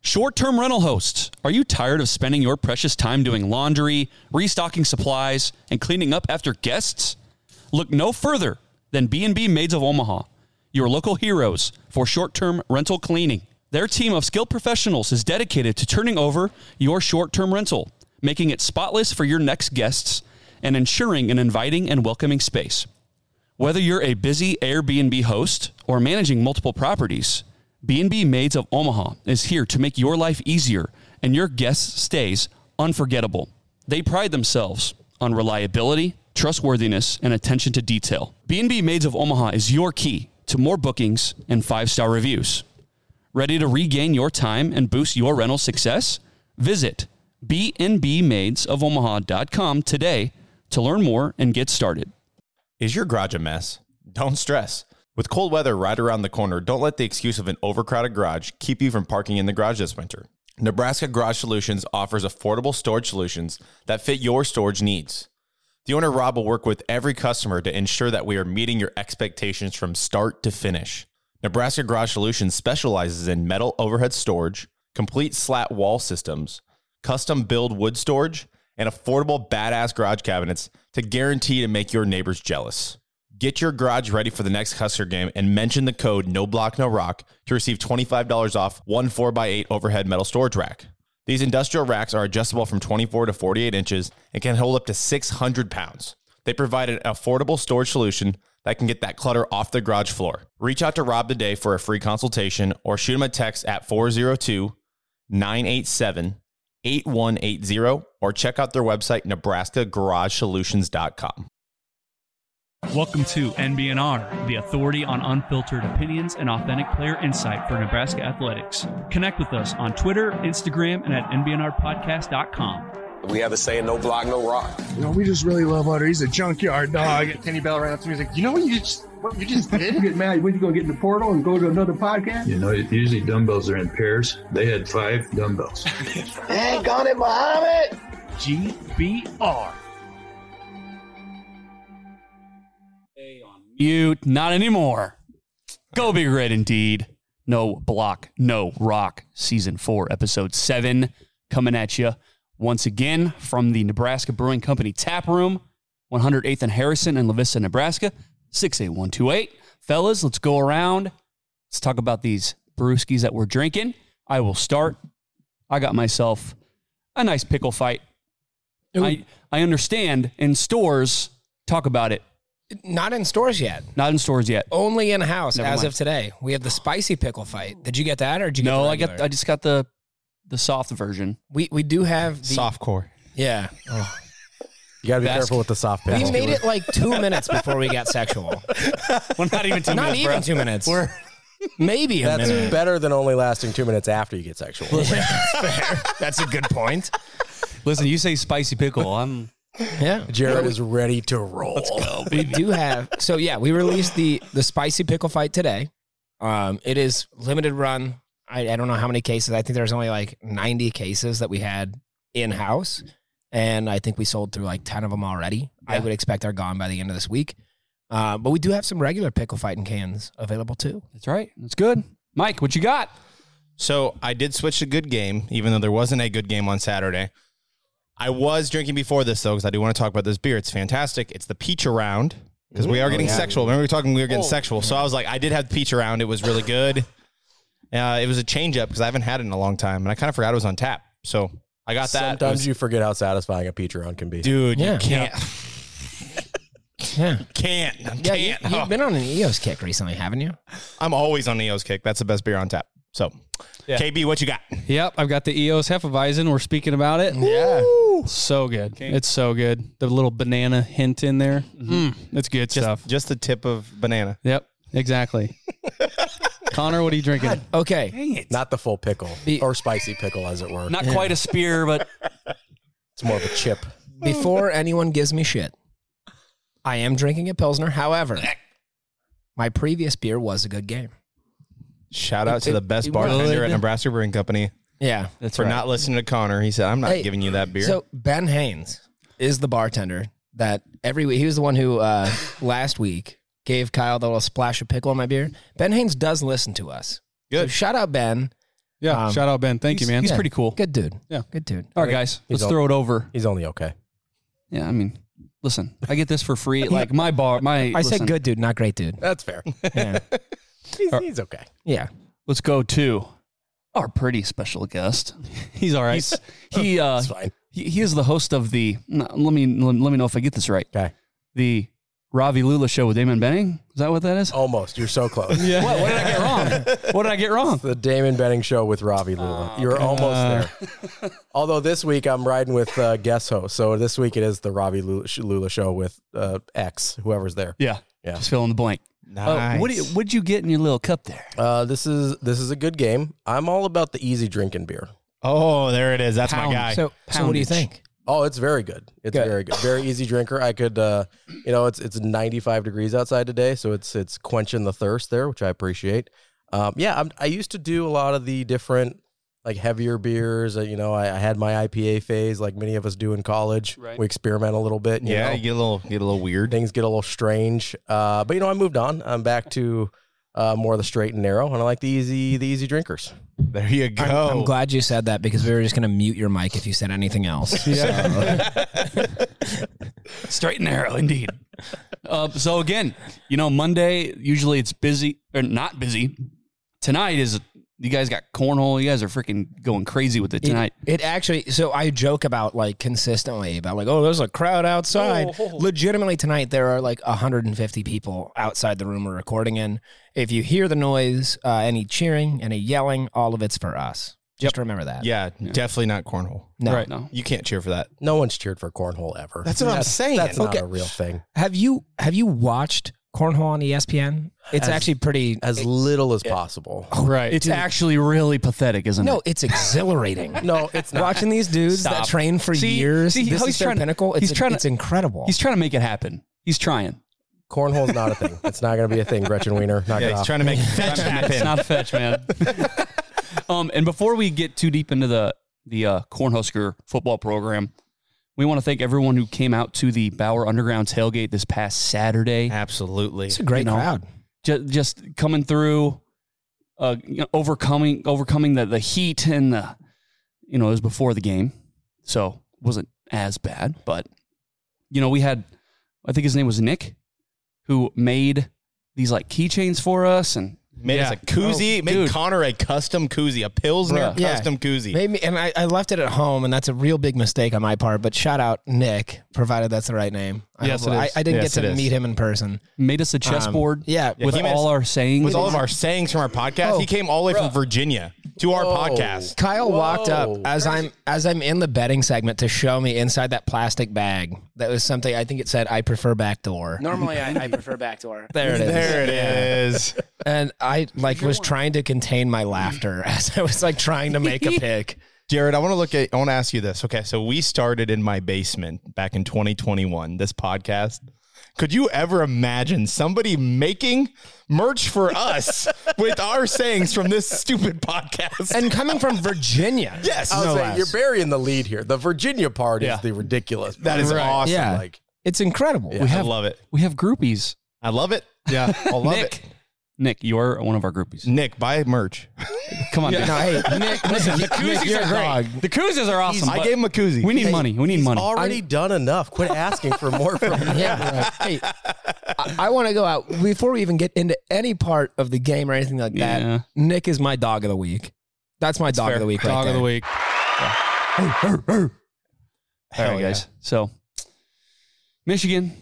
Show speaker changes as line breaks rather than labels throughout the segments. Short term rental hosts, are you tired of spending your precious time doing laundry, restocking supplies, and cleaning up after guests? Look no further than B&B Maids of Omaha, your local heroes for short-term rental cleaning. Their team of skilled professionals is dedicated to turning over your short-term rental, making it spotless for your next guests and ensuring an inviting and welcoming space. Whether you're a busy Airbnb host or managing multiple properties, B&B Maids of Omaha is here to make your life easier and your guests' stays unforgettable. They pride themselves on reliability, trustworthiness, and attention to detail. B&B Maids of Omaha is your key to more bookings and five-star reviews. Ready to regain your time and boost your rental success? Visit bnbmaidsofomaha.com today to learn more and get started.
Is your garage a mess? Don't stress. With cold weather right around the corner, don't let the excuse of an overcrowded garage keep you from parking in the garage this winter. Nebraska Garage Solutions offers affordable storage solutions that fit your storage needs. The owner Rob will work with every customer to ensure that we are meeting your expectations from start to finish. Nebraska Garage Solutions specializes in metal overhead storage, complete slat wall systems, custom build wood storage, and affordable badass garage cabinets to guarantee to make your neighbors jealous. Get your garage ready for the next Husker game and mention the code No Block No Rock to receive $25 off one 4x8 overhead metal storage rack. These industrial racks are adjustable from 24 to 48 inches and can hold up to 600 pounds. They provide an affordable storage solution that can get that clutter off the garage floor. Reach out to Rob today for a free consultation or shoot him a text at 402 987 8180 or check out their website, nebraskagaragesolutions.com.
Welcome to NBNR, the authority on unfiltered opinions and authentic player insight for Nebraska athletics. Connect with us on Twitter, Instagram, and at NBNRpodcast.com.
We have a saying, no block, no rock.
You know, we just really love Otter. He's a junkyard dog.
Kenny Bell ran up to me. He's like, "You know what you just what you just did?
get mad when you go get in the portal and go to another podcast.
You know, usually dumbbells are in pairs. They had five dumbbells.
Dang on it, Muhammad!
GBR.
Mute, not anymore. Go Big Red indeed. No block, no rock. Season four, episode seven, coming at you once again from the Nebraska Brewing Company tap room, 108th and Harrison in La Vista, Nebraska, 68128. Fellas, let's go around. Let's talk about these brewskis that we're drinking. I will start. I got myself a nice pickle fight. I, I understand in stores, talk about it.
Not in stores yet.
Not in stores yet.
Only in house
Never
as
mind.
of today. We have the spicy pickle fight. Did you get that or did you get
No,
the
I got.
regular?
I just got the the soft version.
we we do have the
Softcore.
Yeah.
You gotta be
Oh, That's-
careful with the soft
We
pedal.
made it like 2 minutes before we got sexual.
Well, not even two
Not
minutes,
even
bro.
2 minutes.
We're-
Maybe a
That's
minute.
better than only lasting two minutes after you get sexual.
That's a good point.
Listen, you say spicy pickle. I'm
Yeah.
Jared is ready to roll.
we do have so yeah we released the the spicy pickle fight today um it is limited run i, I don't know how many cases i think there's only like 90 cases that we had in house and i think we sold through like 10 of them already i would expect they're gone by the end of this week uh, but we do have some regular pickle fighting cans available too
That's right. That's good. Mike, what you got?
So I did switch to good game, even though there wasn't a good game on Saturday. I was drinking before this though, because I do want to talk about this beer. It's fantastic. It's the peach around because we are getting sexual. Remember we were talking we were
Oh.
getting sexual. So I was like, I did have peach around. It was really good. Uh, it was a change up because I haven't had it in a long time, and I kind of forgot it was on tap. So I got that. It
Sometimes
was-
you forget how satisfying a peach round can be.
dude,
Yeah.
you can't,
yeah
can't, can't. Oh,
yeah you, have been on an eos kick recently haven't you
I'm always on Neo's kick. That's the best beer on tap. So, KB, what you got?
Yep, I've got the EOS Hefeweizen. We're speaking about it.
Yeah,
So good. It's so good. The little banana hint in there.
Mm-hmm.
Mm, it's good
just
stuff.
just the tip of banana.
Yep, exactly. Connor, what are you drinking?
okay
Not the full pickle
Be-
or spicy pickle, as it were.
Not quite a spear, but
it's more of a chip.
before anyone gives me shit, I am drinking a Pilsner. However, my previous beer was a good game.
Shout out to
It-
the best
it
bartender
would.
at Nebraska Brewing Company
Yeah.
that's
for not listening to Connor. He said, "I'm not
Hey,
giving you that beer."
So Ben Haynes is the bartender that every week, he was the one who uh, last week gave Kyle the little splash of pickle in my beer. Ben Haynes does listen to us.
Good.
So shout out, Ben.
Yeah.
Um,
shout out Ben. Thank you,
he's-
man.
he's
Yeah.
pretty cool.
Good dude.
Yeah.
Good dude.
All right, guys,
He's
let's
all-
throw it over.
He's only okay.
Yeah, I mean, listen, I get this for free. Like my bar, my
I
listen,
said good dude, not great dude.
That's fair.
Yeah.
he's, he's okay.
yeah.
Let's go to our pretty special guest. He's all right. He's, he uh,
It's fine.
he, he is the host of the. no, let me let, me know if I get this right.
Okay.
The Ravi Lula show with Damon Benning. Is that what that is?
Almost. You're so close.
Yeah.
What, what did I get wrong? What did I get wrong?
The Damon Benning show with Robbie Lula. You're almost there. Although this week I'm riding with uh, guest host, so this week it is the Robbie Lula, Lula show with uh, X, whoever's there.
Yeah.
Yeah.
Just fill in the blank. Uh, what do you,
Nice.
what'd you get in your little cup there?
Uh, this is this is a good game. I'm all about the easy drinking beer.
Oh, there it is. That's
Pound.
my guy.
So, so what do you
Poundage.
think?
Oh, it's very good. It's
Good.
very good. Very easy drinker. I could, uh, you know, it's it's 95 degrees outside today, so it's it's quenching the thirst there, which I appreciate. Um, yeah, I'm, I used to do a lot of the different like heavier beers. Uh, you know, I, I had my IPA phase, like many of us do in college.
Right.
We experiment a little bit. you
yeah,
know?
you get a little get a little weird.
things get a little strange. Uh, but you know, I moved on. I'm back to uh, more of the straight and narrow, and I like the easy the easy drinkers.
There you go.
I'm glad you said that because we were just going to mute your mic if you said anything else. Yeah.
Straight and narrow, indeed. uh, so again, you know, Monday usually it's busy or not busy. Tonight is you guys got cornhole. You guys are freaking going crazy with it tonight.
It actually, so I joke about like consistently about like, oh, there's a crowd outside.
Oh.
Legitimately, tonight there are like 150 people outside the room we're recording in. If you hear the noise, uh, any cheering, any yelling, all of it's for us. Just remember that.
Yeah, definitely not cornhole.
No.
Right now,
You can't cheer for that.
No one's cheered for cornhole ever.
That's what I'm saying.
That's
Okay.
not a real thing.
Have you have you watched Cornhole on E ESPN? It's
As-
actually pretty.
As little as possible.
Oh, right.
it's actually really pathetic, isn't
no,
it?
it's exhilarating.
No, it's not.
Watching these dudes that
Stop.
train for
See-
years,
see
this
how
is
he's
their
trying to-
pinnacle. It's,
he's trying to-
it's incredible.
He's trying to make it happen. He's trying.
Cornhole's not a thing. It's not going to be a thing. Gretchen Wiener, knock it
Yeah, he's
off.
trying to make fetch
It's
happen.
not a fetch, man. um, and before we get too deep into the the uh, Cornhusker football program, we want to thank everyone who came out to the Bauer Underground tailgate this past Saturday.
Absolutely.
it's a great
you know,
crowd.
just, just coming through, uh, you know, overcoming overcoming the, the heat and the, you know, it was before the game, so it wasn't as bad. But you know, we had, I think his name was Nick, who made these like keychains for us, and
Made us a koozie. made Connor a custom koozie, a Pilsner
Bruh.
Oh, Yeah.
custom koozie.
Maybe, and I, I left it at home, and that's a real big mistake on my part. But shout out Nick, provided that's the right name. I
Yes,
hope-
it
I,
is.
I didn't
Yes,
get
it
to
is.
meet him in person.
made us a
Um,
chessboard
yeah,
with
he made
all
us-
our sayings.
With all of our sayings from our podcast,
Oh.
he came all the way from Virginia to our
Whoa.
podcast.
Kyle walked up
Whoa.
as I'm as I'm in the betting segment to show me inside that plastic bag. That was something I think it said I prefer backdoor. Normally I, I prefer backdoor. There it is.
There it is.
And I like was trying to contain my laughter as I was like trying to make a pick.
Jared, I want to look at I want to ask you this. Okay, so we started in my basement back in 2021 this podcast. Could you ever imagine somebody making merch for us with our sayings from this stupid podcast?
And coming from Virginia.
yes.
I was
No
saying,
less.
you're burying the lead here. The Virginia part
Yeah.
is the ridiculous.
That is
part.
awesome.
Yeah.
Like,
It's incredible.
We have, I love it.
we have groupies.
I love it. Yeah. I love
Nick, Nick, you're one of our
it.
groupies.
Nick, buy merch.
Come on, dude.
No, hey, Nick, listen, Nick, Nick, you're a dog.
The Koozes are awesome.
I
but
gave him a koozie.
we need money. We need
he's
money.
already done enough. Quit asking for more from me.
Yeah. Hey, I, I want to go out before we even get into any part of the game or anything like that.
Yeah.
Nick is my dog of the week. That's my dog of the week. Right
Dog of the
there.
week.
All right, guys. So Michigan,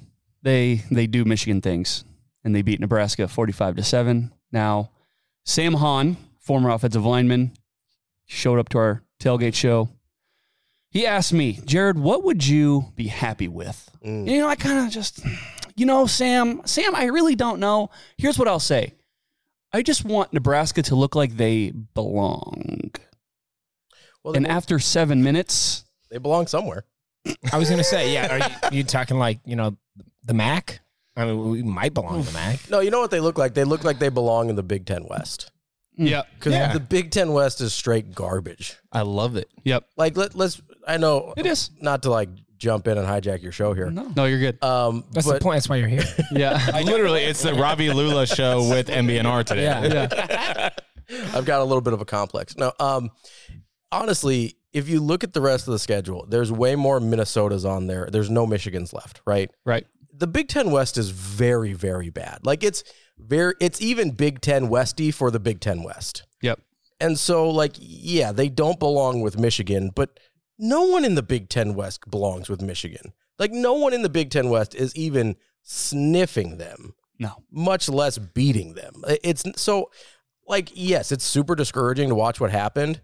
they they do Michigan things, and they beat Nebraska forty-five to seven. Now, Sam Hahn, former offensive lineman, showed up to our tailgate show. He asked me, Jared, what would you be happy with? You know, I kind of just, you know, Sam, Sam, I really don't know. Here's what I'll say. I just want Nebraska to look like they belong.
Well, they,
And
bel-
after seven minutes,
they belong somewhere.
I was gonna say, yeah. Are you, you talking like you know the Mac? I mean, we might belong to the Mac.
No, you know what they look like? They look like they belong in the Big Ten West.
Yep.
Because the Big Ten West is straight garbage.
I love it.
Yep.
Like, let, let's, I know,
it is.
not to like jump in and hijack your show here.
No, you're good.
Um,
That's
but
the point. That's why you're here.
Yeah.
Literally, it's the Robbie Lula show with MBNR today.
Yeah.
yeah.
I've got a little bit of a complex. No, um, honestly, if you look at the rest of the schedule, there's way more Minnesotas on there. There's no Michigans left, right?
Right.
The Big Ten West is very, very bad. Like it's very, it's even Big Ten Westy for the Big Ten West.
Yep.
And so, like, yeah, they don't belong with Michigan, but no one in the Big Ten West belongs with Michigan. Like, no one in the Big Ten West is even sniffing them.
No.
Much less beating them. I- It's so, like, yes, it's super discouraging to watch what happened,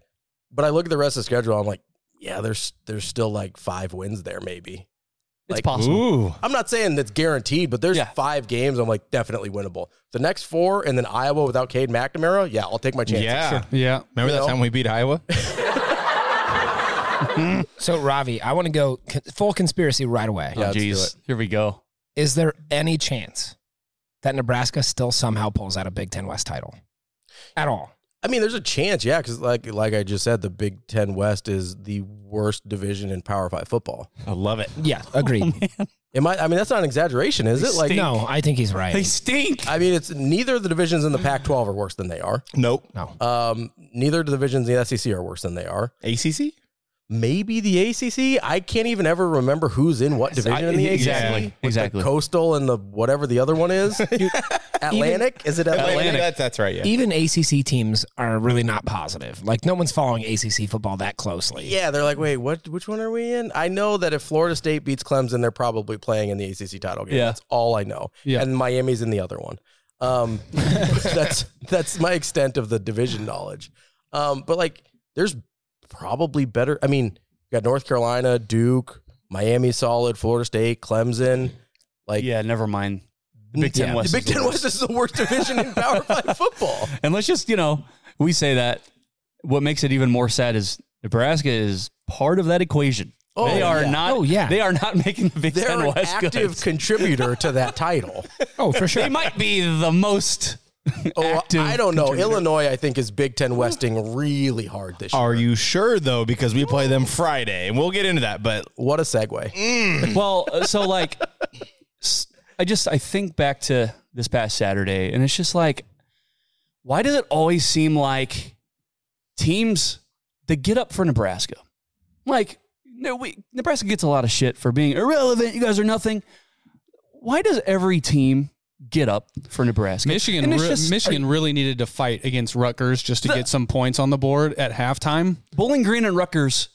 but I look at the rest of the schedule, I'm like, yeah, there's there's still like five wins there, maybe.
It's
Like-
possible.
Ooh.
I'm not saying that's guaranteed, but there's five games I'm like definitely winnable. The next four and then Iowa without Cade McNamara, yeah, I'll take my chances.
Yeah.
Yeah.
Remember
You
that
know?
time we beat Iowa?
So Ravi, I want to go con- full conspiracy right away.
Yeah, let's do it.
Here we go.
Is there any chance that Nebraska still somehow pulls out a Big Ten West title at all?
I mean, there's a chance, yeah, because like like I just said, the Big Ten West is the worst division in Power Five football.
I love it.
Yeah, agreed.
Am I? I mean, that's not an exaggeration, is it? Like,
no, I think he's right.
stink.
I mean, it's neither of the divisions in the Pac-12 are worse than they are.
Nope.
no,
Um, neither of the divisions in the SEC are worse than they are.
ACC?
Maybe the ACC. I can't even ever remember who's in what division in the ACC.
exactly,
With
exactly.
The Coastal and the whatever the other one is. Atlantic? Is it Atlantic?
That's, that's right, yeah.
even ACC teams are really not positive. Like no one's following ACC football that closely.
Yeah, they're like, wait, what? Which one are we in? I know that if Florida State beats Clemson, they're probably playing in the ACC title game.
Yeah.
That's all I know.
Yeah.
and Miami's in the other one. Um, that's that's my extent of the division knowledge. Um, but like, there's probably better. I mean, you got North Carolina, Duke, Miami, solid, Florida State, Clemson. Like,
Yeah, never mind. The Big Ten
Yeah.
West.
the Big
is the
Ten
worst.
West is the worst division in Power Five football.
And let's just, you know, we say that. What makes it even more sad is Nebraska is part of that equation.
Oh,
they are
yeah.
not.
Oh, yeah.
They are not making the Big
They're
Ten
an
West
active
goods.
contributor to that title.
Oh, for sure.
They might be the most
Oh,
active.
I don't know. Illinois, I think, is Big Ten Westing really hard this year.
Are you sure though? Because we play them Friday, and we'll get into that. But
What a
Mm-hmm.
segue.
well, uh, so like, s- I just I think back to this past Saturday, and it's just like, why does it always seem like teams they get up for Nebraska? Like, no, we Nebraska gets a lot of shit for being irrelevant. You guys are nothing. Why does every team get up for Nebraska?
Michigan,
And it's
re-
just-
Michigan really needed to fight against Rutgers just to
The-
get some points on the board at halftime.
Bowling Green and Rutgers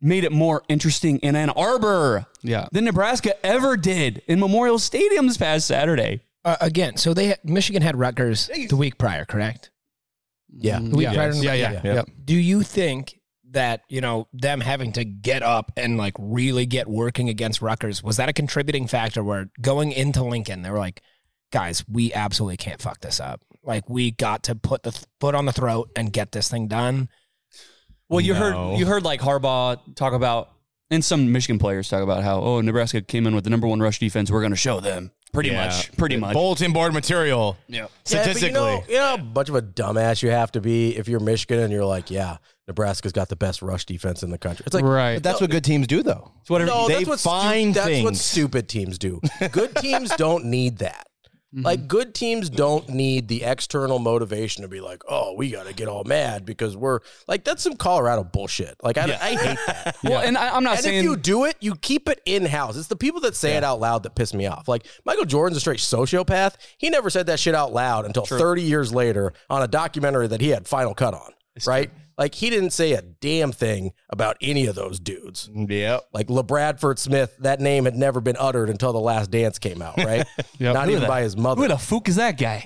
made it more interesting in Ann Arbor
Yeah.
than Nebraska ever did in Memorial Stadium this past Saturday.
Uh, again, so they Michigan had Rutgers the week prior, correct?
Yeah.
The week
Yes.
prior. to
Mm, yeah,
Nebraska.
yeah, yeah,
Do you think that you know them having to get up and like really get working against Rutgers was that a contributing factor? Where going into Lincoln, they were like, "Guys, we absolutely can't fuck this up. Like, we got to put the th- foot on the throat and get this thing done."
Well, you
No.
heard you heard like Harbaugh talk about, and some Michigan players talk about how oh Nebraska came in with the number one rush defense. We're going to show them pretty
Yeah.
much, pretty much.
bulletin board material.
Yeah.
Statistically,
Yeah, but you know, you know how much of a dumbass you have to be if you're Michigan and you're like, yeah, Nebraska's got the best rush defense in the country. It's like,
Right.
that's what good teams do, though.
It's whatever.
no,
They
that's what, stu-
find
that's what
things.
stupid teams do. Good teams don't need that.
Mm-hmm.
Like, good teams don't need the external motivation to be like, oh, we got to get all mad because we're like, that's some Colorado bullshit. Like, I, I hate that.
Well, and I, I'm not
and
saying
if you do it, you keep it in house. It's the people that say it out loud that piss me off. Like Michael Jordan's a straight sociopath. He never said that shit out loud until 30 years later on a documentary that he had final cut on. right? Like he didn't say a damn thing about any of those dudes.
Yep.
Like LeBradford Smith, that name had never been uttered until The Last Dance came out, right? Not even by his mother.
who the fuck is that guy?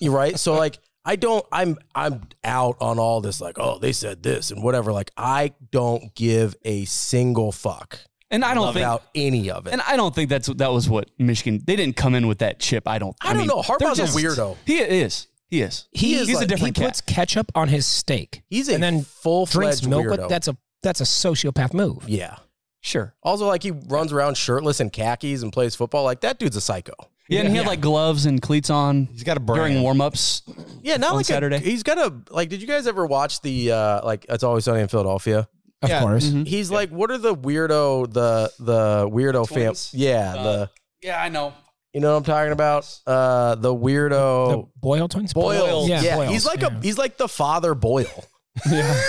You right? So like I don't I'm I'm out on all this like oh they said this and whatever like I don't give a single fuck
And I don't think.
about any of it.
And I don't think that's that was what Michigan. They didn't come in with that chip. I don't.
I don't
mean,
know.
they're
Harbaugh's a weirdo.
He is. He is.
He is
He's
like-
a different
he
cat.
puts ketchup on his steak.
He's a
and then
full-fledged
drinks milk. with-
weirdo.
That's a that's a sociopath move.
yeah.
sure.
Also like he runs around shirtless in khakis and plays football like that dude's a psycho.
Yeah, and he had like gloves and cleats on. He's
got a brand.
during warm ups.
Yeah, not
On
like a-
Saturday.
he's got a like did you guys ever watch the uh like it's always sunny in Philadelphia?
Of
Yeah.
course.
He's like what are the weirdo the the weirdo fam
Twins?
yeah, the
Yeah, I know.
You know what I'm talking about? Uh, the weirdo
Boyle twins.
Boyle.
Boyle.
Oh. Yeah,
Yeah, Boyles,
he's like
yeah.
a he's like the father Boyle.
Yeah.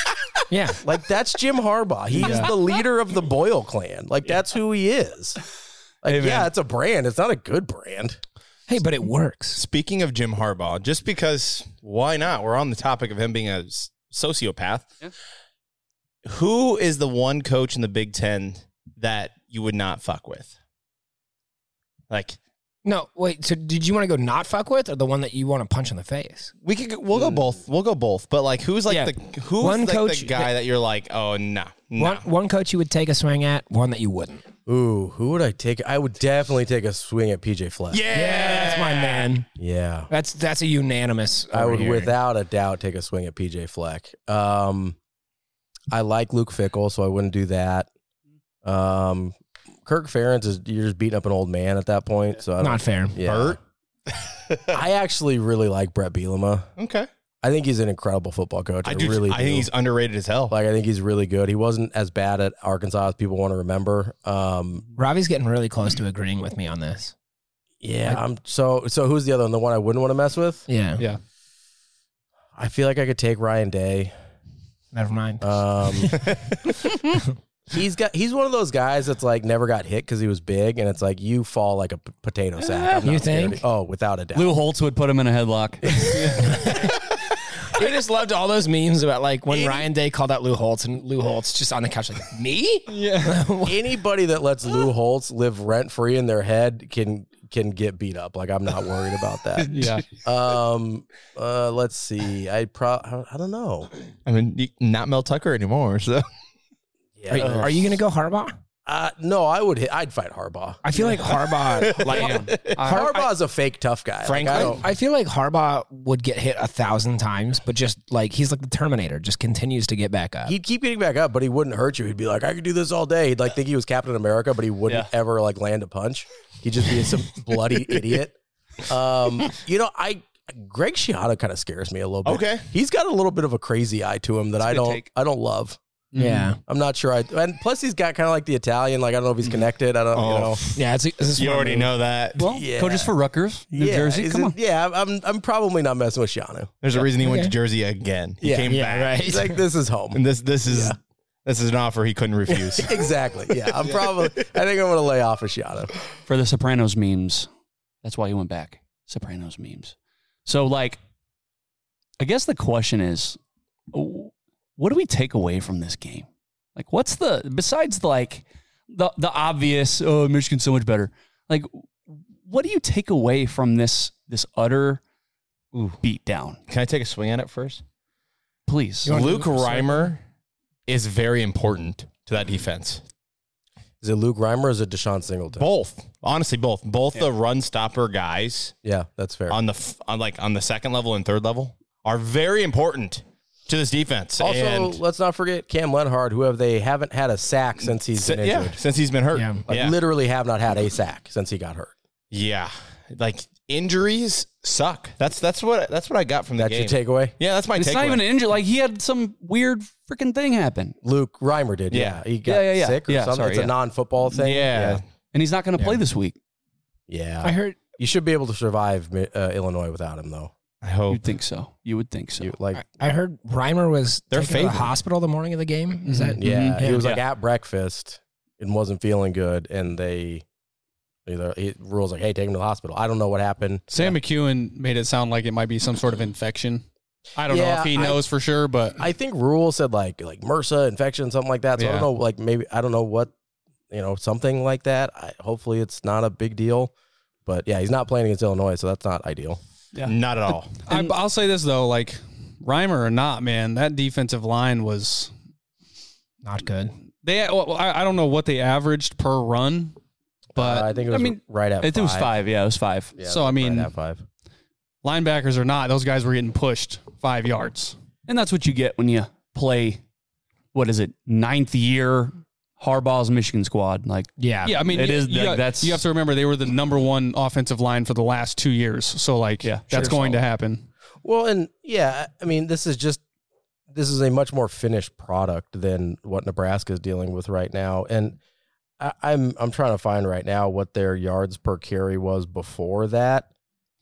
yeah,
like that's Jim Harbaugh. He is
Yeah.
the leader of the Boyle clan. Like that's who he is. Like
Hey, man.
yeah, it's a brand. It's not a good brand.
Hey, but it works.
Speaking of Jim Harbaugh, just because why not? We're on the topic of him being a s- sociopath. Who is the one coach in the Big Ten that you would not fuck with? Like
No, wait. So, did you want to go not fuck with, or the one that you want to punch in the face?
we could go- we'll go both. We'll go both. But like who's like
Mm. Yeah.
the who's
One
like
coach
the guy
that-
that you're like, oh no. no.
One, one coach you would take a swing at, one that you wouldn't.
Ooh, who would I take? I would definitely take a swing at PJ Fleck.
Yeah.
that's my man.
Yeah.
That's that's a unanimous.
I
over
would
here.
without a doubt take a swing at PJ Fleck. Um I like Luke Fickle, so I wouldn't do that. Um Kirk Ferentz is you're just beating up an old man at that point. So I don't-
Not fair.
Yeah.
Bert?
I actually really like Brett Bielema.
Okay.
I think he's an incredible football coach. I,
I do
really
I
do.
think he's underrated as hell.
Like I think he's really good. He wasn't as bad at Arkansas as people want to remember. Um,
Robbie's getting really close to agreeing with me on this.
yeah. I'm so so. Who's the other one? The one I wouldn't want to mess with.
Yeah.
Yeah.
I feel like I could take Ryan Day.
Never mind.
Um, he's got he's one of those guys that's like never got hit because he was big, and it's like you fall like a p- potato sack. I'm
You
not scared.
think?
Oh, without a doubt.
Lou Holtz would put him in a headlock.
I just loved all those memes about like when Ryan Day called out Lou Holtz and Lou Holtz just on the couch like me.
Yeah.
Anybody that lets Lou Holtz live rent free in their head can can get beat up. Like I'm not worried about that.
Yeah.
Um, uh, let's see. I pro. I don't know.
I mean, you- not Mel Tucker anymore. So
Yeah.
Are, are you gonna go Harbaugh?
Uh, no, I would. Hit, I'd fight Harbaugh.
I feel like Harbaugh. Like
Harbaugh's a fake tough guy. Like,
Frank,
I
I,
don't-
I feel like Harbaugh would get hit a thousand times, but just like he's like the Terminator, just continues to get back up.
he'd keep getting back up, but he wouldn't hurt you. He'd be like, "I could do this all day." He'd like think he was Captain America, but he wouldn't ever like land a punch. He'd just be some bloody idiot. Um, you know, I Greg Schiano kind of scares me a little bit.
Okay.
he's got a little bit of a crazy eye to him that I don't. I don't love.
yeah,
Mm-hmm.
I'm not sure. I and plus he's got kind of like the Italian. Like I don't know if
Mm.
he's connected. I don't.
Oh,
you know.
yeah. It's, it's a
you
smart
already
move.
know that.
Well,
Yeah.
coaches for Rutgers, New
yeah,
Jersey.
is
Come
it-
on.
Yeah, I'm. I'm probably not messing with Shiano.
There's a reason he went to
Okay.
Jersey again. He
Yeah.
came
Yeah,
back.
right.
He's like, this is home.
And this this is this is an offer he couldn't refuse.
Exactly. Yeah, I'm probably. I think I'm gonna lay off a Shiano.
for the Sopranos memes. That's why he went back. Sopranos memes. So, like, I guess the question is, w- what do we take away from this game? Like, what's the besides like the the obvious? Oh, Michigan's so much better. Like, what do you take away from this this utter beat down?
Can I take a swing at it first?
Please,
Luke Reimer is very important to that defense.
Is it Luke Reimer or is it Deshaun Singleton?
Both, honestly, both, both the run stopper guys
Yeah, that's fair.
on the f- on like on the second level and third level are very important to this defense.
also,
And-
let's not forget Cam Lenhard, who have they haven't had a sack since he's been
yeah,
injured.
since he's been hurt,
Yeah.
Like
yeah.
literally have not had a sack since he got hurt.
Yeah. like injuries suck. That's that's what that's what I got from the
That's
game.
your takeaway.
yeah, that's my
it's
takeaway.
not even an injury. Like he had some weird freaking thing happen,
Luke Reimer did. Yeah,
Yeah.
he got
Yeah, yeah, yeah.
sick or
Yeah,
something.
sorry,
it's a
yeah.
non-football
yeah.
thing.
and he's not going to play this week.
yeah.
I heard
you should be able to survive uh, Illinois without him, though.
I hope
You'd think so. You would think so.
You, like,
I heard Reimer was
They're Mm-hmm.
taken to the
favored.
hospital the morning of the game. Is that
yeah,
Yeah.
he was like at breakfast and wasn't feeling good, and they either he rules like, hey, take him to the hospital. I don't know what happened.
Sam McEwen made it sound like it might be some sort of infection. I don't know
Yeah,
if he
I-
knows for sure, but
I think Rule said like like MRSA infection, something like that. So I
Yeah.
don't know, like maybe I don't know what you know, something like that. I, hopefully, it's not a big deal. But yeah, he's not playing against Illinois, so that's not ideal.
not at all.
I, I'll say this though, like Reimer or not, man, that defensive line was
not good.
they. Well, I, I don't know what they averaged per run, but
Uh, I think it was
I mean,
right at.
I think it was
five.
five. Yeah, it was five.
Yeah,
so,
right
I mean-
at five.
linebackers or not, those guys were getting pushed five yards.
And that's what you get when you play, what is it, ninth year Harbaugh's Michigan squad. Like,
Yeah.
Yeah, I mean,
It
you-
is-
You, got-
that's-
you have to remember they were the number one offensive line for the last two years. So like,
Yeah,
that's
sure.
going to happen.
Well, and yeah, I mean, this is just this is a much more finished product than what Nebraska is dealing with right now, and I, I'm I'm trying to find right now what their yards per carry was before that,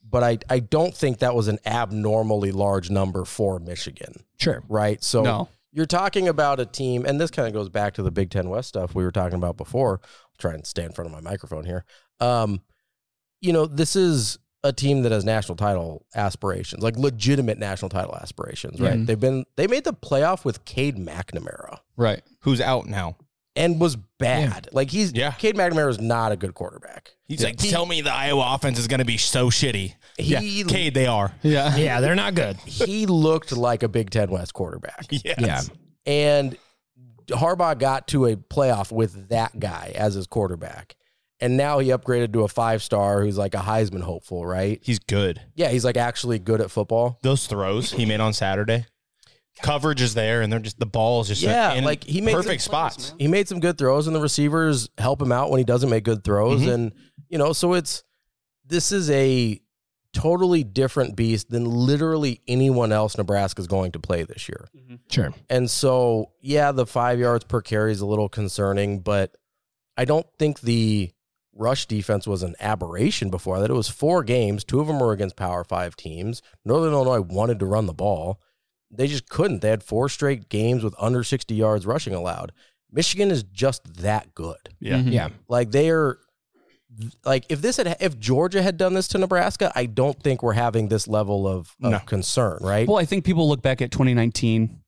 but I I don't think that was an abnormally large number for Michigan.
Sure.
Right. So
No.
you're talking about a team, and this kind of goes back to the Big Ten West stuff we were talking about before. I'll try and stay in front of my microphone here. Um, you know, this is a team that has national title aspirations, like legitimate national title aspirations, right?
Mhm.
They've been they made the playoff with Cade McNamara
Right.
Who's out now?
and was bad. Like he's yeah. Cade McNamara is not a good quarterback.
He's
Yeah.
like, tell me the Iowa offense is going to be so shitty.
He-
yeah, Cade, they are.
Yeah.
Yeah, they're not good.
He looked like a Big Ten West quarterback.
Yes.
Yeah.
And Harbaugh got to a playoff with that guy as his quarterback. And now he upgraded to a five star who's like a Heisman hopeful, right?
He's good.
Yeah, he's like actually good at football.
Those throws he made on Saturday, coverage is there, and they're just the balls just
Yeah,
in
like, he makes
perfect
it-
spots.
He made some good throws, and the receivers help him out when he doesn't make good throws.
Mhm.
And, you know, so it's this is a totally different beast than literally anyone else Nebraska's going to play this year.
Sure.
And so, yeah, the five yards per carry is a little concerning, but I don't think the rush defense was an aberration before that. It was four games, two of them were against Power Five teams. Northern Illinois wanted to run the ball, they just couldn't. They had four straight games with under 60 yards rushing allowed. Michigan is just that good.
Yeah.
Mm-hmm.
Mm-hmm.
Yeah.
Like, they are. Like if this had if Georgia had done this to Nebraska, I don't think we're having this level of, of
No.
concern, right?
Well, I think people look back at 2019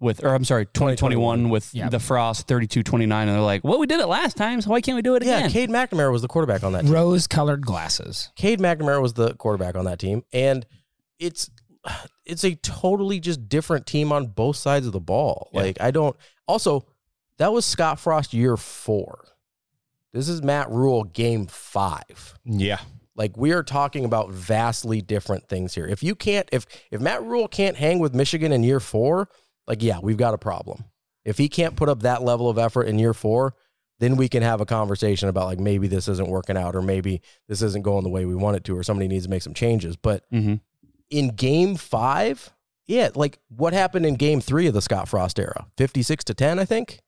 with, or I'm sorry, 2021 with
Yeah.
the Frost 32 29, and they're like, well, we did it last time, so why can't we do it
yeah,
again?
Cade McNamara was the quarterback on that team.
Rose colored glasses.
Cade McNamara was the quarterback on that team, and it's it's a totally just different team on both sides of the ball. Like I don't. Also, that was Scott Frost year four. This is Matt Rule game five.
Yeah.
Like we are talking about vastly different things here. If you can't, if if Matt Rule can't hang with Michigan in year four, like yeah, we've got a problem. If he can't put up that level of effort in year four, then we can have a conversation about like maybe this isn't working out, or maybe this isn't going the way we want it to, or somebody needs to make some changes. But
Mm-hmm.
in game five, yeah, like what happened in game three of the Scott Frost era, fifty six to ten, I think.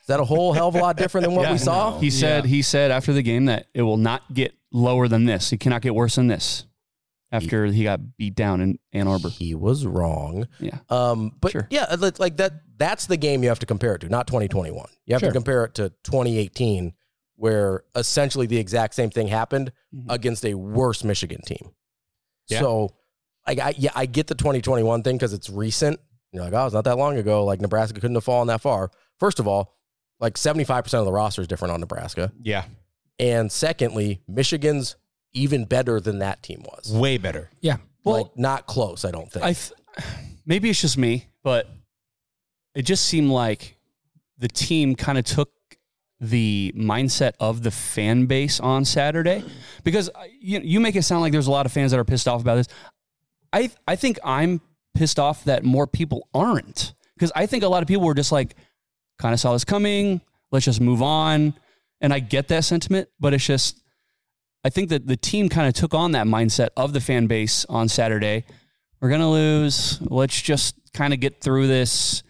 Is that a whole hell of a lot different than what we saw?
He said he said after the game that it will not get lower than this. It cannot get worse than this. After he got beat down in Ann Arbor.
He was wrong.
Yeah.
Um, but
Sure.
yeah, li- like that. That's the game you have to compare it to, not 2021. You have
Sure.
to compare it to 2018, where essentially the exact same thing happened
Mhm.
against a worse Michigan team.
Yeah.
So, I, I yeah, I get the 2021 thing because it's recent. You're like, oh, it's not that long ago. Like Nebraska couldn't have fallen that far. First of all, like 75 percent of the roster is different on Nebraska,
Yeah.
and secondly, Michigan's even better than that team was.
Way better.
Yeah.
Well, like, not close, I don't think.
I th- maybe it's just me, but it just seemed like the team kind of took the mindset of the fan base on Saturday because uh, you, you make it sound like there's a lot of fans that are pissed off about this. I I think I'm pissed off that more people aren't because I think a lot of people were just like kind of saw this coming. Let's just move on. And I get that sentiment, but it's just I think that the team kind of took on that mindset of the fan base on Saturday. We're gonna lose. Let's just kind of get through this.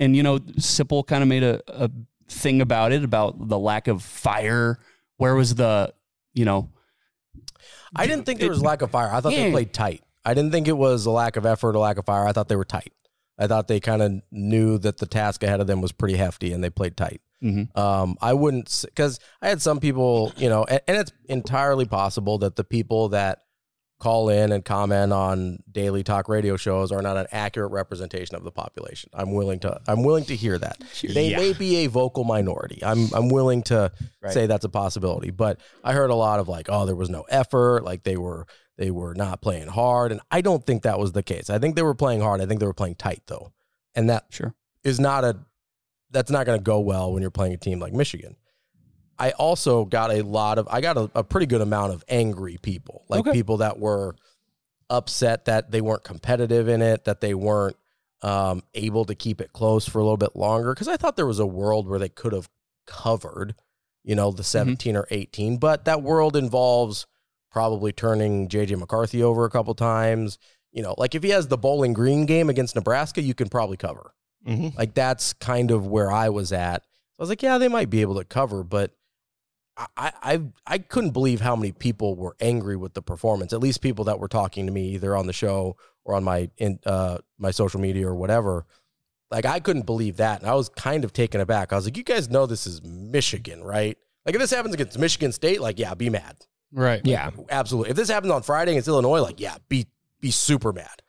And you know, Sipple kind of made a, a thing about it about the lack of fire. Where was the you know
I didn't think there was lack of fire. I thought
Yeah.
they played tight. I didn't think it was a lack of effort, a lack of fire. I thought they were tight. I thought they kind of knew that the task ahead of them was pretty hefty, and they played tight.
Mhm.
Um, I wouldn't because I had some people, you know, and, and it's entirely possible that the people that call in and comment on daily talk radio shows are not an accurate representation of the population. I'm willing to I'm willing to hear that. They may be a vocal minority. I'm I'm willing to say that's a possibility, but I heard a lot of like oh there was no effort, like they were they were not playing hard and I don't think that was the case. I think they were playing hard. I think they were playing tight though. And that
sure
is not a that's not going to go well when you're playing a team like Michigan. I also got a lot of I got a, a pretty good amount of angry people, like
Okay.
people that were upset that they weren't competitive in it, that they weren't um, able to keep it close for a little bit longer. Because I thought there was a world where they could have covered, you know,
Mm-hmm.
the 17 or 18, but that world involves probably turning JJ McCarthy over a couple times. You know, like if he has the Bowling Green game against Nebraska, you can probably cover.
Mm-hmm.
Like that's kind of where I was at. I was like, yeah, they might be able to cover, but I I I couldn't believe how many people were angry with the performance. At least people that were talking to me either on the show or on my in uh my social media or whatever. Like I couldn't believe that, and I was kind of taken aback. I was like, you guys know this is Michigan, right? Like if this happens against Michigan State, like yeah, be mad.
Right.
Yeah.
Absolutely. If this happens on Friday against Illinois, like yeah, be be super mad.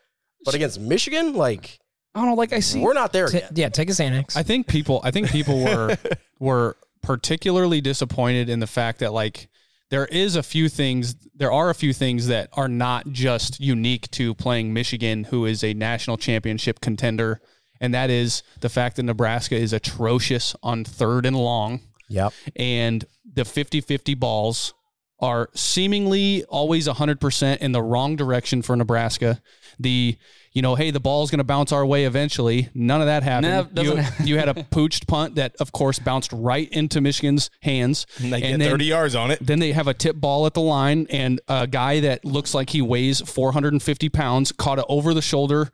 But against Michigan, like
I don't know, like I see
we're not there
Ta-
yet.
yeah, take a Xanax.
I think people I think people were were particularly disappointed in the fact that like there is a few things there are a few things that are not just unique to playing Michigan who is a national championship contender and that is the fact that Nebraska is atrocious on third and long
Yep.
and the 50-50 balls are seemingly always 100% in the wrong direction for Nebraska. The, you know, hey, the ball's going to bounce our way eventually. None of that happened.
No, it doesn't
you,
happen.
you had a pooched punt that, of course, bounced right into Michigan's hands.
And they get
then-
30 yards on it.
Then they have a tip ball at the line, and a guy that looks like he weighs 450 pounds caught an over the shoulder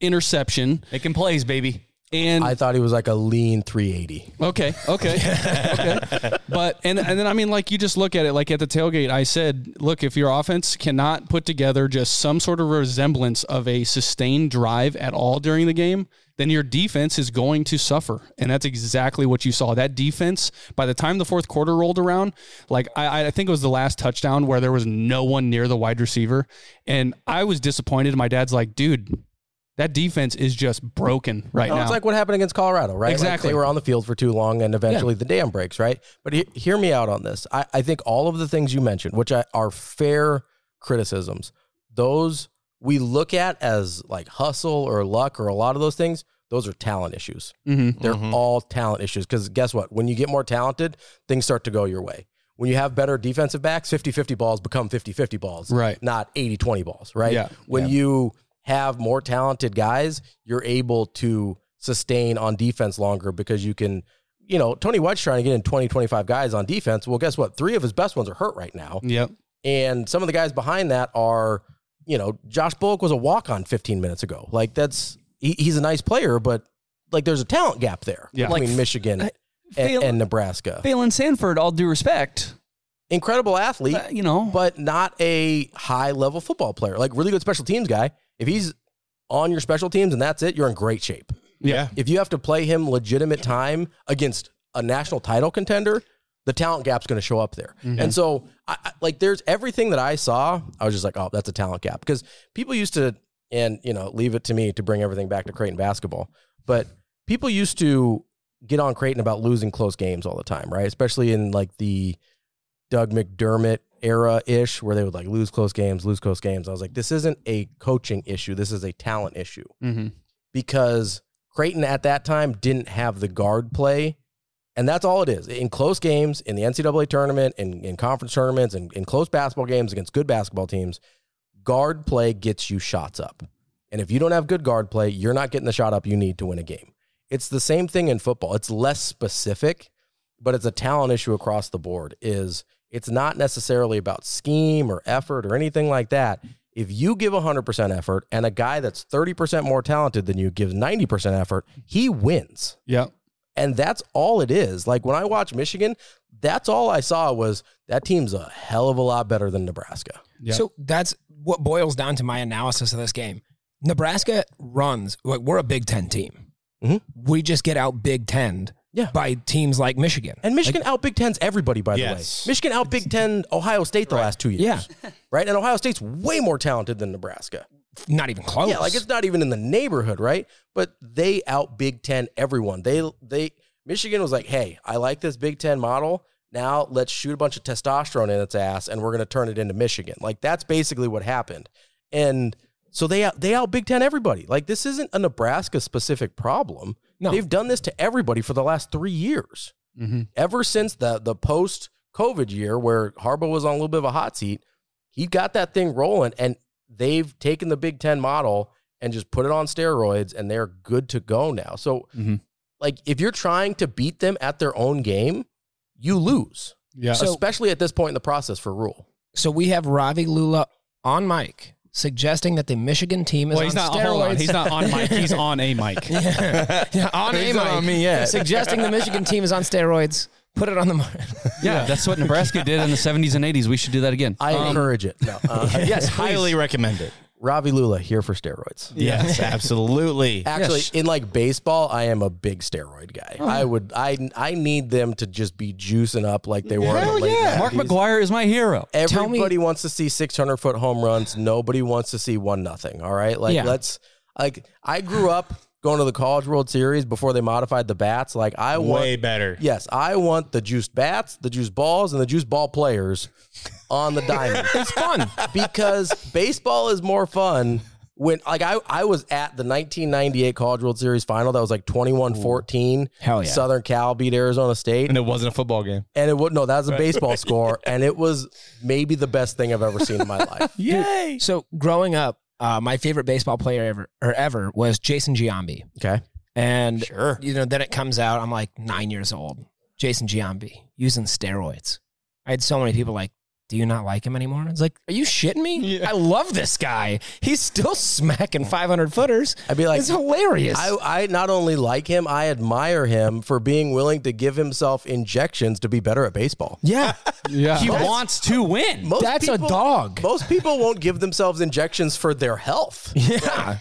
interception.
Making plays, baby.
And
I thought he was like a lean 380.
Okay, okay, okay. But and and then I mean, like you just look at it, like at the tailgate, I said, look, if your offense cannot put together just some sort of resemblance of a sustained drive at all during the game, then your defense is going to suffer, and that's exactly what you saw. That defense, by the time the fourth quarter rolled around, like I, I think it was the last touchdown where there was no one near the wide receiver, and I was disappointed. My dad's like, dude. That defense is just broken right
No,
now.
Oh, It's like what happened against Colorado, right? Like,
Exactly.
they were on the field for too long and eventually the dam breaks, right? But he- hear me out on this. I, I think all of the things you mentioned, which I, are fair criticisms, those we look at as like hustle or luck or a lot of those things, those are talent issues.
Mhm.
They're all talent issues. Because guess what? When you get more talented, things start to go your way. When you have better defensive backs, 50 50 balls become 50 50 balls,
Right.
not 80 20 balls, right?
Yeah.
When you have more talented guys, you're able to sustain on defense longer because you can, you know, Tony White's trying to get in 20, 25 guys on defense. Well, guess what? Three of his best ones are hurt right now.
Yep.
And some of the guys behind that are, you know, Josh Bullock was a walk on 15 minutes ago. Like that's he, he's a nice player, but like there's a talent gap there
Yeah.
between
Like,
Michigan
I-
and,
feel-
and Nebraska.
Phelan Sanford, all due respect,
Incredible athlete,
uh, you know,
but not a high level football player. Like really good special teams guy. If he's on your special teams and that's it, you're in great shape.
Yeah.
If you have to play him legitimate time against a national title contender, the talent gap's going to show up there.
Mm-hmm.
And so, I, I- like, there's everything that I saw. I was just like, oh, that's a talent gap because people used to, and you know, leave it to me to bring everything back to Creighton basketball. But people used to get on Creighton about losing close games all the time, right? Especially in like the Doug McDermott era ish, where they would like lose close games, lose close games. I was like, this isn't a coaching issue. This is a talent issue
Mm-hmm.
because Creighton at that time didn't have the guard play. And that's all it is. In close games, in the NCAA tournament, in, in conference tournaments, and in, close basketball games against good basketball teams, guard play gets you shots up. And if you don't have good guard play, you're not getting the shot up you need to win a game. It's the same thing in football. It's less specific, but it's a talent issue across the board. Is it's not necessarily about scheme or effort or anything like that. If you give 100% effort and a guy that's 30% more talented than you gives 90% effort, he wins.
Yep.
And that's all it is. Like when I watch Michigan, that's all I saw was that team's a hell of a lot better than Nebraska.
Yeah.
So that's what boils down to my analysis of this game. Nebraska runs like we're a Big Ten team.
Mm-hmm.
Mhm.
We just get out Big Ten
Yeah.
by teams like Michigan.
And Michigan out Big Ten's everybody, by
Yes.
the way. Michigan out Big Ten Ohio State the last two years.
Yeah.
Right? And Ohio State's way more talented than Nebraska.
not even close.
Yeah, like it's not even in the neighborhood, right? But they out Big Ten everyone. They they Michigan was like, hey, I like this Big Ten model. Now let's shoot a bunch of testosterone in its ass, and we're gonna turn it into Michigan. Like that's basically what happened. And so they out, they out Big Ten everybody. Like this isn't a Nebraska specific problem.
No. Mm-hmm.
They've done this to everybody for the last three years. Ever since the the post COVID year where Harbaugh was on a little bit of a hot seat, he got that thing rolling, and they've taken the Big Ten model and just put it on steroids, and they're good to go now. So,
Mhm.
like, if you're trying to beat them at their own game, you lose,
Yeah.
So-
especially at this point in the process for Rule.
so we have Ravi Lula on mic suggesting that the Michigan team is
Well, he's
on
not.
steroids.
Hold on. He's not on mic. He's on a mic.
yeah. Yeah, on
He's
a
not
mic.
on me yet.
Suggesting the Michigan team is on steroids. Put it on the market.
Yeah, that's what Nebraska did in the 70s and 80s. We should do that again. Um,
I encourage it. Um, No, uh,
yes, highly recommend it.
Ravi Lula here for steroids.
Yes, absolutely.
Actually,
Yes.
in like baseball, I am a big steroid guy. I would, I, I need them to just be juicing up like they were. in the late 90s.
Mark McGuire is my hero. Tell me-
Everybody wants to see 600 foot home runs. Nobody wants to see one nothing. All right, like
Yeah.
let's like I grew up going to the College World Series before they modified the bats. Like I want
Way better.
Yes, I want the juiced bats, the juiced balls, and the juiced ball players on the diamond. it's
fun
because baseball is more fun. When like I, I was at the 1998 College World Series final that was like 21-14.
Hell yeah.
Southern Cal beat Arizona State.
And it wasn't a football game.
And it would no, that was a
Right.
baseball score, and it was maybe the best thing I've ever seen in my life.
Yay! So growing up, uh, my favorite baseball player ever or ever was Jason Giambi.
Okay.
And you know, then it comes out, I'm like nine years old. Jason Giambi using steroids. I had so many people like, Do you not like him anymore? It's like, Are you shitting me? I love this guy. He's still smacking five hundred footers.
I'd be like,
It's hilarious.
I, I not only like him, I admire him for being willing to give himself injections to be better at baseball.
Yeah.
yeah.
He wants to win.
That's a dog.
Most people won't give themselves injections for their health.
Yeah.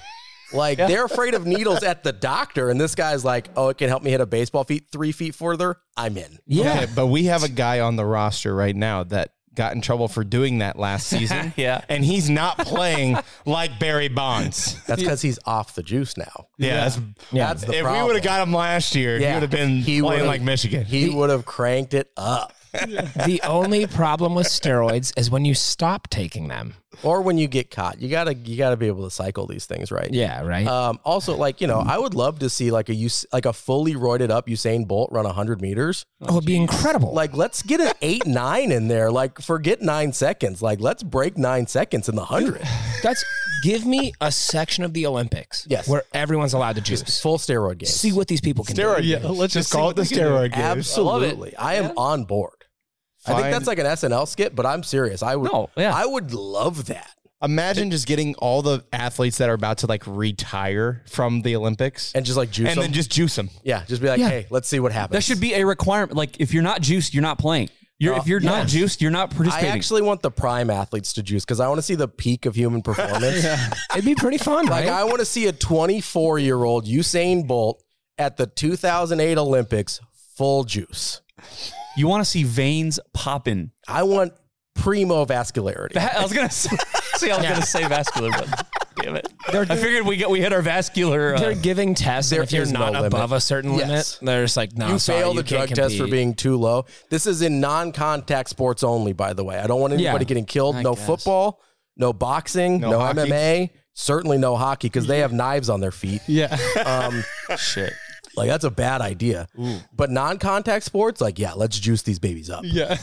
Like they're afraid of needles at the doctor, and this guy's like, "Oh, it can help me hit a baseball feet three feet further. I'm in."
Yeah.
but we have a guy on the roster right now that got in trouble for doing that last season.
yeah.
And he's not playing like Barry Bonds.
That's because he's off the juice now.
Yeah. That's,
That's the
if
problem.
we would have got him last year, he
Yeah.
would have been
He
playing
would've-
like Michigan.
He would have cranked it up.
the only problem with steroids is when you stop taking them.
or when you get caught you gotta you gotta be able to cycle these things right
Yeah, right.
um, also like you know i would love to see like a use like a fully roided up usain bolt run 100 meters
Oh, it'd be incredible.
like let's get an 8-9 in there like forget 9 seconds like let's break 9 seconds in the 100
That's give me a section of the Olympics
Yes.
where everyone's allowed to juice.
full steroid game
See what these people can do.
steroid.
Yeah,
games.
let's just see
call it
what
the
we can do.
steroid. games.
absolutely i am on board i
Fine.
think that's like an snl skit but i'm serious i would
No, yeah.
i would love that
Imagine just getting all the athletes that are about to like retire from the Olympics
and just like juice
and
them.
then just juice them.
yeah just be like
Yeah.
hey let's see what happens
That should be a requirement. Like, if you're not juiced, you're not playing. You're, if you're not juiced, you're not
I
participating.
actually want the prime athletes to juice because I want to see the peak of human performance.
It'd be pretty fun,
Like
right?
I want to see a 24 year old Usain Bolt at the 2008 Olympics full juice.
you want to see veins popping.
I want primo vascularity.
I was gonna say, see, I was gonna say vascular, but damn it, I figured we get we hit our vascular.
They're
Uh,
giving tests, and
there
if you're
is no
not
limit.
above a certain
Yes.
limit, they're just like, no,
you
sorry,
failed
you
the drug
can't
test for
compete.
being too low. This is in non contact sports only, by the way. I don't want anybody
Yeah,
getting killed.
I
no
guess.
football, no boxing,
No
no,
hockey.
MMA, certainly no hockey because they have knives on their feet.
Yeah.
Um,
shit.
like that's a bad idea. But non contact sports, like, yeah, let's juice these babies up.
Yeah.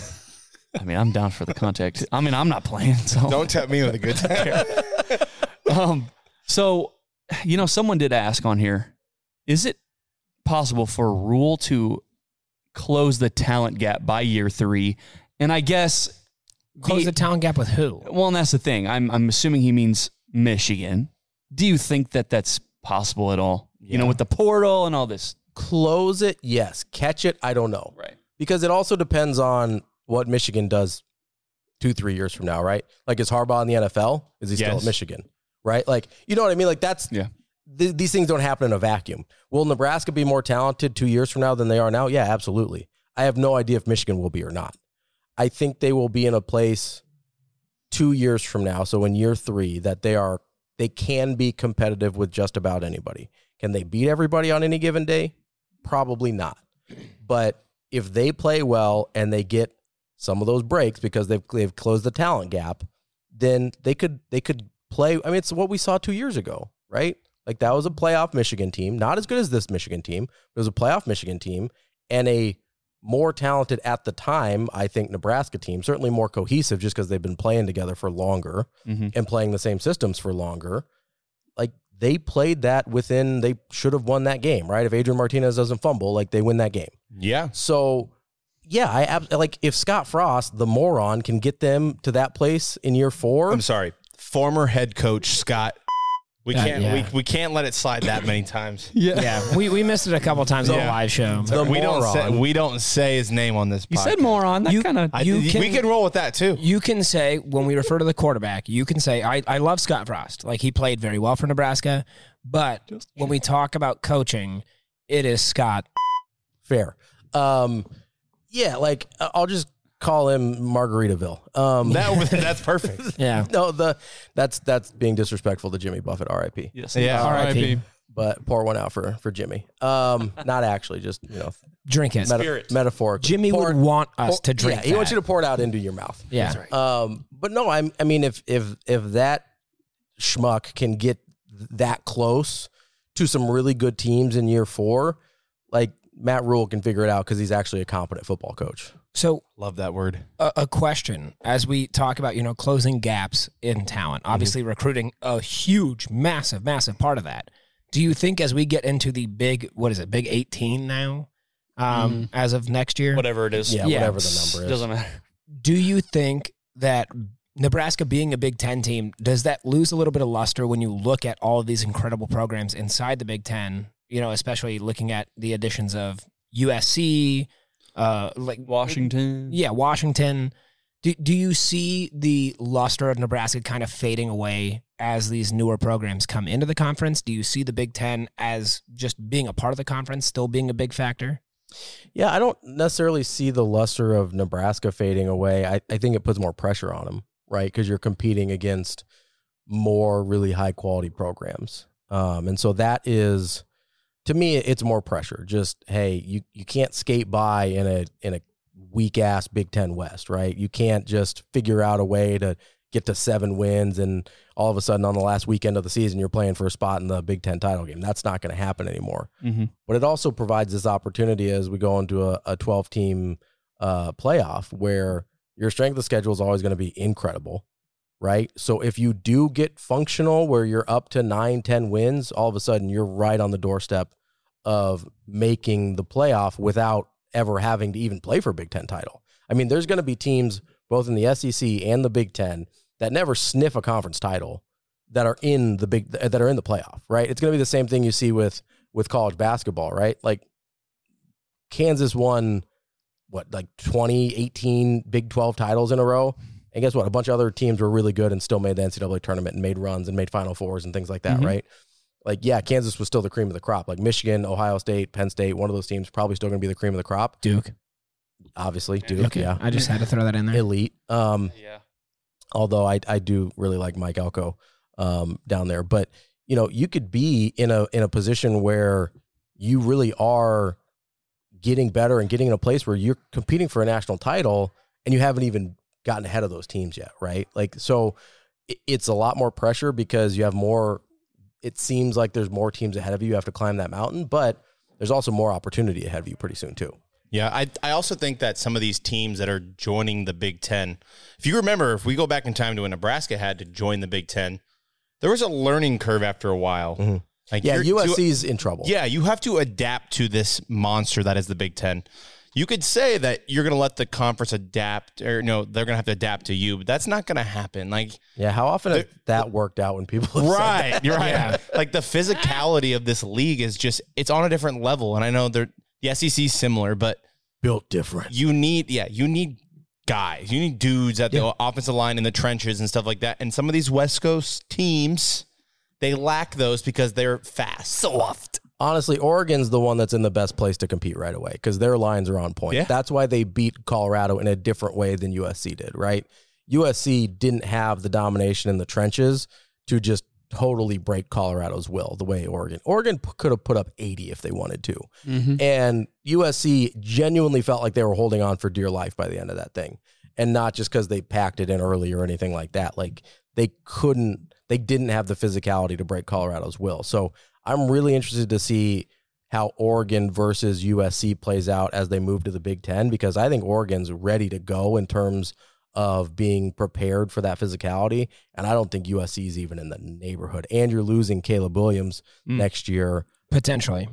I mean, I'm down for the contact. I mean, I'm not playing. So
Don't tap me with a good time.
Um, so, you know, someone did ask on here, is it possible for a rule to close the talent gap by year three? And I guess,
Close the town gap with who?
well, and that's the thing. I'm, I'm assuming he means Michigan. Do you think that that's possible at all? You know, with the portal and all this.
close it, yes. Catch it, I don't know.
Right.
Because it also depends on what Michigan does two, three years from now, right? Like, is Harbaugh in the NFL? Is he still
Yes.
at Michigan? Right? Like, you know what I mean? Like, that's,
Yeah.
th- these things don't happen in a vacuum. Will Nebraska be more talented two years from now than they are now? Yeah, absolutely. I have no idea if Michigan will be or not. I think they will be in a place two years from now. So in year three, that they are they can be competitive with just about anybody. Can they beat everybody on any given day? Probably not. But if they play well and they get some of those breaks because they've they've closed the talent gap, then they could they could play. I mean, it's what we saw two years ago, right? Like that was a playoff Michigan team, not as good as this Michigan team. But it was a playoff Michigan team and a more talented at the time, I think Nebraska team, certainly more cohesive just because they've been playing together for longer
Mhm.
and playing the same systems for longer. Like they played that within they should have won that game, right? If Adrian Martinez doesn't fumble, like they win that game.
yeah.
So, yeah, I ab- like if Scott Frost, the moron, can get them to that place in year 4
I'm sorry. former head coach Scott. We
Uh,
can't
yeah.
we, we can't let it slide that many times.
Yeah. Yeah, we- we missed it a couple times on the live show. The
we don't say,
moron.
we don't say his name on this.
You said
podcast.
moron. That kinda-
I-
you can-
we can roll with that too.
You can say when we refer to the quarterback, you can say I, I love Scott Frost. Like he played very well for Nebraska, but when we talk about coaching, it is Scott.
Fair. Um, yeah, like I- I'll just call him Margaritaville. Um,
That- that's perfect.
yeah.
No, the that's that's being disrespectful to Jimmy Buffett. R.I.P.
Yes. Yeah, R.I.P..
But pour one out for for Jimmy. Um, not actually, just you know,
Drink it.
meta-
Spirit.
metaphorically.
Jimmy
Pour-
would want us
pour-
to drink.
Oh, Yeah, he wants you to pour it out into your mouth.
Yeah. That's
Um, but no, I'm. I mean, if if if that schmuck can get that close to some really good teams in year four, like Matt Rule can figure it out because he's actually a competent football coach.
So
love that word.
a, a question as we talk about you know closing gaps in talent obviously recruiting a huge massive massive part of that do you think as we get into the big what is it big 18 now um as of next year
Whatever it is.
Yeah, whatever the number is.
Doesn't matter.
do you think that Nebraska being a Big Ten team, does that lose a little bit of luster when you look at all of these incredible programs inside the Big Ten? You know, especially looking at the additions of USC, uh, like
Mm.
Washington.
Yeah, Washington. Do, do you see the luster of Nebraska kind of fading away as these newer programs come into the conference? Do you see the Big Ten as just being a part of the conference, still being a big factor?
Yeah, I don't necessarily see the luster of Nebraska fading away. I, I think it puts more pressure on them, right? Because you're competing against more really high quality programs. Um, and so that is to me it's more pressure. Just hey, you, you can't skate by in a in a weak ass Big Ten West, right? You can't just figure out a way to get to seven wins and all of a sudden on the last weekend of the season you're playing for a spot in the Big Ten title game. That's not gonna happen anymore
Mm-hmm.
but it also provides this opportunity as we go into a, a 12 team uh, playoff where your strength of schedule is always going to be incredible right so if you do get functional where you're up to 9 10 wins all of a sudden you're right on the doorstep of making the playoff without ever having to even play for a big 10 title i mean there's going to be teams both in the sec and the big 10 that never sniff a conference title that are in the big that are in the playoff, right? It's going to be the same thing you see with with college basketball, right? Like Kansas won what like 20, 18 Big 12 titles in a row. And guess what? A bunch of other teams were really good and still made the NCAA tournament and made runs and made final fours and things like that,
Mhm.
right? Like, yeah, Kansas was still the cream of the crop. Like Michigan, Ohio State, Penn State, one of those teams probably still going to be the cream of the crop.
Duke.
Obviously, Duke.
Okay,
Yeah.
I just had to throw that in there.
Elite. Um, yeah. Although I, I do really like Mike Elko um, down there, but you know you could be in a in a position where you really are getting better and getting in a place where you're competing for a national title and you haven't even gotten ahead of those teams yet, right? Like so, i- it's a lot more pressure because you have more. It seems like there's more teams ahead of you. You have to climb that mountain, but there's also more opportunity ahead of you pretty soon too.
Yeah, I I also think that some of these teams that are joining the Big Ten, if you remember, if we go back in time to when Nebraska had to join the Big Ten, there was a learning curve after a while. Like
Mm-hmm. Yeah,
you're-
USC's in trouble.
Yeah, you have to adapt to this monster that is the Big Ten. You could say that you're going to let the conference adapt, or no, they're going to have to adapt to you, but that's not going to happen. Like,
Yeah, how often has that worked out when people have said
right,
that?
you're right. Like the physicality of this league is just it's on a different level, and I know they're the SEC is similar, but
built different.
You need yeah, you need guys, you need dudes at the offensive line in the trenches and stuff like that. And some of these West Coast teams, they lack those because they're fast, soft.
Honestly, Oregon's the one that's in the best place to compete right away because their lines are on point.
Yeah.
That's why they beat Colorado in a different way than USC did, right? USC didn't have the domination in the trenches to just totally break Colorado's will the way Oregon. Oregon p- could have put up 80 if they wanted to.
Mhm.
And USC genuinely felt like they were holding on for dear life by the end of that thing. And not just because they packed it in early or anything like that. Like they couldn't, they didn't have the physicality to break Colorado's will. So I'm really interested to see how Oregon versus USC plays out as they move to the Big Ten because I think Oregon's ready to go in terms of being prepared for that physicality. And I don't think USC is even in the neighborhood. And you're losing Caleb Williams next year.
Potentially.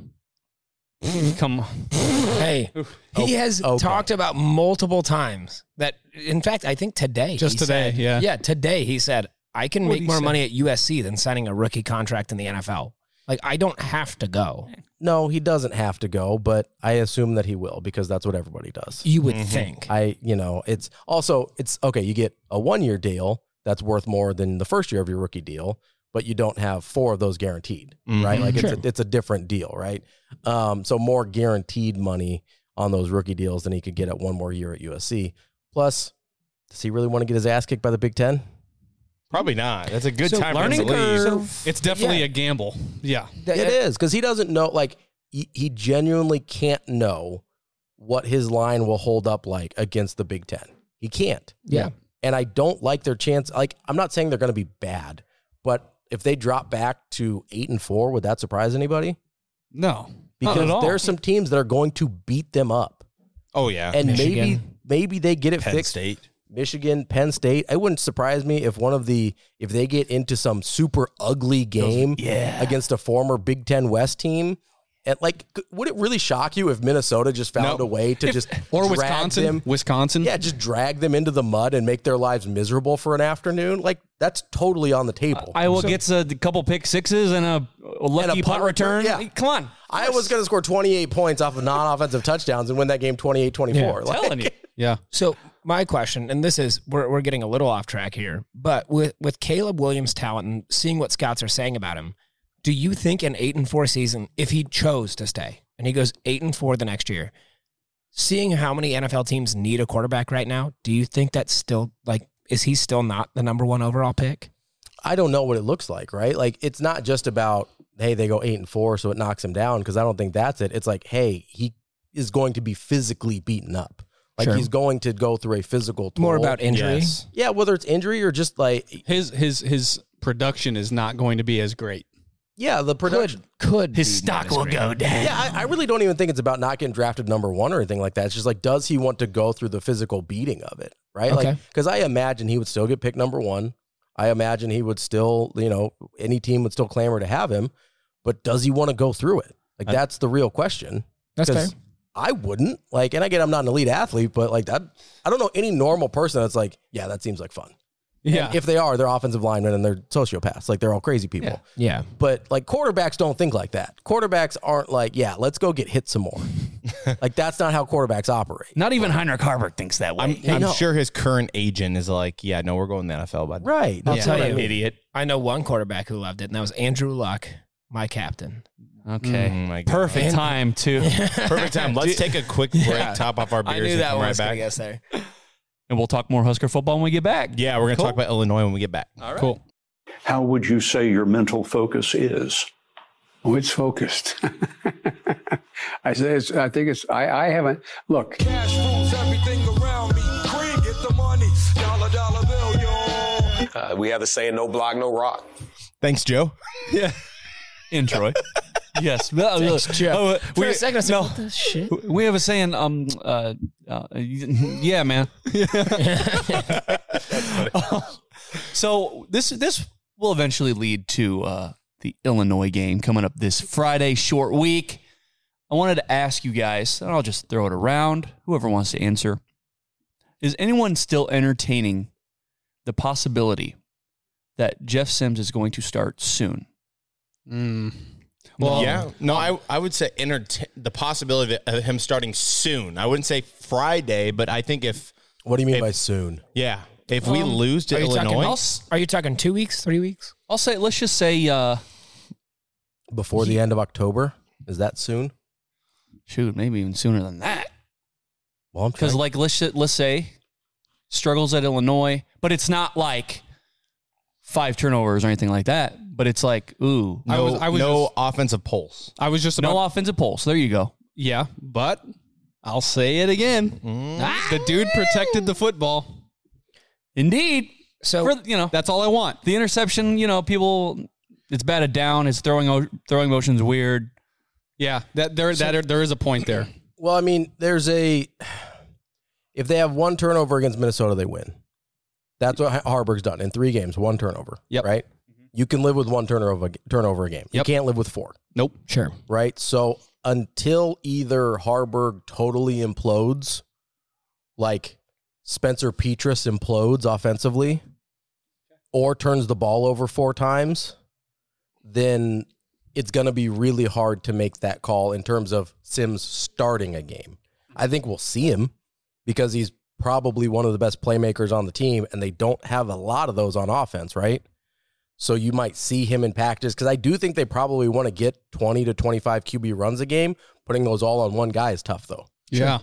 Come on.
Hey, he has talked about multiple times that, in fact, I think today.
Just
he
today,
said-
yeah.
Yeah, today he said, I can
What'd
make
he
more
say?
money at USC than signing a rookie contract in the NFL. Like I don't have to go.
No, he doesn't have to go, but I assume that he will because that's what everybody does.
You would Mhm. think.
I, you know, it's also it's okay. You get a one-year deal that's worth more than the first year of your rookie deal, but you don't have four of those guaranteed, right?
Mhm.
Mm-hmm.
Like it's
Sure.
a, it's a different deal, right? Um, so more guaranteed money on those rookie deals than he could get at one more year at USC. Plus, does he really want to get his ass kicked by the Big Ten?
Probably not. That's a good
So
time for
learning
him to leave.
curve.
It's definitely
Yeah.
a gamble. Yeah.
It
uh,
is because he doesn't know. Like he, he genuinely can't know what his line will hold up like against the Big Ten. He can't.
Yeah.
And I don't like their chance. Like I'm not saying they're going to be bad, but if they drop back to eight and four, would that surprise anybody?
No,
because
not at all.
there are some teams that are going to beat them up.
Oh yeah,
and maybe
Michigan.
maybe they get it
Penn
fixed.
State.
Michigan, Penn State. It wouldn't surprise me if one of the if they get into some super ugly game
yeah.
against a former Big Ten West team. And like, c- would it really shock you if Minnesota just found a way to just
or
drag
Wisconsin,
them-
Wisconsin?
Yeah, just drag them into the mud and make their lives miserable for an afternoon. Like that's totally on the table.
Iowa gets a couple pick sixes and a lucky punt, return.
Yeah.
Come on.
Iowa's going to score 28 points off of non-offensive touchdowns and win that game 28-24. Like-
Yeah.
So my question, and this is we're we're getting a little off track here, but with with Caleb Williams' talent and seeing what scouts are saying about him, do you think an eight and four season, if he chose to stay and he goes eight and four the next year, seeing how many NFL teams need a quarterback right now, do you think that's still like is he still not the number one overall pick?
I don't know what it looks like, right? Like it's not just about hey they go eight and four, so it knocks him down because I don't think that's it. It's like hey he is going to be physically beaten up, like
Sure.
he's going to go through a physical. Toll.
More about injury? Yes.
yeah. Whether it's injury or just like
his his his production is not going to be as great.
yeah, the production
could
His be not stock as will great. go down.
Yeah, I, I really don't even think it's about not getting drafted number one or anything like that. It's just like does he want to go through the physical beating of it, right?
Okay.
Like because I imagine he would still get picked number one. I imagine he would still, you know, any team would still clamor to have him, but does he want to go through it? Like
I-
that's the real question.
That's fair.
'Cause I wouldn't like, and I get I'm not an elite athlete, but like that, I don't know any normal person that's like, yeah, that seems like fun. And
Yeah.
if they are, they're offensive linemen and they're sociopaths. Like they're all crazy people.
Yeah.
But like quarterbacks don't think like that. Quarterbacks aren't like, yeah, let's go get hit some more. like that's not how quarterbacks operate.
Not even Heinrich Harburg thinks that way.
I'm,
I'm sure his current agent is like, yeah, no, we're going to the NFL, bud.
Right.
I'll
Yeah.
tell
What
you,
an idiot.
I know one quarterback who loved it, and that was Andrew Luck, my captain.
Mm-hmm.
Okay.
Oh my God.
Perfect
And-
time to
Perfect time. Let's take a quick break, top off our
I
beers,
knew
and
that
come
one
right
was gonna
back.
guess there.
And we'll talk more Husker football when we get back.
Yeah, we're gonna
Cool.
talk about Illinois when we get back.
All right.
Cool.
How would you say your mental focus is?
Oh, it's focused. I say it's, I think it's I, I haven't look.
Uh, we have the saying, no block, no rock.
Thanks, Joe.
Yeah. In Troy. yes. Thanks,
Jeff. For a second, I was like, what the shit?
We have a saying, um, uh, uh, yeah, man. so this this will eventually lead to uh, the Illinois game coming up this Friday, short week. I wanted to ask you guys, and I'll just throw it around. Whoever wants to answer, is anyone still entertaining the possibility that Jeff Sims is going to start soon? Well-
yeah, no, I, I would say entertain the possibility of of him starting soon. I wouldn't say Friday, but I think if
what do you mean by soon?
Yeah, if
Um,
we lose to
are you
Illinois,
Talking, are you talking two weeks, three weeks?
I'll say, let's just say, uh,
Before the end of October? Is that soon?
Shoot, maybe even sooner than that.
Well, I'm
Because like let's sh- let's say struggles at Illinois, but it's not like five turnovers or anything like that. But it's like ooh,
no, no offensive pulse.
I was just
no offensive pulse. There you go.
Yeah, but I'll say it again.
Ah!
The dude protected the football.
Indeed.
So
you know
that's all I want.
The interception, you know, people, it's batted down. His throwing o- throwing motion's weird.
Yeah, that there that there is a point there.
Well, I mean, there's a if they have one turnover against Minnesota, they win. That's what Har- Harburg's done in three games, one turnover. Yep. Right. You can live with one turnover turnover a game. You can't live with four.
Nope.
Sure.
Right. So until either Harburg totally implodes, like Spencer Petras implodes offensively, or turns the ball over four times, then it's going to be really hard to make that call in terms of Sims starting a game. I think we'll see him because he's probably one of the best playmakers on the team, and they don't have a lot of those on offense, right? So you might see him in practice because I do think they probably want to get 20 to 25 QB runs a game. Putting those all on one guy is tough, though.
Yeah.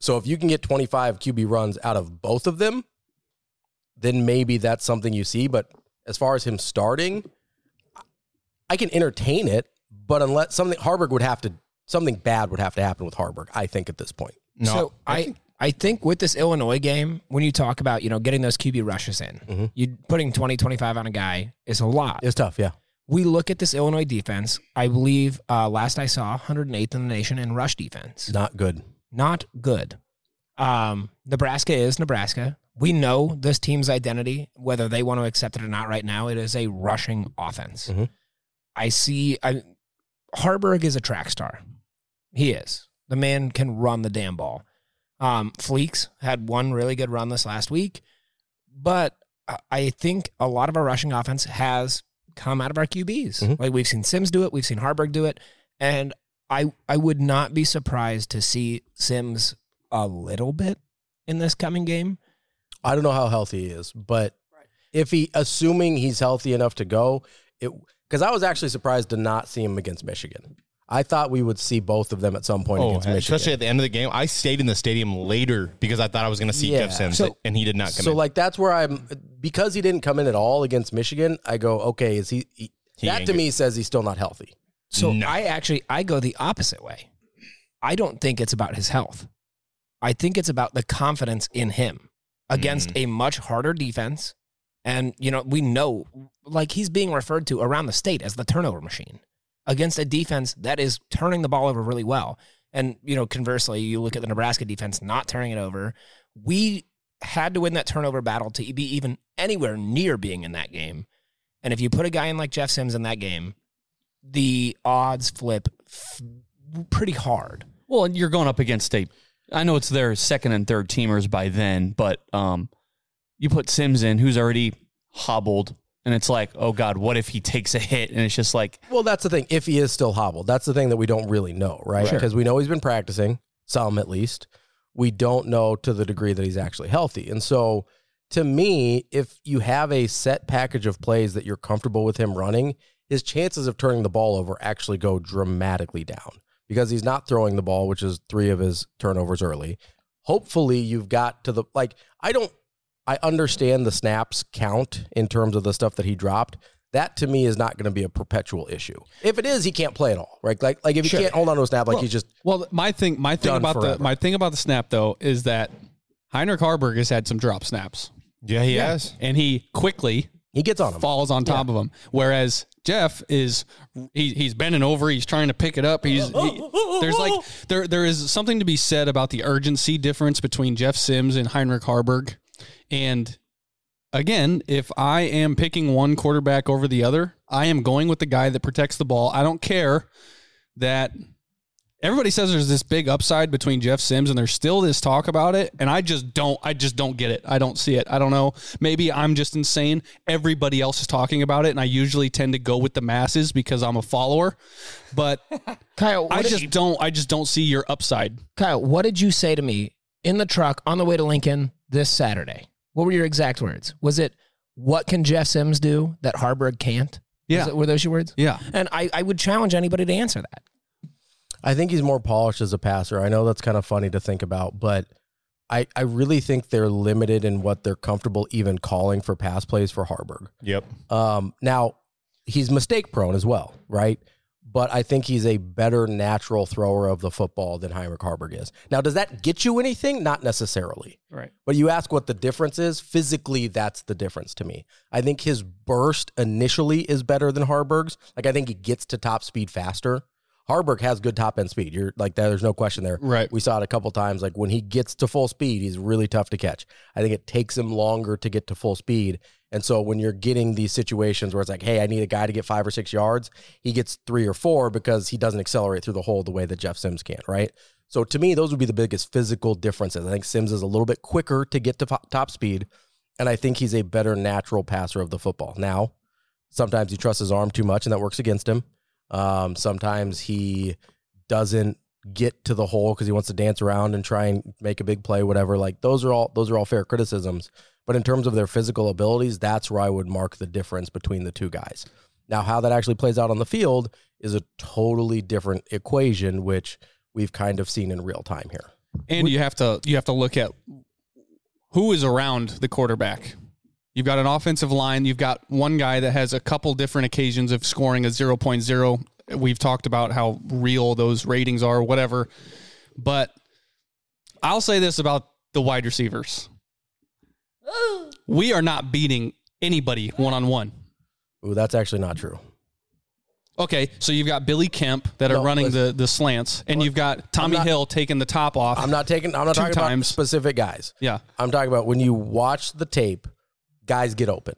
So if you can get 25 QB runs out of both of them, then maybe that's something you see. But as far as him starting, I can entertain it, but unless something Harburg would have to something bad would have to happen with Harburg, I think at this point.
so I, I think with this Illinois game, when you talk about, you know, getting those QB rushes in, you putting 20, 25 on a guy is a lot.
It's tough, yeah.
We look at this Illinois defense. I believe uh, last I saw, 108th in the nation in rush defense.
Not good.
Not good. Um, Nebraska is Nebraska. We know this team's identity, whether they want to accept it or not right now. It is a rushing offense. I see I, Harburg is a track star. He is. The man can run the damn ball. Um, Fleeks had one really good run this last week, but I- I think a lot of our rushing offense has come out of our QBs. Like we've seen Sims do it, we've seen Harburg do it, and I I would not be surprised to see Sims a little bit in this coming game.
I don't know how healthy he is, but if he assuming he's healthy enough to go, it because I was actually surprised to not see him against Michigan. I thought we would see both of them at some point
Oh,
against Michigan.
especially at the end of the game. I stayed in the stadium later because I thought I was going to see Jeff Sims,
So-
and he did not come
so
in.
like that's where I'm because he didn't come in at all against Michigan. I go okay, is he? he-
He
that
ain't
to
good.
me says he's still not healthy.
So I actually I go the opposite way. I don't think it's about his health. I think it's about the confidence in him against
Mm.
a much harder defense. And you know, we know like he's being referred to around the state as the turnover machine against a defense that is turning the ball over really well. And you know, conversely, you look at the Nebraska defense not turning it over. We had to win that turnover battle to be even anywhere near being in that game. And if you put a guy in like Jeff Sims in that game, the odds flip f- pretty hard.
Well, and you're going up against a. I know it's their second and third teamers by then, but um, you put Sims in, who's already hobbled, and it's like, oh god, what if he takes a hit? And it's just like,
Well, that's the thing. If he is still hobbled, that's the thing that we don't really know, right?
Sure.
Because we know he's been practicing some, at least. We don't know to the degree that he's actually healthy, and so to me, if you have a set package of plays that you're comfortable with him running, his chances of turning the ball over actually go dramatically down because he's not throwing the ball, which is three of his turnovers early. Hopefully, you've got to the like. I don't. I understand the snaps count in terms of the stuff that he dropped. That to me is not going to be a perpetual issue. If it is, he can't play at all, right? Like, like if he
Sure.
can't hold on to a snap, like
Well-
he's just
Well, my thing, my thing
Done
about
forever.
the my thing about the snap though is that Heinrich Harburg has had some drop snaps.
Yeah, he has,
and he quickly
he gets on him,
falls on top of him. Whereas Jeff is he, he's bending over, he's trying to pick it up. He's he- there's like there there is something to be said about the urgency difference between Jeff Sims and Heinrich Harburg, and again, if I am picking one quarterback over the other, I am going with the guy that protects the ball. I don't care that everybody says there's this big upside between Jeff Sims and there's still this talk about it and I just don't I just don't get it. I don't see it. I don't know. Maybe I'm just insane. Everybody else is talking about it and I usually tend to go with the masses because I'm a follower. But
Kyle,
I
what did-
just don't I just don't see your upside.
Kyle, what did you say to me in the truck on the way to Lincoln this Saturday? What were your exact words? Was it what can Jeff Sims do that Harburg can't? Was
Yeah.
it- were those your words?
Yeah.
And I, I would challenge anybody to answer that.
I think he's more polished as a passer. I know that's kind of funny to think about, but I, I really think they're limited in what they're comfortable even calling for pass plays for Harburg.
Yep.
Um, now, he's mistake prone as well, right? But I think he's a better natural thrower of the football than Heinrich Harburg is. Now, does that get you anything? Not necessarily.
Right.
But you ask what the difference is. Physically, that's the difference to me. I think his burst initially is better than Harburg's. Like I think he gets to top speed faster. Harburg has good top end speed. You're like there's no question there.
Right.
We saw it a couple times. Like when he gets to full speed, he's really tough to catch. I think it takes him longer to get to full speed. And so when you're getting these situations where it's like, hey, I need a guy to get five or six yards, he gets three or four because he doesn't accelerate through the hole the way that Jeff Sims can, right? So to me, those would be the biggest physical differences. I think Sims is a little bit quicker to get to fo- top speed, and I think he's a better natural passer of the football. Now, sometimes he trusts his arm too much, and that works against him. Um, sometimes he doesn't get to the hole because he wants to dance around and try and make a big play, whatever. Like those are all those are all fair criticisms. But in terms of their physical abilities, that's where I would mark the difference between the two guys. Now, how that actually plays out on the field is a totally different equation, which we've kind of seen in real time here.
And you have to you have to look at who is around the quarterback. You've got an offensive line. You've got one guy that has a couple different occasions of scoring a 0.0. We've talked about how real those ratings are, whatever. But I'll say this about the wide receivers we are not beating anybody one on one.
Ooh, that's actually not true.
Okay, so you've got Billy Kemp that are
No,
running the, the slants, and you've got Tommy
not-
Hill taking the top off.
I'm not taking. I'm not
Two
talking
times.
about specific guys.
Yeah.
I'm talking about when you watch the tape, guys get open.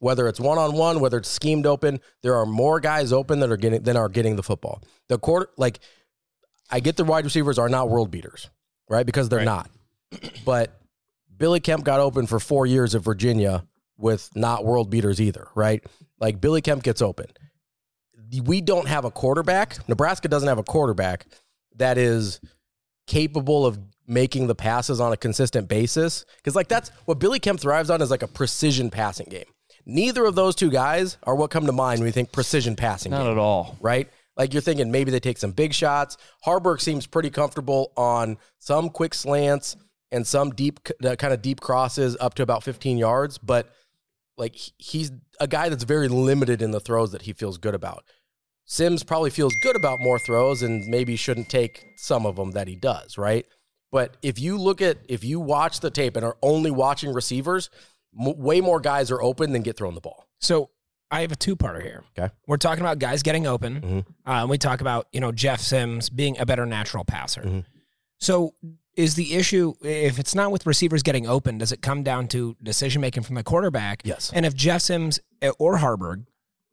Whether it's one on one, whether it's schemed open, there are more guys open that are getting than are getting the football. The quarter, like, I get the wide receivers are not world beaters, right? Because they're not. But Billy Kemp got open for four years at Virginia with not world beaters either, right? Like Billy Kemp gets open we don't have a quarterback. Nebraska doesn't have a quarterback that is capable of making the passes on a consistent basis. Because like that's what Billy Kemp thrives on is like a precision passing game. Neither of those two guys are what come to mind when you think precision passing. Not at all, right? Like you're thinking maybe they take some big shots. Harburg seems pretty comfortable on some quick slants and some deep kind of deep crosses up to about 15 yards, but like he- he's a guy that's very limited in the throws that he feels good about. Sims probably feels good about more throws and maybe shouldn't take some of them that he does, right? But if you look at if you watch the tape and are only watching receivers, m- way more guys are open than get thrown the ball.
So I have a two-parter here.
Okay. Mm-hmm.
We're talking about guys getting open. Uh, and we talk about you know Jeff Sims being a better natural passer.
Mm-hmm.
So is the issue if it's not with receivers getting open? Does it come down to decision making from the quarterback?
Yes.
And if Jeff Sims eh, or Harburg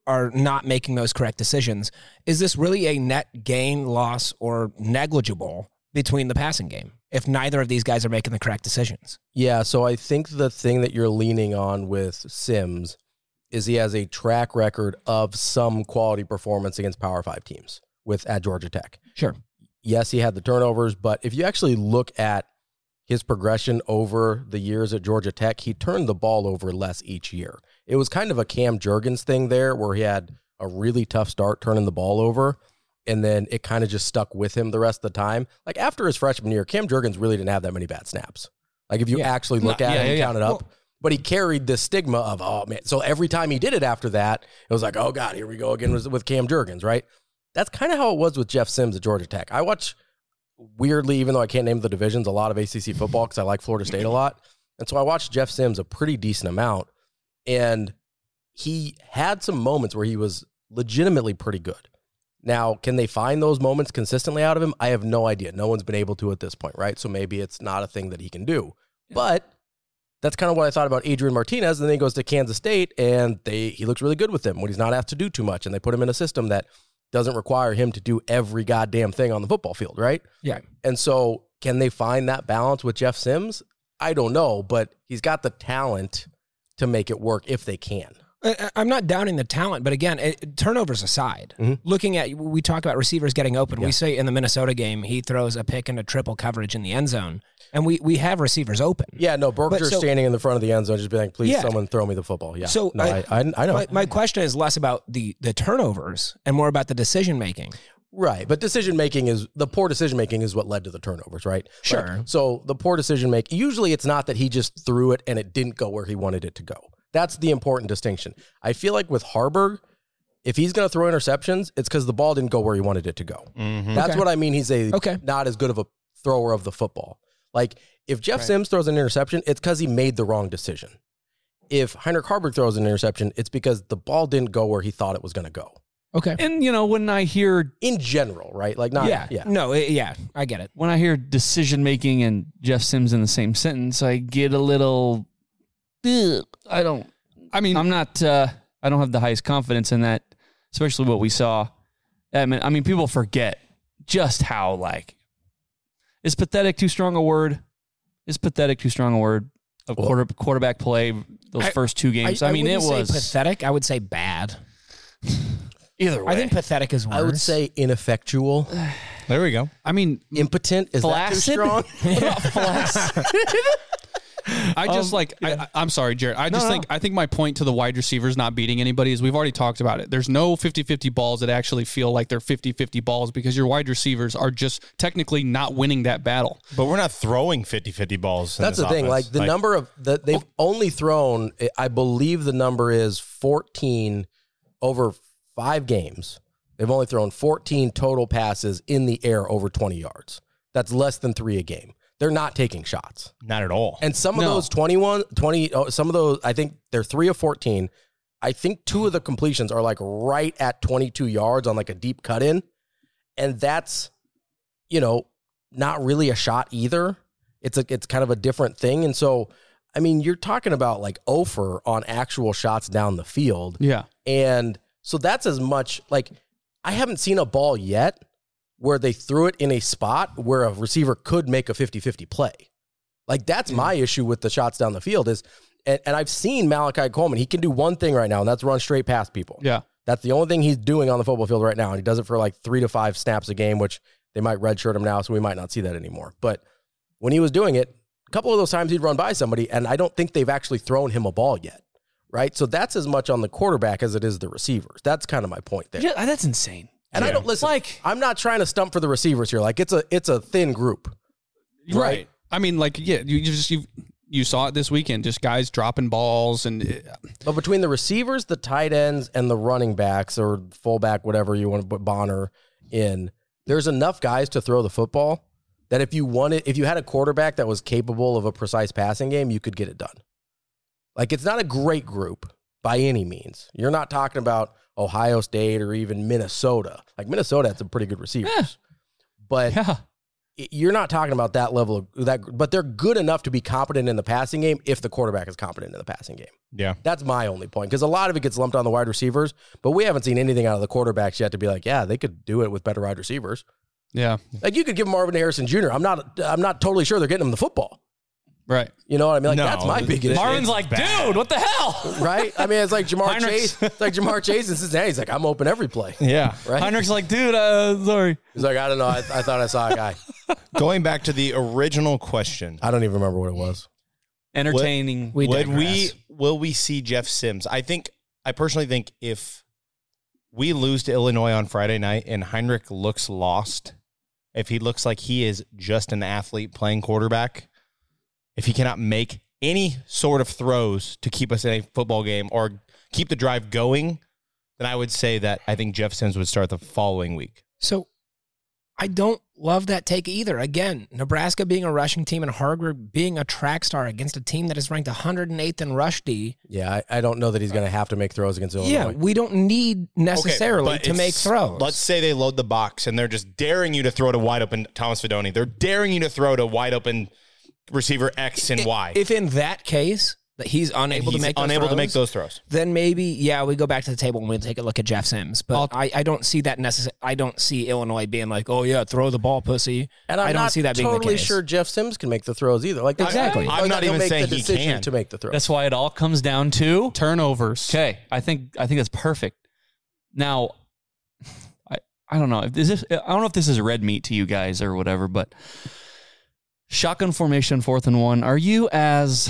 are not making those correct decisions, is this really a net gain, loss, or negligible between the passing game? If neither of these guys are making the correct decisions,
Yeah, so I think the thing that you're leaning on with Sims is he has a track record of some quality performance against Power 5 teams with at Georgia Tech.
sure.
yes, he had the turnovers, but if you actually look at his progression over the years at Georgia Tech, he turned the ball over less each year. It was kind of a Cam Jurgens thing there where he had a really tough start turning the ball over. And then it kind of just stuck with him the rest of the time. Like after his freshman year, Cam Jurgens really didn't have that many bad snaps. Like if you actually look
No,
at
yeah,
it and
yeah, yeah.
count it up, but he carried the stigma of oh man. So every time he did it after that, it was like oh god, here we go again with, with Cam Jurgens, right? That's kind of how it was with Jeff Sims at Georgia Tech. I watch weirdly, even though I can't name the divisions, a lot of ACC football because I like Florida State a lot, and so I watched Jeff Sims a pretty decent amount, and he had some moments where he was legitimately pretty good. Now, can they find those moments consistently out of him? I have no idea. No one's been able to at this point, right? So maybe it's not a thing that he can do. But that's kind of what I thought about Adrian Martinez. And then he goes to Kansas State and they he looks really good with them when he's not asked to do too much. And they put him in a system that doesn't require him to do every goddamn thing on the football field, right?
Yeah.
And so can they find that balance with Jeff Sims? I don't know, but he's got the talent to make it work if they can.
I- I- I'm not doubting the talent, but again, it, turnovers aside,
Mm-hmm.
looking at we talk about receivers getting open. We say in the Minnesota game, he throws a pick into triple coverage in the end zone, and we we have receivers open.
Yeah, no, Berkshire's
so-
standing in the front of the end zone, just be like, please,
Yeah.
someone throw me the football. Yeah.
So
no, I, I, I know.
My, my question is less about the the turnovers and more about the decision making.
Right, but decision making is the poor decision making is what led to the turnovers, right?
Sure.
Like, so the poor decision make usually it's not that he just threw it and it didn't go where he wanted it to go. That's the important distinction. I feel like with Harburg, if he's going to throw interceptions, it's because the ball didn't go where he wanted it to go. That's
Okay.
what I mean. He's a
Okay.
not as good of a thrower of the football. Like if Jeff Sims throws an interception, it's because he made the wrong decision. If Heinrich Harburg throws an interception, it's because the ball didn't go where he thought it was going to go.
Okay.
And you know, when I hear
In general, right? Like not
yeah. No. it- yeah. I get it.
when I hear decision making and Jeff Sims in the same sentence, I get a little. Ugh, I don't.
I mean,
I'm not. Uh, I don't have the highest confidence in that, especially what we saw. I mean, I mean, people forget just how like is pathetic too strong a word? Is pathetic too strong a word? of quarter, quarterback play those
I-
first two games. I, mean, it
wouldn't say
was
pathetic. I would say bad.
Either
I think pathetic is worse.
I would say ineffectual.
There we go.
I mean,
impotent is
Flaccid?
that too strong?
I just like I, I'm sorry, Jared. I
Um, No,
just
no.
think I think my point to the wide receivers not beating anybody is we've already talked about it. There's no 50-50 balls that actually feel like they're 50-50 balls because your wide receivers are just technically not winning that battle.
But we're not throwing 50 50 balls. in
That's the
this
thing.
offense.
Like the number of that they've only thrown, I- I believe the number is 14 over five games. They've only thrown 14 total passes in the air over 20 yards. That's less than three a game. They're not taking shots.
Not at all.
And some of
No.
those 21, 20, oh, some of those, I think they're three of 14. I think two of the completions are like right at 22 yards on like a deep cut in. And that's, you know, not really a shot either. It's a, it's kind of a different thing. And so, I mean, you're talking about like Ofer on actual shots down the field.
Yeah.
And so that's as much like I haven't seen a ball yet where they threw it in a spot where a receiver could make a 50-50 play. Like that's my issue with the shots down the field is and, and I've seen Malachi Coleman, he can do one thing right now, and that's run straight past people.
Yeah.
That's the only thing he's doing on the football field right now. And he does it for like three to five snaps a game, which they might redshirt him now, so we might not see that anymore. But when he was doing it, a couple of those times he'd run by somebody, and I don't think they've actually thrown him a ball yet. Right. So that's as much on the quarterback as it is the receivers. That's kind of my point there.
Yeah, that's insane.
And I don't listen. Like I'm not trying to stump for the receivers here. Like it's a it's a thin group.
Right. I mean, like yeah, you just you you saw it this weekend, just guys dropping balls and
But between the receivers, the tight ends, and the running backs or fullback, whatever you want to put Bonner in, there's enough guys to throw the football that if you wanted, if you had a quarterback that was capable of a precise passing game, you could get it done. Like it's not a great group by any means. You're not talking about Ohio State or even Minnesota. Like Minnesota had some pretty good receivers, but it- you're not talking about that level of that. But they're good enough to be competent in the passing game if the quarterback is competent in the passing game.
Yeah.
That's my only point because a lot of it gets lumped on the wide receivers, but we haven't seen anything out of the quarterbacks yet to be like, yeah, they could do it with better wide receivers.
yeah,
Like you could give Marvin Harrison Jr. I'm not I'm not totally sure they're getting him the football.
right.
You know what I mean? Like
No,
that's my
th-
biggest.
Marvin's
issue.
like, bad.
dude, what the hell?
right? I mean, it's like Jamar
Heinrichs.
Chase. It's like Jamar Chase in Cincinnati. He's like, I'm open every play.
Yeah.
Right?
Heinrich's like, dude, uh, sorry.
He's like, I don't know. I, I thought I saw a guy.
Going back to the original question.
I don't even remember what it was.
Entertaining.
Would would we will we see Jeff Sims? I think I personally think if we lose to Illinois on Friday night and Heinrich looks lost, if he looks like he is just an athlete playing quarterback, if he cannot make any sort of throws to keep us in a football game or keep the drive going, then I would say that I think Jeff Sims would start the following week.
So I don't love that take either. Again, Nebraska being a rushing team and Harvard being a track star against a team that is ranked 108th in rush D.
Yeah, I, I don't know that he's going to have to make throws against Illinois.
Yeah, we don't need
Okay,
necessarily
but
to
it's-
make throws.
Let's say they load the box and they're just daring you to throw to wide open Thomas Fedoni. They're daring you to throw to wide open receiver X and Y.
If in that case that he's unable
he's
to make those
unable to
throws,
make those throws.
then maybe yeah we go back to the table and we take a look at Jeff Sims. But I, I don't see that necessary. I don't see Illinois being like oh yeah throw the ball pussy.
And I'm
I do not
not
see that being the
totally
case.
sure Jeff Sims can make the throws either. Like
Exactly.
Like,
I'm not
he'll
even
make
saying
the
he
decision
can.
to make the throw.
That's why it all comes down to
turnovers.
Okay, I think I think that's perfect. Now, I I don't know if this is, I don't know if this is red meat to you guys or whatever, but shotgun formation, fourth and one. Are you as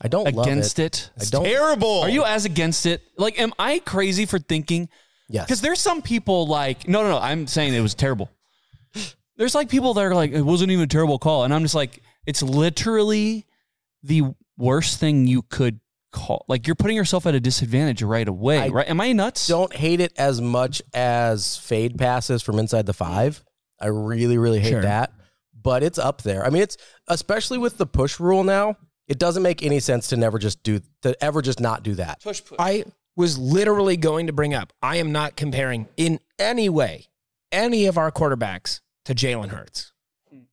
I don't love
against it?
I don't.
Terrible.
Are you as against it? Like, am I crazy for thinking?
Yes.
Because there's some people like no, no, no. I'm saying it was terrible. There's like people that are like it wasn't even a terrible call, and I'm just like it's literally the worst thing you could call. Like you're putting yourself at a disadvantage right away. right? Am I nuts?
Don't hate it as much as fade passes from inside the five. I really, really hate
Sure.
that. But it's up there. I mean, it's especially with the push rule now. It doesn't make any sense to never just do to ever just not do that.
I was literally going to bring up. I am not comparing in any way any of our quarterbacks to Jalen Hurts,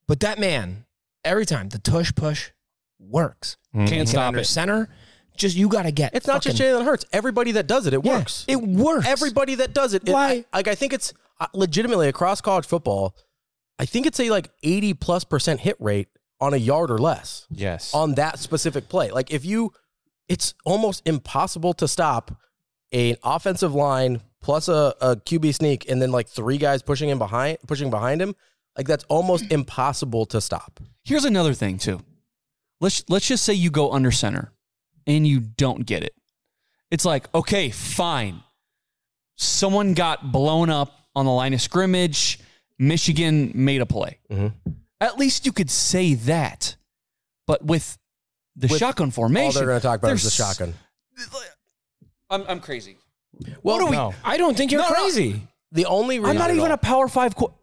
but that man every time the tush push works. He can
stop
under
it.
Center, just you got to get.
It's not just
fucking-
Jalen Hurts. Everybody that does it, it
Yeah,
works.
It works.
Everybody that does it, it-
Why?
I- like I think it's uh, legitimately across college football. I think it's a like eighty plus percent hit rate on a yard or less
Yes.
on that specific play. Like if you, it's almost impossible to stop an offensive line plus a, a QB sneak and then like three guys pushing him behind pushing behind him. Like that's almost impossible to stop.
Here's another thing too. Let's let's just say you go under center and you don't get it. It's like, okay, fine. Someone got blown up on the line of scrimmage. Michigan made a play.
Mm-hmm.
At least you could say that. But with the
With-
shotgun
All
formation,
they're going to talk about is the
there's-
shotgun.
I'm, I'm crazy.
Well,
What are we-
no.
I don't think you're
No, no.
crazy.
The only reason
I'm not even
a
a power five. Co-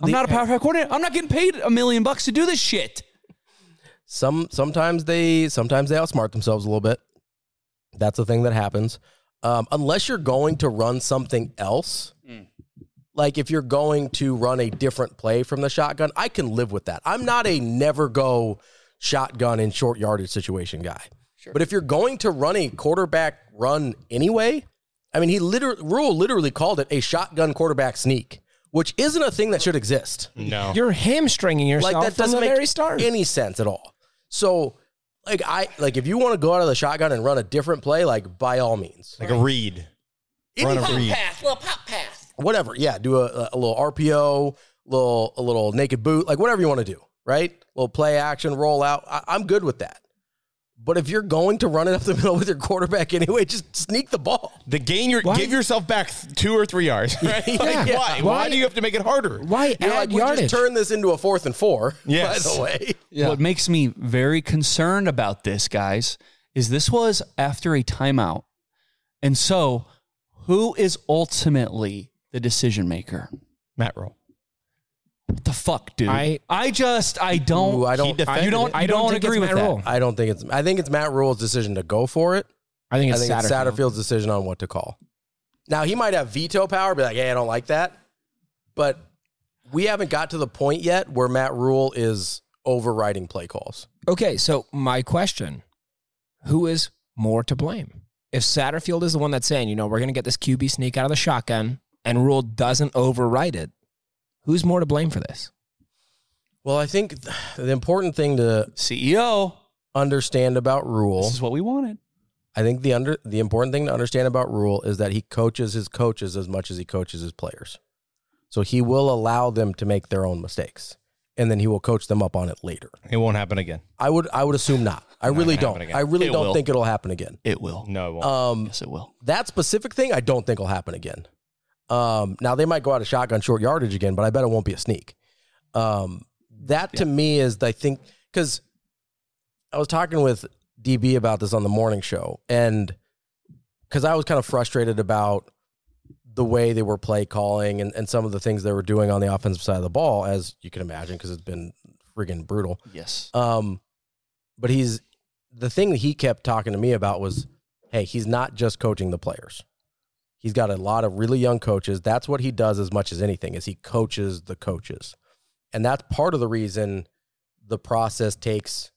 I'm
The-
not a power five coordinator. I'm not getting paid a million bucks to do this shit.
some sometimes they sometimes they outsmart themselves a little bit. That's a thing that happens. Um, unless you're going to run something else, like if you're going to run a different play from the shotgun, I can live with that. I'm not a never go shotgun in short yardage situation guy. But if you're going to run a quarterback run anyway, I mean, he literally rule literally called it a shotgun quarterback sneak, which isn't a thing that should exist.
No.
You're hamstringing yourself
Like that doesn't
from the
make
very start.
any sense at all. So, like I like if you want to go out of the shotgun and run a different play, like by all means,
Like a read. Run a read.
whatever. Yeah, do a, a little RPO, little a little naked boot, like whatever you want to do. Right, little play action, roll out. I, I'm good with that. But if you're going to run it up the middle with your quarterback anyway, just sneak the ball.
The gain your give yourself back th- two or three yards. Right? Like,
Yeah.
why? why?
Why-
do you have to make it harder?
Why
You're like, we just turn this into a fourth and four.
Yes.
By the way,
What makes me very concerned about this, guys, is this was after a timeout. And so, who is ultimately the decision maker?
Matt Roll.
What the fuck, dude?
I-
I, just I don't
Ooh, I
He
don't.
defended
you don't you
it.
I don't
don't,
think it's
agree with
Matt
that.
Rule.
I don't think it's. I think it's Matt Rule's decision to go for it.
I think
I
it's
think it's
Satterfield.
Satterfield's decision on what to call. Now he might have veto power, be like, "Hey, I don't like that," but we haven't got to the point yet where Matt Rule is overriding play calls.
Okay, so my question: Who is more to blame? If Satterfield is the one that's saying, you know, we're going to get this QB sneak out of the shotgun, and Rule doesn't override it, who's more to blame for this?
Well, I think th- the important thing to
CEO,
understand about Rule,
this is what we wanted.
I think the under the important thing to understand about Rule is that he coaches his coaches as much as he coaches his players, so he will allow them to make their own mistakes, and then he will coach them up on it later.
It won't happen again.
I would I would assume not. I
gonna
really
happen
don't.
again.
I really
It
don't
will.
think it'll happen again.
It will.
No, it won't.
Um,
Yes, it will.
that specific thing I don't think will happen again. Um, now they might go out of shotgun short yardage again, but I bet it won't be a sneak. Um, that to me is I think because I was talking with DB about this on the morning show, and because I was kind of frustrated about the way they were play calling and, and some of the things they were doing on the offensive side of the ball, as you can imagine, because it's been friggin' brutal.
Yes.
Um, but he's the thing that he kept talking to me about was, hey, he's not just coaching the players. He's got a lot of really young coaches. That's what he does as much as anything is he coaches the coaches, and that's part of the reason the process takes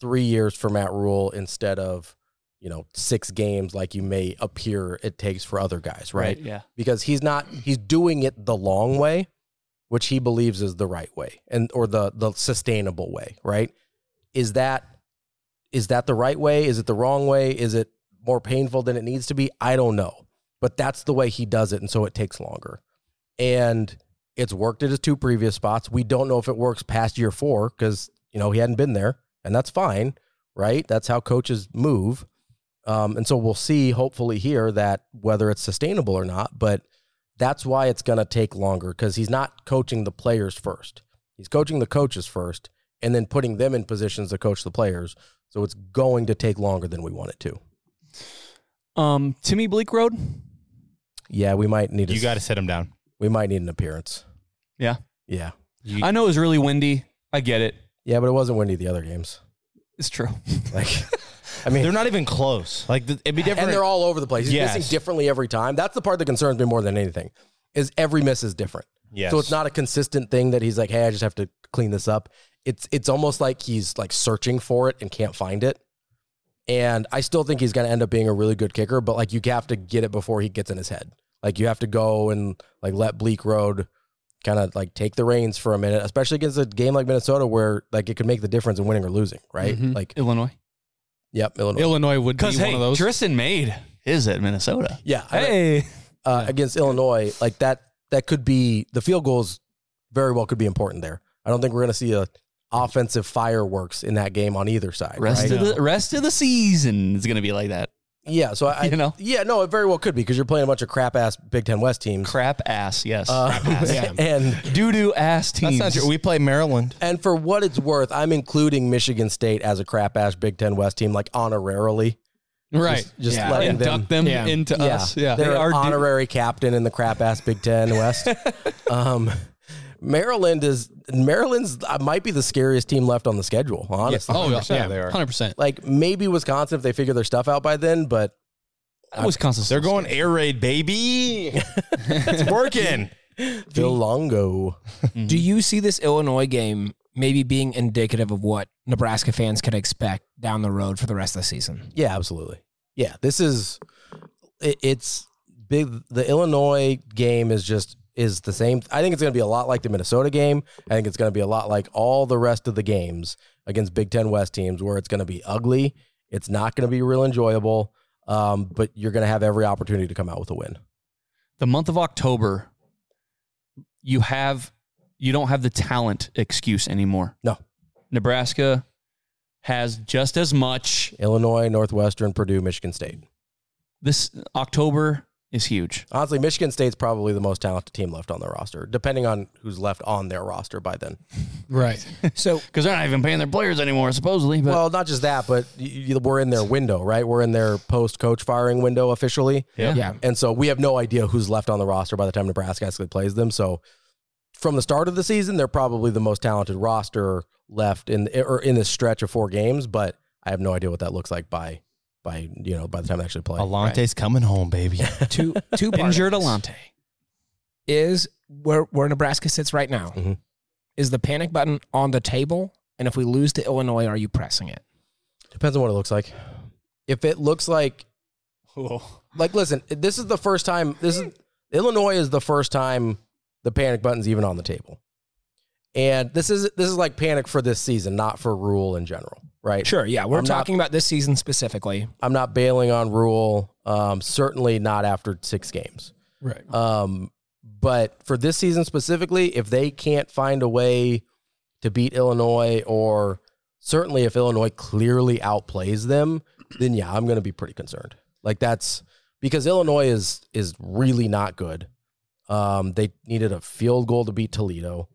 three years for Matt Rule instead of you know six games like you may appear it takes for other guys, right?
Yeah.
because he's not he's doing it the long way which he believes is the right way and or the the sustainable way right is that is that the right way is it the wrong way is it more painful than it needs to be i don't know but that's the way he does it and so it takes longer and it's worked at his two previous spots we don't know if it works past year four because you know he hadn't been there and that's fine right that's how coaches move um, and so we'll see, hopefully, here that whether it's sustainable or not. But that's why it's going to take longer because he's not coaching the players first. He's coaching the coaches first and then putting them in positions to coach the players. So it's going to take longer than we want it to.
Um, Timmy Bleak Road.
Yeah, we might need
You
a,
got to sit him down.
we might need an appearance.
Yeah.
Yeah.
You-
I know it was really windy. I get it.
Yeah, but it wasn't windy the other games.
It's true.
Like I mean
They're not even close. Like th- it'd be different.
and they're all over the place. He's
Yes.
missing differently every time. That's the part that concerns me more than anything. Is every miss is different.
Yes.
So it's not a consistent thing that he's like, hey, I just have to clean this up. It's it's almost like he's like searching for it and can't find it. And I still think he's gonna end up being a really good kicker, but like you have to get it before he gets in his head. Like you have to go and like let Bleak Road kind of like take the reins for a minute, especially against a game like Minnesota where like it could make the difference in winning or losing, right?
Mhm.
Like
Illinois.
Yep, Illinois.
Illinois would be
Because,
one
hey,
of those.
Tristan made his at Minnesota.
Yeah. Hey. Uh, against Illinois, like that, that could be the field goals very well could be important there. I don't think we're going to see a offensive fireworks in that game on either side.
Rest
right?
of the rest of the season is going to be like that.
Yeah, so I,
You know?
yeah, no, it very well could be because you're playing a bunch of crap ass Big Ten West teams.
Crap ass, yes.
Uh, and
doo doo ass
That's
teams.
not true. We play Maryland.
and for what it's worth, I'm including Michigan State as a crap ass Big Ten West team, like honorarily.
Right.
Just, just
Yeah.
letting
Yeah.
them
Induct them Yeah. into us. Yeah.
They're
They are
an
doo-
honorary captain in the crap ass Big Ten West. um, Maryland is Maryland's uh, might be the scariest team left on the schedule. Honestly,
Oh, yeah. Yeah, they are. 100%.
Like maybe Wisconsin if they figir their stuff out by then, but
Uh,
Wisconsin.
They're going air raid, baby. it's working.
Phil Longo.
Do you see this Illinois game maybe being indicative of what Nebraska fans can expect down the road for the rest of the season?
Yeah, absolutely. Yeah, this is it, it's big. The Illinois game is just is the same. I think it's going to be a lot like the Minnesota game. I think it's going to be a lot like all the rest of the games against Big Ten West teams, where it's going to be ugly. It's not going to be real enjoyable, um, but you're going to have every opportunity to come out with a win.
the month of October, you have you don't have the talent excuse anymore.
No.
Nebraska has just as much.
Illinois, Northwestern, Purdue, Michigan State.
This October is huge.
Honestly, Michigan State's probably the most talented team left on their roster, depending on who's left on their roster by then.
Right.
So
because they're not even paying their players anymore, supposedly. But
well, not just that, but y y we're in their window, right? We're in their post coach firing window officially.
Yeah. Yeah.
And so we have no idea who's left on the roster by the time Nebraska actually plays them. So from the start of the season, they're probably the most talented roster left in or in this stretch of four games, but I have no idea what that looks like by by you know by the time they actually play.
Alante's coming home, baby.
Two two part of
Injured
this
Alante.
is where where Nebraska sits right now. Is the panic button on the table? And if we lose to Illinois, are you pressing it?
Depends on what it looks like. If it looks like, like, listen, this is the first time. This is Illinois is the first time the panic button's even on the table, and this is this is like panic for this season, not for Rule in general, right?
Sure, yeah, we're
I'm not-
talking about this season specifically.
I'm not bailing on Rule. Um, certainly not after six games.
Right.
Um, but for this season specifically, if they can't find a way to beat Illinois, or certainly if Illinois clearly outplays them, then yeah, I'm going to be pretty concerned. Like that's because Illinois is is really not good. Um, they needed a field goal to beat Toledo.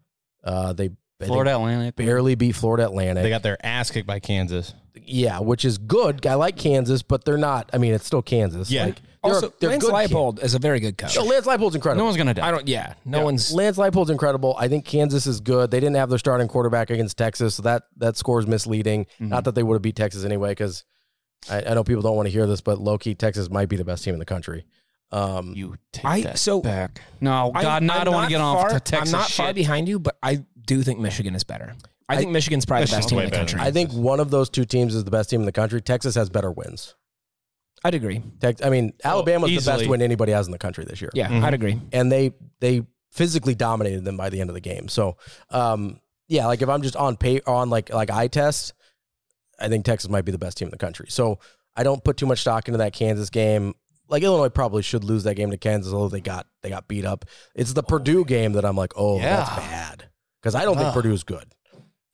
Uh, they they
Florida Atlantic.
barely beat Florida Atlantic.
They got their ass kicked by Kansas.
Yeah, which is good. I like Kansas, but they're not. I mean, it's still Kansas.
Yeah.
Like, they're,
Also,
they're
Lance
good
Leipold is a very good coach.
Yo, Lance Leipold's incredible.
No one's gonna doubt I don't- yeah, no one's-
Lance Leipold's incredible. I think Kansas is good. They didn't have their starting quarterback against Texas, so that that score is misleading.
Mm-hmm.
Not that they would have beat Texas anyway, because I, I know people don't want to hear this, but low key Texas might be the best team in the country. Um,
you take
I so
back. No, God, no, I
I'm
don't wanna
not
get off
far-
to Texas
I'm not far
shit.
behind you, but I do think Michigan is better. I, think Michigan's probably the best team in the country.
I think one of those two teams is the best team in the country. Texas has better wins.
I'd agree.
Tex- I mean, Alabama's the
Oh, easily.
best win anybody has in the country this year.
Yeah, Mhm. I'd agree.
And they they physically dominated them by the end of the game. So, um, yeah, like if I'm just on pay on like like eye test, I think Texas might be the best team in the country. So I don't put too much stock into that Kansas game. Like Illinois probably should lose that game to Kansas, although they got they got beat up. It's the Purdue game that I'm like, oh, that's
Yeah.
bad because I don't think
Ugh.
Purdue's good.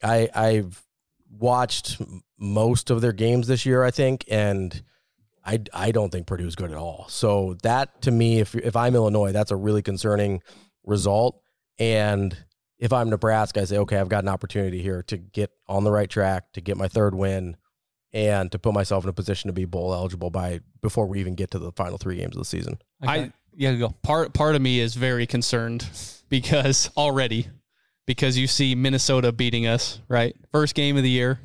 I I've watched m- most of their games this year, I think, and I I don't think Purdue's good at all. So that to me, if if I'm Illinois, that's a really concerning result. And if I'm Nebraska, I say, okay, I've got an opportunity here to get on the right track, to get my third win, and to put myself in a position to be bowl eligible by before we even get to the final three games of the season.
I yeah, go. Part part of me is very concerned because already because you see Minnesota beating us, right? First game of the year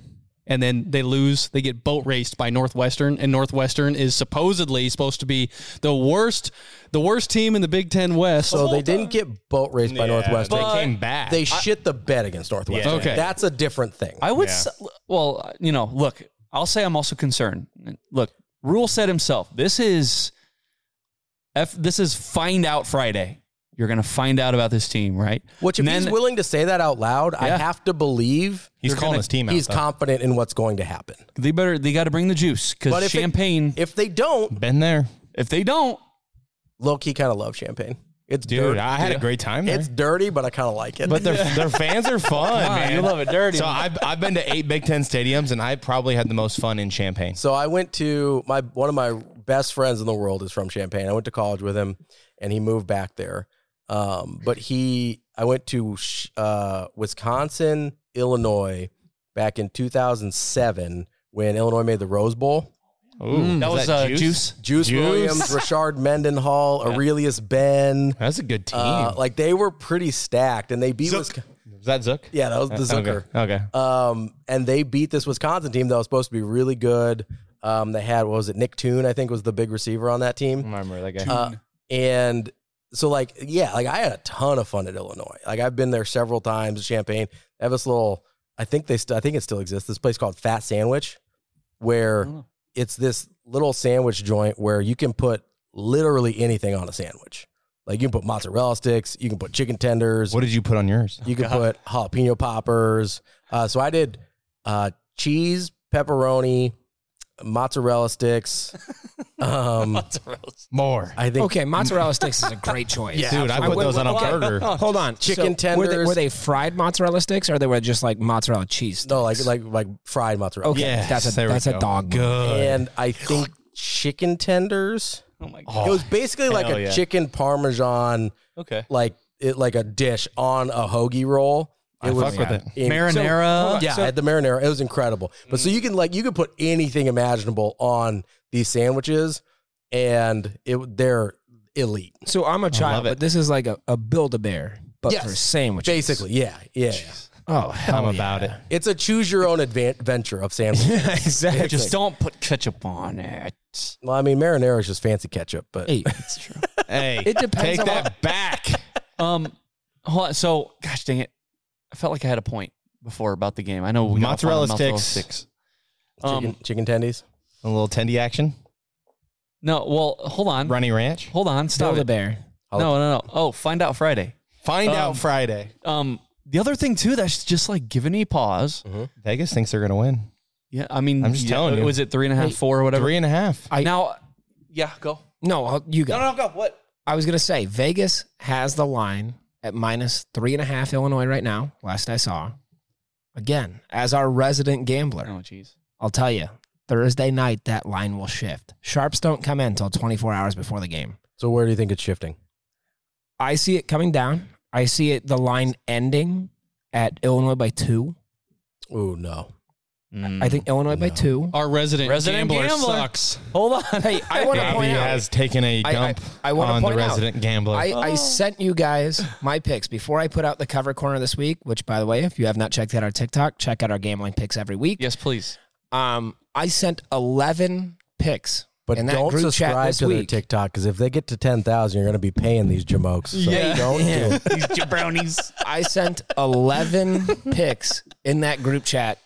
and then they lose, they get boat raced by Northwestern and Northwestern is supposedly supposed to be the worst the worst team in the Big 10 West.
So they didn't get boat raced by Northwestern.
But-
They shit the bed against Northwestern.
Yeah. Okay.
that's a different thing.
I would, s well, you know, look, I'll say I'm also concerned. Look, Rule said himself, this is, F, this is find out Friday. You're going to find out about this team, right?
Which, if
And
he's
then-
willing to say that out loud, I
Yeah.
have to believe
He's
they're
calling
gonna-
his team out,
He's
though.
confident in what's going to happen.
they better they got to bring the juice
But
because
if it-
champagne.
if they don't,
been there.
If they don't,
low key kind of love champagne. It's
Dude,
dirty.
I had a great time there.
It's dirty, but I kind of like it.
But their their fans are fun,
Come on,
man.
you love it dirty.
So I've I've been to eight Big Ten stadiums, and I probably had the most fun in Champagne.
So I went to my one of my best friends in the world is from Champagne. I went to college with him, and he moved back there. Um, but he, I went to sh- uh, Wisconsin, Illinois, back in 2007 when Illinois made the Rose Bowl.
Ooh, Mm, that was, uh, Juice?
Juice,
Juice.
Williams, Richard Mendenhall, Aurelius Ben.
That's a good
Uh,
team.
like they were pretty stacked, and they beat Wisconsin.
Is that Zook?
Yeah, that was the
Uh, okay,
Zucker.
okay.
Um, and they beat this Wisconsin team that was supposed to be really good. Um, they had what was it? Nick Toon, I think, was the big receiver on that team.
I remember that guy.
Uh, and so, like, yeah, like I had a ton of fun at Illinois. Like I've been there several times. Champagne. They have this little. I think they. St- I think it still exists. This place called Fat Sandwich, where it's this little sandwich joint where you can put literally anything on a sandwich. Like you can put mozzarella sticks, you can put chicken tenders. What
did you put on yours?
You can put jalapeno poppers. Uh, so I did uh, cheese, pepperoni, mozzarella sticks. Um, mozzarella
More.
I think
okay, mozzarella sticks is a great choice.
Yeah, Dude, I put
wait,
those
wait,
on a
okay.
burger.
Hold on,
Chicken
So Were they,
tenders.
were they fried mozzarella sticks, or they were just like mozzarella cheese? Sticks?
No, like like like fried mozzarella.
Okay,
sticks.
that's a that's a dog. move.
And I think chicken tenders.
Oh my
it was basically like
Hell
a
yeah.
chicken parmesan.
Okay.
Like it like a dish on a hoagie roll.
I
was
fuck with it.
in-
Marinara. So- hold on,
yeah,
so-
at the marinara, it was incredible. But so you can like you could put anything imaginable on these sandwiches, and it they're elite.
So I'm a child, but this is like a, a build a bear, but
Yes.
for sandwiches.
Basically, yeah, yeah.
Oh hell,
I'm about it.
It's a choose your own advan- adventure of sandwiches.
exactly.
Just
don't put ketchup on it.
Well, I mean, marinara is just fancy ketchup, but
Hey,
it's true.
Hey,
It depends
Take
on-
that back.
um, hold on. So, gosh dang it, I felt like I had a point before about the game. I know we got off on
Mozzarella
the
sticks.
Um,
chicken, chicken tendies.
A little tendy action.
No, well, hold on.
Runny Ranch.
Hold on. Stop
Build a
it.
bear.
No, no, no. Oh, find out Friday.
Find
Um,
out Friday.
Um, the other thing too that's just like giving me pause.
Vegas thinks they're gonna win.
Yeah, I mean,
Mm-hmm. I'm just
yeah,
telling you.
Was it three and a half,
Wait,
four, or whatever?
Three and a half.
I
now, yeah, go.
no, I'll- you go.
No, no, go. What?
I was gonna say Vegas has the line at minus three and a half Illinois right now. Last I saw, again as our resident gambler,
Oh, jeez.
I'll tell you Thursday night that line will shift. Sharps don't come in until 24 hours before the game.
So where do you think it's shifting?
I see it coming down. I see it the line ending at Illinois by two.
Oh no.
I think Illinois by two.
Our resident,
Resident
gambler,
gambler.
sucks.
Hold on.
Hey, I want to
Bobby
point out.
has taken a
I- I-
dump
I wanna
on the
point out,
resident gambler.
I, I sent you guys my picks before I put out the cover corner this week, which, by the way, if you have not checked out our TikTok, check out our gambling picks every week.
Yes, please.
Um, I sent 11 picks.
But
in that
don't
group chat
subscribe
this
to their
week.
TikTok because if they get to ten thousand, you're going to be paying these jamokes. So
Yeah.
don't do it.
These jabronis.
I sent 11 picks in that group chat,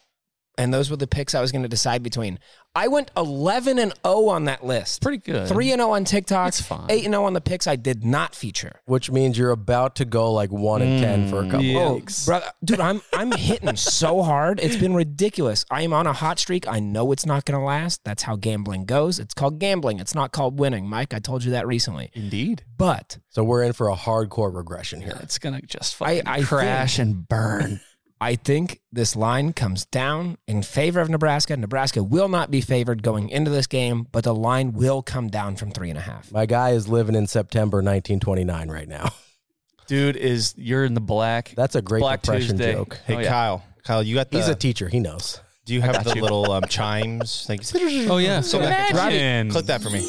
and those were the picks I was going to decide between. I went 11 and 0 on that list.
Pretty good.
3 and 0 on TikTok,
That's fine.
8 and 0 on the picks I did not feature.
Which means you're about to go like one and ten for a couple of weeks.
Oh, Brother, dude, I'm I'm hitting so hard. It's been ridiculous. I am on a hot streak. I know it's not going to last. That's how gambling goes. It's called gambling. It's not called winning, Mike. I told you that recently.
Indeed.
But
So we're in for a hardcore regression here.
It's gonna just
I,
fucking
I
crash
think,
and burn.
I think this line comes down in favor of Nebraska. Nebraska will not be favored going into this game, but the line will come down from three and a half.
My guy is living in September 1929 right now.
Dude, is you're in the black.
That's a great
Black
depression
Tuesday.
joke.
hey
oh, yeah.
Kyle, Kyle, you got the.
He's a teacher. He knows.
do you have
got
the
you.
little um, chimes? Like,
Oh yeah,
So Robbie, click that for me.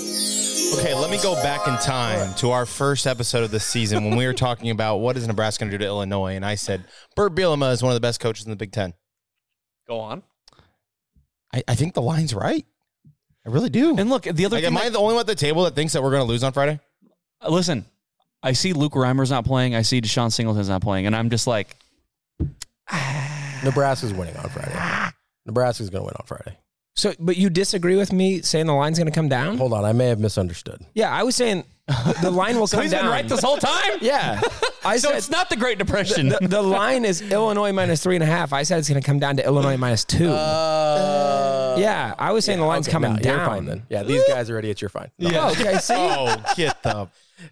Okay, let me go back in time to our first episode of this season when we were talking about what is Nebraska going to do to Illinois, and I said Bert Bielema is one of the best coaches in the Big Ten.
Go on.
I, I think the line's right. I really do.
And look, the other
Like,
thing
am I
that-
the only one at the table that thinks that we're going to lose on Friday?
listen, I see Luke Reimer's not playing. I see Deshaun Singleton's not playing, and I'm just like,
Nebraska's winning on Friday. Nebraska's going to win on Friday.
So, but you disagree with me saying the line's going to come down?
Hold on, I may have misunderstood.
Yeah, I was saying the line will
So
come
he's
down.
been right this whole time?
Yeah. I
so
said-
it's not the Great Depression.
The, the- the line is Illinois minus three and a half. I said it's going to come down to Illinois minus two. yeah, I was saying the line's
Okay,
coming
no,
down.
You're fine then. Yeah, these guys are idiots. You're fine. No.
Yeah. Oh, okay, see?
Oh, get the.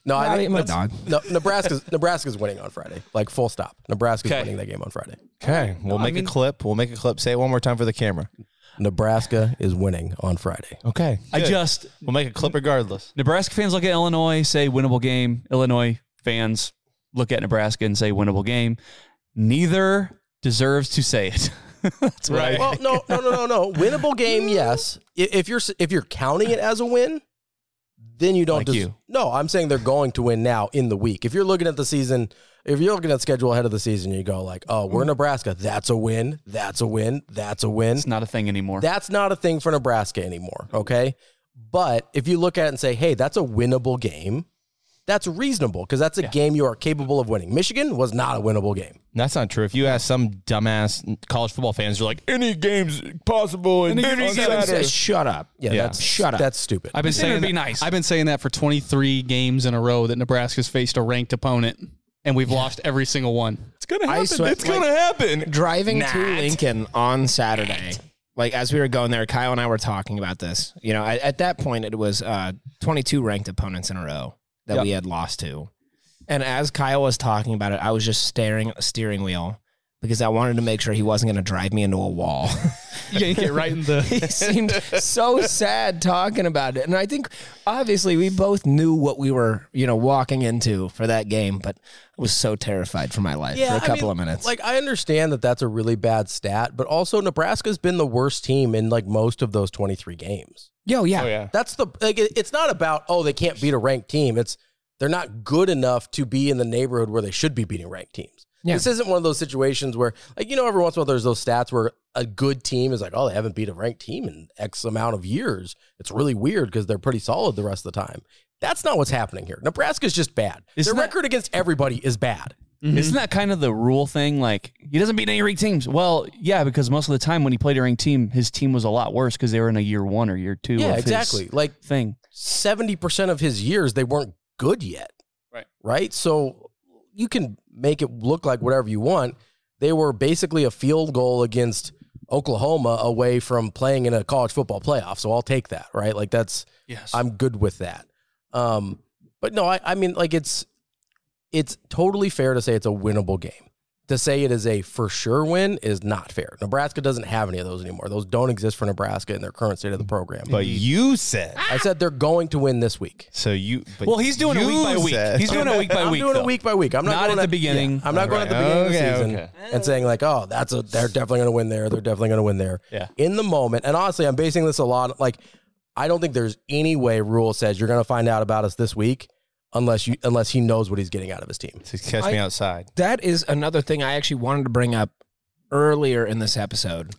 No, I
Bobby,
think
my
let's-
dog.
No, Nebraska's Nebraska's winning on Friday. Like full stop. Nebraska's
Okay.
winning that game on Friday.
Okay, we'll make a clip. We'll make a clip. Say it one more time for the camera.
Nebraska is winning on Friday.
Okay.
I
Good.
just
we'll make a clip regardless.
Nebraska fans look at Illinois, say winnable game. Illinois fans look at Nebraska and say winnable game. Neither deserves to say it. That's what I
Well,
think.
no, no, no, no, no. Winnable game, yes. I- If you're s- if you're counting it as a win, then you don't.
Like you.
No, I'm saying they're going to win now in the week. If you're looking at the season, if you're looking at the schedule ahead of the season, you go like, oh, we're Nebraska. That's a win. That's a win. That's a win.
It's not a thing anymore.
That's not a thing for Nebraska anymore. Okay. But if you look at it and say, hey, that's a winnable game, that's reasonable because that's a game you are capable of winning. Michigan was not a winnable game.
That's not true. If you ask some dumbass college football fans, you're like, any game's possible and any,
game's
game's
possible. Shut up.
Yeah, that's
Shut up.
That's stupid.
I've been
Consider
saying
to be
that,
nice.
I've been saying that for 23 games in a row that Nebraska's faced a ranked opponent and we've lost every single one.
It's gonna
I swear, like,
happen.
driving
Nat.
to Lincoln on Saturday, like as we were going there, Kyle and I were talking about this. You know, I, at that point, it was uh, 22 ranked opponents in a row that we had lost to. And as Kyle was talking about it, I was just staring at the steering wheel because I wanted to make sure he wasn't going to drive me into a wall.
Yank it right in the.
he seemed so sad talking about it. And I think obviously we both knew what we were, you know, walking into for that game, but I was so terrified for my life for a
I
couple
mean,
of minutes.
Like I understand that that's a really bad stat, but also Nebraska's been the worst team in like most of those 23 games.
Yo, yeah.
That's the like it- it's not about oh they can't beat a ranked team. It's they're not good enough to be in the neighborhood where they should be beating ranked teams.
Yeah.
This isn't one of those situations where like you know every once in a while there's those stats where a good team is like oh they haven't beat a ranked team in X amount of years. It's really weird because they're pretty solid the rest of the time. That's not what's happening here. Nebraska's just bad.
Isn't
Their
that-
record against everybody is bad.
Mm-hmm.
Isn't that kind of the rule thing? Like he doesn't beat any ranked teams. Well, yeah, because most of the time when he played a ranked team, his team was a lot worse because they were in a year one or year two.
Yeah,
of his
exactly. Like
thing.
seventy percent of his years they weren't good yet.
Right.
Right. So you can make it look like whatever you want. They were basically a field goal against Oklahoma away from playing in a college football playoff. So I'll take that. Right. Like that's
Yes.
I'm good with that. Um, but no, I, I mean like it's it's totally fair to say it's a winnable game. To say it is a for sure win is not fair. Nebraska doesn't have any of those anymore. Those don't exist for Nebraska in their current state of the program.
But you said
I said they're going to win this week.
so. You but
Well, he's doing it
you
week by week.
said-
He's doing it week by
I'm
week.
doing
though.
it week by week. I'm not,
Not
going
at the beginning.
yeah, I'm not going at the
Alright.
beginning
Okay,
of the season
okay.
and saying like, "Oh, that's a they're definitely going to win there. They're definitely going to win there."
Yeah.
In the moment, and honestly, I'm basing this a lot like I don't think there's any way rule says you're going to find out about us this week unless you unless he knows what he's getting out of his team.
Says, catch
I-
me outside.
That is another thing I actually wanted to bring up earlier in this episode.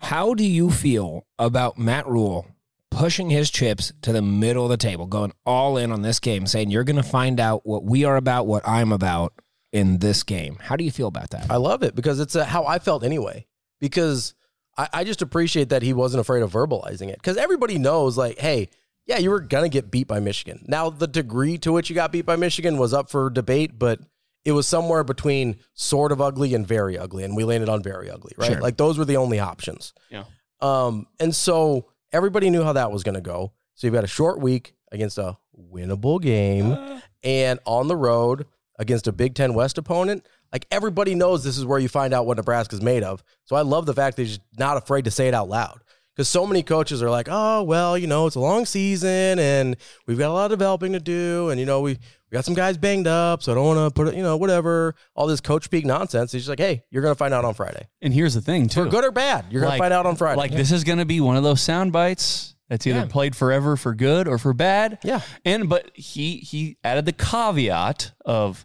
How do you feel about Matt Rule pushing his chips to the middle of the table, going all in on this game, saying you're going to find out what we are about, what I'm about in this game? How do you feel about that?
I love it because it's uh how I felt anyway. Because I, I just appreciate that he wasn't afraid of verbalizing it. Because everybody knows, like, hey, yeah, you were gonna get beat by Michigan. Now, the degree to which you got beat by Michigan was up for debate, but it was somewhere between sort of ugly and very ugly, and we landed on very ugly, right?
Sure.
Like those were the only options.
Yeah.
Um, and so everybody knew how that was gonna go. So you've got a short week against a winnable game and on the road against a Big Ten West opponent, like everybody knows this is where you find out what Nebraska's made of. So I love the fact that he's not afraid to say it out loud. Because so many coaches are like, oh, well, you know, it's a long season and we've got a lot of developing to do. And, you know, we, we got some guys banged up. So I don't want to put it, you know, whatever. All this coach speak nonsense. He's just like, hey, you're going to find out on Friday.
And here's the thing, too.
For good or bad, you're going
Like-
to find out on Friday.
Like this is going to be one of those sound bites that's either
Yeah.
played forever for good or for bad.
Yeah.
And but he he added the caveat of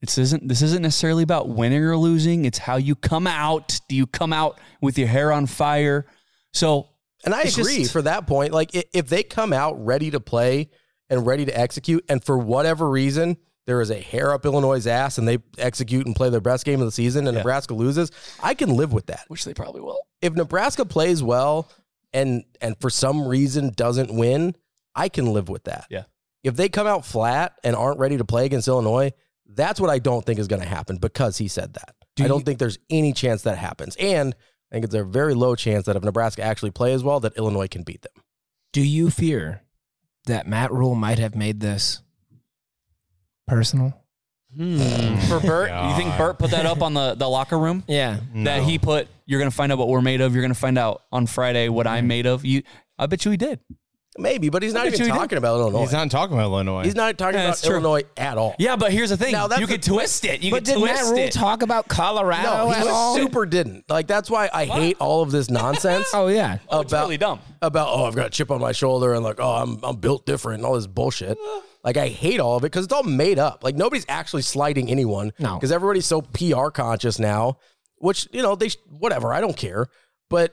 this isn't this isn't necessarily about winning or losing. It's how you come out. Do you come out with your hair on fire? So
And I
It's
agree
just-
for that point. Like i- if they come out ready to play and ready to execute, and for whatever reason there is a hair up Illinois' ass, and they execute and play their best game of the season, and Nebraska loses, I can live with that.
which they probably will.
If Nebraska plays well and and for some reason doesn't win, I can live with that.
Yeah.
If they come out flat and aren't ready to play against Illinois, that's what I don't think is going to happen because he said that. I don't think there's any chance that happens. And I think it's a very low chance that if Nebraska actually plays well, that Illinois can beat them.
Do you fear that Matt Rule might have made this personal?
For Bert, you think Bert put that up on the, the locker room?
Yeah.
That
No.
he put, you're going to find out what we're made of. You're going to find out on Friday what I'm made of. You, I bet you he did.
Maybe, but he's
I
not
bet
even
you he
talking
did.
about Illinois.
He's not talking about Illinois.
He's not talking
Yeah,
about
that's true.
Illinois at all.
Yeah, but here's the thing.
Now, that's
you
the-
could twist it. You
but
could
did
twist
Matt Rule
it.
talk about Colorado
No,
at
he
all?
super didn't. Like that's why I hate all of this nonsense.
oh yeah,
about
really dumb.
about oh I've got a chip on my shoulder and like oh I'm I'm built different and all this bullshit. Like I hate all of it because it's all made up. Like nobody's actually slighting anyone.
No.
because everybody's so PR conscious now, which you know they sh- whatever I don't care, but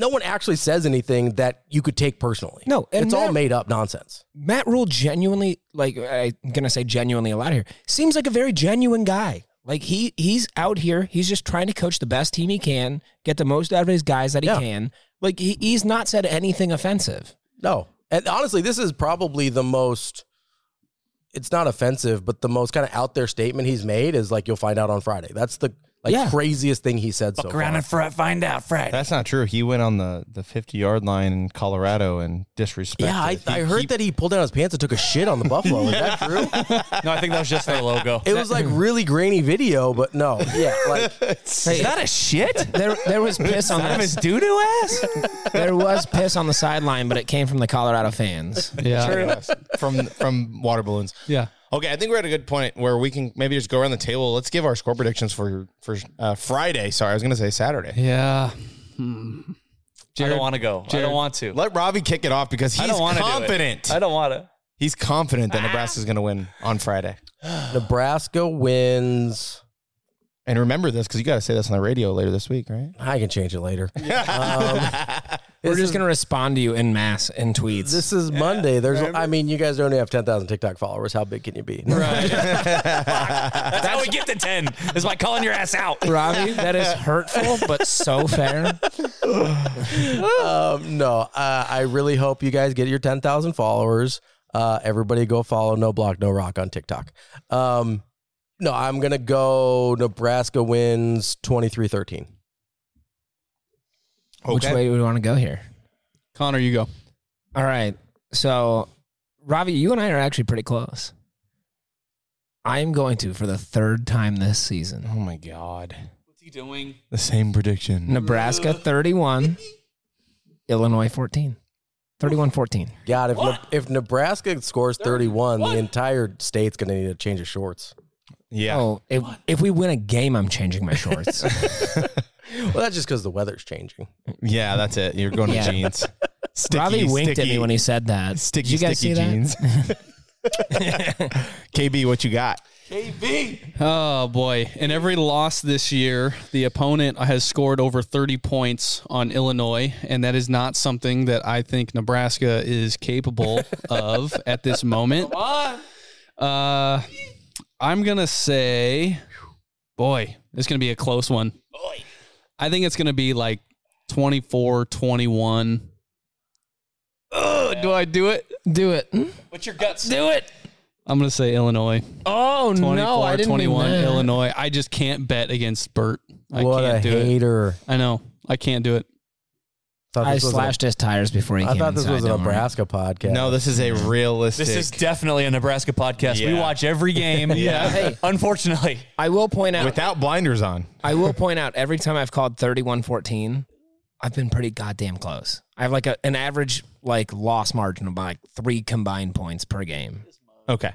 no one actually says anything that you could take personally.
No, and
it's all
Matt-
made up nonsense.
Matt Rule genuinely, like I'm gonna say genuinely a lot here, seems like a very genuine guy. Like he he's out here, he's just trying to coach the best team he can, get the most out of his guys that he
Yeah.
can. Like he, he's not said anything offensive.
No. And honestly, this is probably the most it's not offensive, but the most kind of out there statement he's made is like you'll find out on Friday. That's the like
Yeah.
craziest thing he said so far.
fr- find out Friday.
That's not true. He went on the, the 50 yard line in Colorado and disrespected.
Yeah, I, I heard that he pulled down his pants and took a shit on the buffalo. Is that true?
No, I think that was just their logo.
It was like really grainy video, but no. Yeah, like
Hey,
Is that a shit?
there there was piss on
That is
the
doo doo ass?
there was piss on the sideline, but it came from the Colorado fans.
Yeah. from from water balloons.
Yeah.
Okay, I think we're at a good point where we can maybe just go around the table. Let's give our score predictions for for uh, Friday. Sorry, I was going to say Saturday.
Yeah.
I don't want to go. I
Jared-
don't want to.
Let Robbie kick it off because
I
he's
don't want to.
confident.
I don't Ah. want to.
He's confident that Nebraska's going to win on Friday.
Nebraska wins.
And remember this because you got to say this on the radio later this week, right?
I can change it later. Um,
We're
This
just
is-
gonna respond to you in mass in tweets.
This is Monday. There's, I mean, you guys only have ten thousand TikTok followers. How big can you be?
That's how we get to 10 is by calling your ass out.
Robbie, that is hurtful, but so fair.
um, no, uh, I really hope you guys get your 10,000 followers. Uh, everybody go follow No Block, No Rock on TikTok. Um, no, I'm going to go Nebraska wins 23 13.
Which way do we want to go here?
Connor, you go.
All right. So, Ravi, you and I are actually pretty close. I am going to, for the third time this season,
Oh my God.
What's he doing?
The same prediction.
Nebraska 31, Illinois 14. 31 14.
God, if, ne- if Nebraska scores 31, the entire state's going to need to change of shorts.
Yeah.
Oh, if, if we win a game, I'm changing my shorts.
Well, that's just because the weather's changing.
Yeah, that's it. You're going
Yeah.
to jeans. Sticky,
Ravi winked at me
sticky-
when he said that.
sticky,
Did you guys
sticky
see
jeans. KB, what you got?
Oh boy! In every loss this year, the opponent has scored over 30 points on Illinois, and that is not something that I think Nebraska is capable of at this moment. Uh, I'm gonna say, boy, it's gonna be a close one. I think it's gonna be like 24, 21. Ugh, Do I do it?
that? Do it. Mm.
What's your guts? Do it.
I'm gonna say Illinois.
Oh,
24,
no. I didn't
21,
mean that.
Illinois. I just can't bet against Bert. I
what
can't
a
do it.
hater.
I know. I can't do it.
Thought
I
this was a-
slashed his tires before he
I
came
thought this
inside,
was a
don't worry.
Nebraska podcast.
No, this is a realistic.
This is definitely a Nebraska podcast. We
Yeah.
watch every game. yeah.
Hey.
Unfortunately.
I will point out.
without blinders on.
I will point out every time I've called 31-14, I've been pretty goddamn close. I have like a, an average like loss margin of like three combined points per game.
Okay.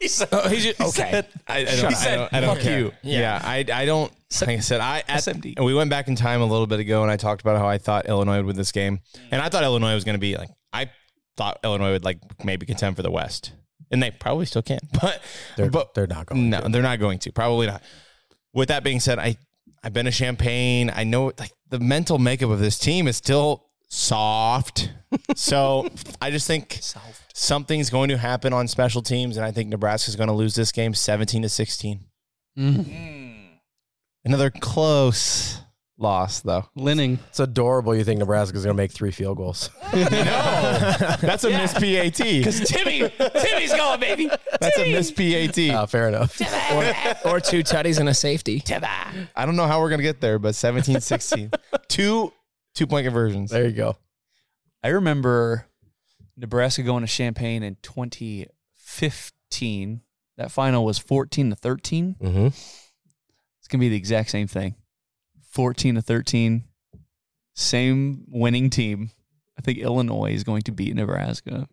He said,
okay.
I, I
Shut
don't,
up.
I don't, I don't
Fuck
care.
you.
Yeah. I, I don't. Like I said, I at, we went back in time a little bit ago and I talked about how I thought Illinois would win this game, and I thought Illinois was going to be like I thought Illinois would like maybe contend for the West, and they probably still can, but
They're,
but
they're not going.
no, they're not going to. Probably not. With that being said, I I've been to Champagne. I know like the mental makeup of this team is still soft. so I just think something's going to happen on special teams, and I think Nebraska's going to lose this
Mm.
game seventeen to sixteen. Another close
Loss though.
Linning.
It's adorable. You think Nebraska's going to make three field goals?
That's a miss PAT.
Because Timmy, Timmy's going, baby.
That's a miss PAT.
Uh, fair enough.
or, or two tutties and a safety.
I don't know how we're going to get there, but 17 16. two two point conversions.
There you go.
I remember Nebraska going to Champaign in 2015. That final was 14 to 13.
Mm-hmm.
It's going to be the exact same thing 14 to 13, same winning team. I think Illinois is going to beat Nebraska.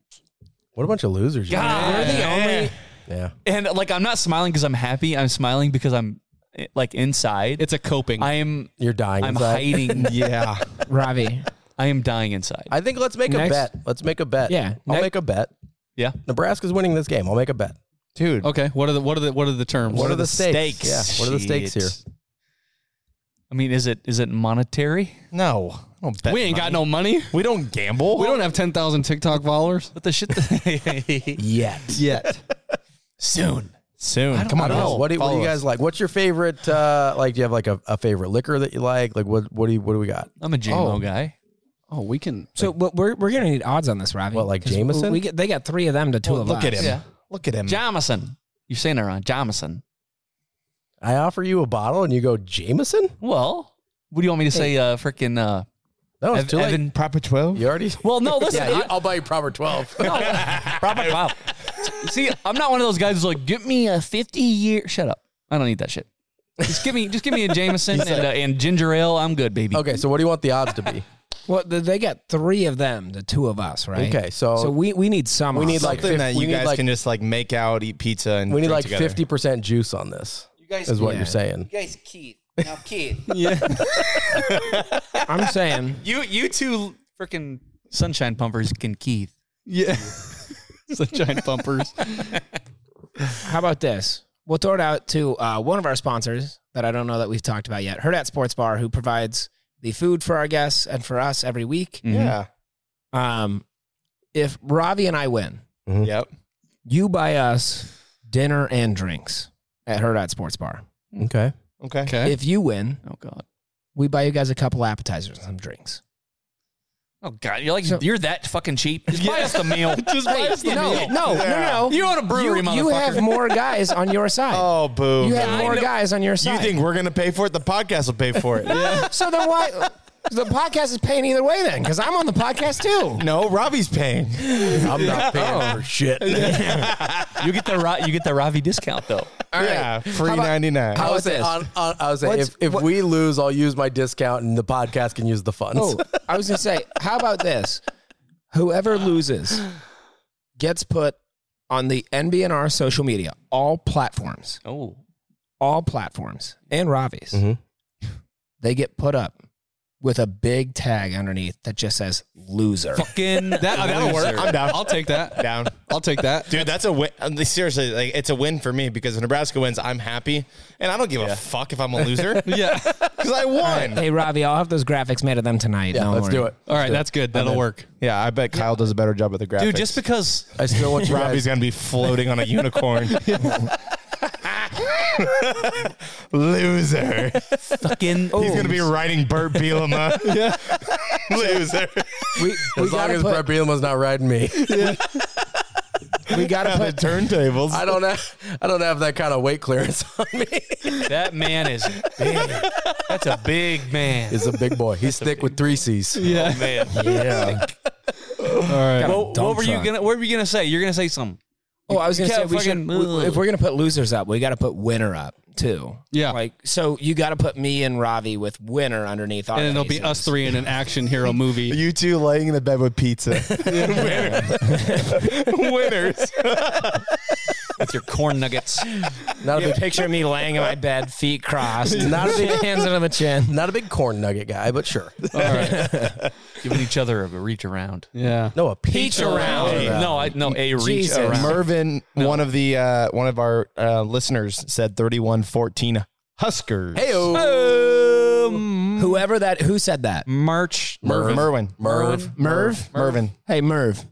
What a bunch of losers. you
God,
are.
we're the only.
Yeah.
And like, I'm not smiling because I'm happy. I'm smiling because I'm eh, like inside.
It's a coping.
I am.
You're dying.
I'm
inside.
hiding.
Yeah.
Ravi.
I am dying inside.
I think let's make
Next-
a bet. Let's make a bet.
Yeah.
I'll
Next-
make a bet.
Yeah.
Nebraska's winning this game. I'll make a bet.
Dude,
Okay. What are the what are the what are the terms?
What are the stakes? Yeah. What are the stakes
Shit.
here?
I mean, is it is it monetary?
no. I don't bet
we ain't got no money.
We don't gamble.
We don't have ten thousand TikTok followers.
What the shit?
Yet.
Yet.
Soon.
Soon.
don't
Come on.
know.
guys.
What do, what do
Follow
you guys
us.
like? What's your favorite? Uh, like, do you have like a, a favorite liquor that you like? Like, what what do you what do we got?
I'm a JMO guy.
Oh, we can.
So but we're we're gonna need odds on this, Ravi.
What, like
'cause
Jameson?
We get, they got three of them to two
Well,
of
look
us.
at him.
Yeah.
Look at him.
Jamison. You're saying it wrong. Jamison.
I offer you a bottle and you go Jameson.
Well, what do you want me to say? Uh, freaking. Uh,
No, it's
Ev-
too late.
Evan.
Proper 12?
you already.
Well, no, listen.
yeah, you, I'll buy you proper twelve.
I, Robert, wow. See, I'm not one of those guys who's like, get me a 50 year. Shut up. I don't need that shit. Just give me, just give me a Jameson and, uh, and ginger ale. I'm good, baby.
okay, so what do you want the odds to be?
Well, th- they got three of them to two of us, right?
Okay, so-
so we we need some.
We
odds.
need like
Something that
we
you
need
guys
like-
can just like make out, eat pizza, and
We need
drink
like
together.
fifty percent juice on this. You guys is what
yeah.
you're saying.
guys, Keith. Now, Keith.
I'm saying.
You, you two freaking sunshine pumpers can Keith.
Yeah. Sunshine pumpers.
How about this? We'll throw it out to uh, one of our sponsors that I don't know that we've talked about yet, Herd at Sports Bar, who provides the food for our guests and for us every week.
Yeah.
Um, if Ravi and I win,
Yep.
you buy us dinner and drinks at Herd at Sports Bar.
Okay.
Okay.
Okay.
If you win,
Oh God.
we buy you guys a couple appetizers and some drinks.
Oh God. You're like,
So-
you're that fucking cheap. Just buy us the meal. just buy us
no, no, no, no,
You own a brewery,
you,
motherfucker.
you have more guys on your side.
Oh, boo.
you
man.
have more guys on your side.
You think we're going to pay for it? The podcast will pay for it.
so then why? The podcast is paying either way then, because I'm on the podcast too.
No, Oh, Robbie's paying.
I'm not paying for shit.
you get the Ra- you get the Ravi discount though.
yeah. Free
about-
99.
how-
I
about
was saying,
this?
on, on, I was saying
What's-
if, if
what-
we lose, I'll use my discount and the podcast can use the funds.
Oh, I was gonna say, how about this? Whoever loses gets put on the NBNR social media, all platforms,
Oh.
all platforms, and Ravi's.
Mhm.
They get put up with a big tag underneath that just says "loser."
Fucking that,
that'll work. I'm down.
I'll take that.
Down.
I'll take that.
Dude, that's a win. um, Seriously, like it's a win for me because if Nebraska wins, I'm happy, and I don't give a fuck if I'm a loser
Yeah.
because I won.
Hey Ravi, I'll have those graphics made of them tonight.
yeah,
Don't
let's
worry.
do it.
All right, that's good. That'll work.
Yeah, I bet Kyle does a better job at the graphics.
Dude, just because
I still want you
Robbie's
guys.
gonna be floating on a unicorn. loser.
fucking
He's gonna be riding Bert Bielema. loser.
We, we
As long
gotta
as Brett
put-
Bielema's not riding me,
we gotta
On the
put
turntables.
I don't have I don't have that kind of weight clearance on me.
That man is big. That's a big man.
He's a big boy. He's thick with three C's.
Yeah.
man.
yeah.
All right.
What, what were you gonna? What were you gonna say? You're gonna say something.
Oh, I was
You
gonna say
can't
we
fucking-
should. we- if we're gonna put losers up, we got to put winner up too.
Yeah.
Like so, you got to put me and Ravi with winner underneath. Our
And it'll be
faces.
us three in an action hero movie.
You two laying in the bed with pizza. Winners.
With your corn nuggets.
Not a
You
big
picture me laying in my bed, feet crossed,
Not a big-
hands under the chin.
not a big corn nugget guy, but sure.
All right.
Giving each other a reach around. Oh,
Yeah.
No, a peach,
Peach around.
around.
No, I no a reach
Jesus.
around.
Mervin, one of the uh, one of our uh, listeners said thirty-one fourteen Huskers.
Heyo.
Whoever that, who said that?
March.
Mervin. Mervin.
Merv.
Merv.
Mervin.
Hey Merv,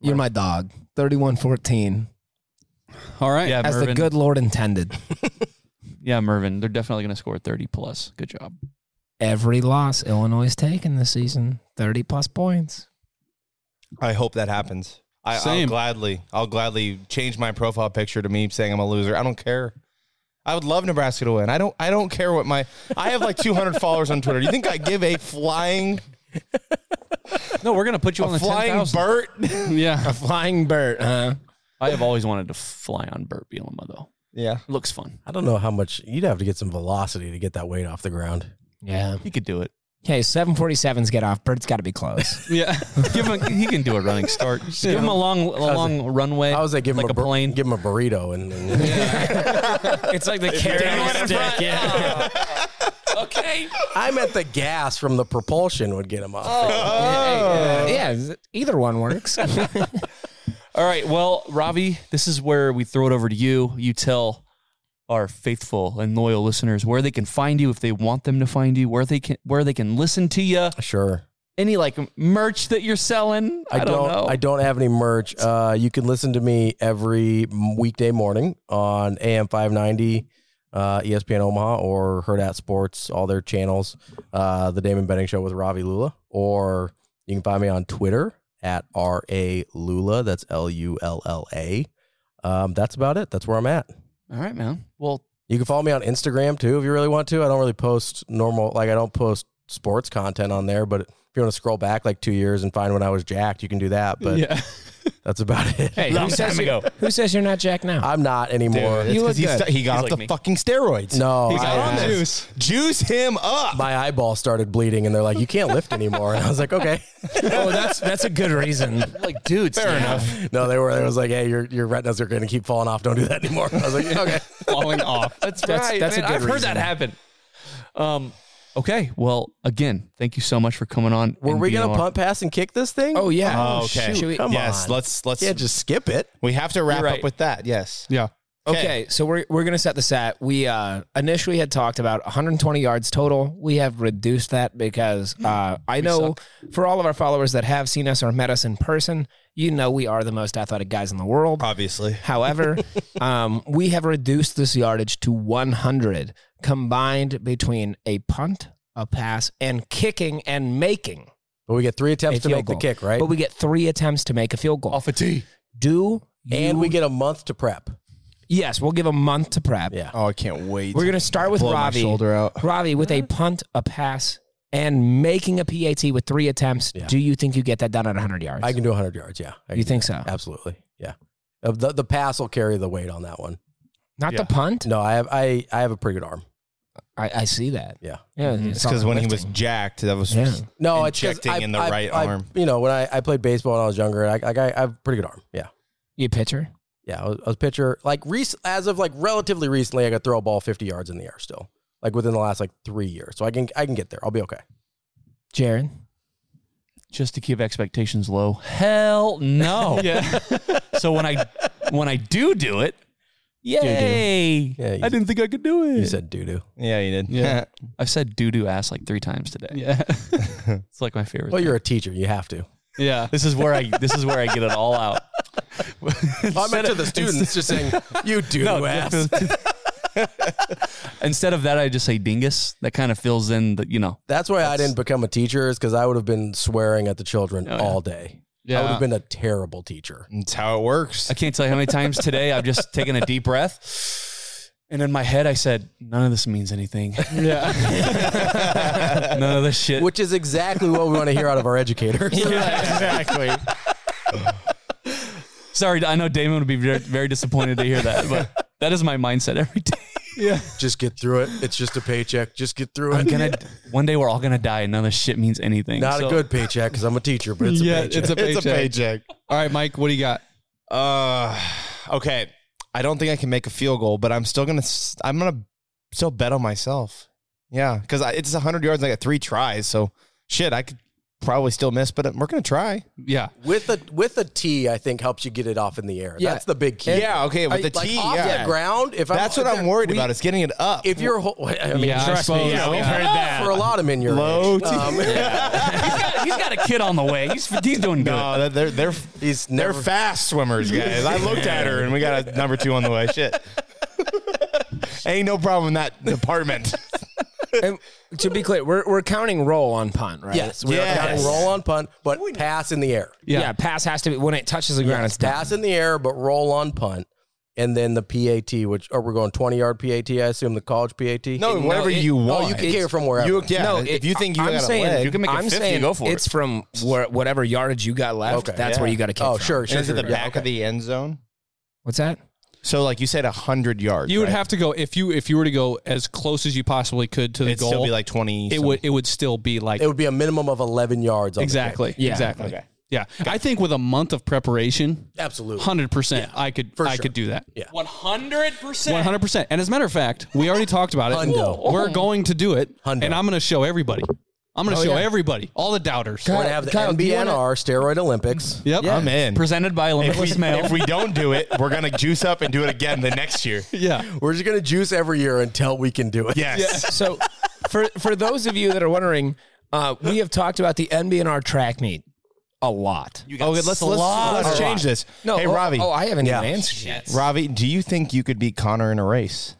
you're my dog. Thirty-one fourteen,
All right.
Yeah,
as
Mervin.
the good Lord intended.
Yeah, Mervin. They're definitely gonna score 30 plus. Good job.
every loss Illinois is taking this season, thirty plus points.
I hope that happens. I, I'll
Same.
gladly, I'll gladly change my profile picture to me saying I'm a loser. I don't care. I would love Nebraska to win. I don't. I don't care what my. I have like 200 followers on Twitter. Do you think I give a flying?
No, we're gonna put you
A
on the
flying
10,000.
Bert?
yeah,
a flying Bert. Huh?
I have always wanted to fly on Bert Bielema though.
Yeah,
looks fun.
I don't know how much you'd have to get some velocity to get that weight off the ground.
Yeah,
he could do it.
Okay, seven forty sevens get off. Bert's got to be close.
Yeah, give him. he can do a running start. Just give him a long, a long runway.
I was like, give him
like
a, bur- give him a burrito, and, and
it's like the
carrot
stick. Yeah. okay.
I meant the gas from the propulsion would get him up.
Oh. Yeah, yeah, yeah, either one works.
All right. Well, Ravi, this is where we throw it over to you. You tell our faithful and loyal listeners where they can find you if they want them to find you, where they can where they can listen to you.
Sure.
Any like merch that you're selling? I, don't, know.
I don't have any merch. Uh, you can listen to me every m- weekday morning on AM 590, uh, ESPN Omaha, or Herd at Sports, all their channels. Uh, the Damon Benning Show with Ravi Lula, or you can find me on Twitter at R A Lula. That's L U L L A. Um, that's about it. That's where I'm at.
All right, man. Well,
You can follow me on Instagram too if you really want to. I don't really post normal, like I don't post sports content on there. But if you want to scroll back like two years and find when I was jacked, you can do that. But
Yeah.
that's about it.
Hey, who says you- Who says you're not Jack now?
I'm not anymore.
Dude, You look
he,
good.
he got He's off
got
like the me. fucking steroids.
No,
He got
I-
on the juice. Juice him up.
My eyeball started bleeding, and they're like, "You can't lift anymore." And I was like, "Okay."
oh, that's that's a good reason.
Like, dude,
Fair enough. No, they were. They was like, "Hey, your your retinas are going to keep falling off. Don't do that anymore." I was like, "Okay."
falling off. That's,
That's-
right.
that's a
man.
good
I've heard
reason.
that happen. Um. Okay. Well, again, thank you so much for coming on.
Were we gonna
NBR.
punt, pass, and kick this thing?
Oh yeah.
Oh, okay.
shoot. Come
yes,
on.
let's let's
Can't just skip it.
We have to wrap
You're right.
up with that. Yes.
Yeah.
Okay. so we're we're gonna set this at we uh initially had talked about 120 yards total. We have reduced that because
Hmm.
uh I know for all of our followers that have seen us or met us in person, you know we are the most athletic guys in the world.
Obviously.
However, um we have reduced this yardage to 100 combined between a punt, a pass, and kicking and making.
But we get three attempts
a
to
field
make the
goal.
kick, right?
But we get three attempts to make a field goal. Off
a tee.
Do
and
you-
we get a month to prep.
Yes, we'll give a month to prep.
Yeah.
Oh, I can't wait.
We're gonna start with
Blow my
Ravi.
shoulder out.
Ravi with a punt, a pass, and making a PAT with three attempts. Do you think you get that done at 100 yards?
I can do 100 yards. Yeah. I
You
can-
think so?
Absolutely. Yeah. Uh, The, the pass will carry the weight on that one.
Not the punt.
No, I have I, I have a pretty good arm.
I, I see that.
Yeah.
Yeah.
Mm-hmm. It's because when he was jacked, that was
Yeah.
No, it's 'cause
injecting
I-
in the
I-
right
I-
arm.
You know, when I, I played baseball when I was younger, I, I, I have a pretty good arm. Yeah.
You pitcher?
Yeah. I was, I was a pitcher. Like rec- as of like relatively recently, I could throw a ball 50 yards in the air still. Like within the last like three years. So I can I can get there. I'll be okay.
Jaron?
Just to keep expectations low. Hell no. yeah. so when I when I do do it, yay!
Yeah, you-
I didn't think I could do it.
You said doo doo.
Yeah, you did.
Yeah. I've said doo doo ass like three times today. Yeah. it's like my favorite.
Well, you're a teacher. You have to.
yeah. This is where I this is where I get it all out.
I meant to the students just saying, you doo doo
No,
ass.
Instead of that, I just say dingus. That kind of fills in the you know.
That's why I didn't become a teacher is because I would have been swearing at the children
Oh,
all day. I
Yeah.
would have been a terrible teacher.
That's how it works.
I can't tell you how many times today I've just taken a deep breath. And in my head, I said, none of this means anything. Yeah. none of this shit.
Which is exactly what we want to hear out of our educators.
exactly.
Sorry, I know Damon would be very, very disappointed to hear that, but that is my mindset every day.
Just get through it. It's just a paycheck. Just get through
I'm
it.
gonna. One day we're all gonna die, and none of this shit means anything.
Not
So-
a good paycheck because I'm a teacher, but it's
yeah,
a paycheck.
it's a paycheck.
paycheck.
All right, Mike, what do you got?
Uh, okay. I don't think I can make a field goal, but I'm still gonna. s- I'm gonna still bet on myself. Yeah, because it's 100 yards. and I got three tries, so shit, I could probably still miss, but we're gonna try.
Yeah.
with a with a T, I think helps you get it off in the air.
Yeah.
That's the big key.
Yeah, okay, with
I-
the
like,
T,
off
yeah.
the ground. If
That's
I'm,
what I'm worried
we-
about. Is getting it up.
If you're, ho- I mean,
Yeah, I
trust me,
Oh,
suppose. Yeah, we've heard
that for a Um, lot of men your
Low
age.
T.
He's got a kid on the way. He's he's doing good.
No, they're they're
He's
they're
never.
fast swimmers, guys. I looked at her and we got a number two on the way. Shit, ain't no problem in that department.
and to be clear, we're, we're counting roll on punt, right?
Yes, we are counting roll on punt, but pass in the air.
Yeah. pass has to be when it touches the ground.
Yes,
it's done.
pass in the air, but roll on punt, and then the PAT, which or we're going twenty yard PAT. I assume the college PAT.
No, No, whatever it- you
Oh,
want.
you can
It's-
carry from wherever.
you- yeah, No, if it- you think you
I'm
got a
saying
leg, you can make it
I'm
50,
saying
go for it.
It's from where, whatever yardage you got left. that's where you got to kick.
Oh,
from.
sure, sure. is it the back of the end zone?
What's that?
So, like you said, hundred yards.
You would
right?
have to go if you if you were to go as close as you possibly could to the
It'd
goal.
still be like 20
It would it would still be like
It would be a minimum of eleven yards. On the
exactly
kick.
exactly yeah. I think with a month of preparation,
Absolutely.
hundred percent, I could
for
I
sure.
could do that.
Yeah.
One hundred percent.
One hundred percent. And as a matter of fact, we already talked about it.
Hundo.
We're going to do it, and I'm going to show everybody. I'm going to
Oh,
show
yeah.
everybody, all the doubters.
We're gonna have the
Kyle, do you
MBNR
wanna-
Steroid Olympics.
Yep,
I'm in.
Presented by
If we,
Limitless Mail.
if we don't do it, we're gonna juice up and do it again the next year.
Yeah,
we're just gonna juice every year until we can do it.
Yes.
So, for for those of you that are wondering, uh, we have talked about the NBNR track meet a lot.
got Okay, let's- let's- let's
A lot.
change this.
No,
Hey,
oh,
Ravi.
Oh, I haven't
Yeah.
even answered yet.
Ravi, do you think you could beat Connor in a race?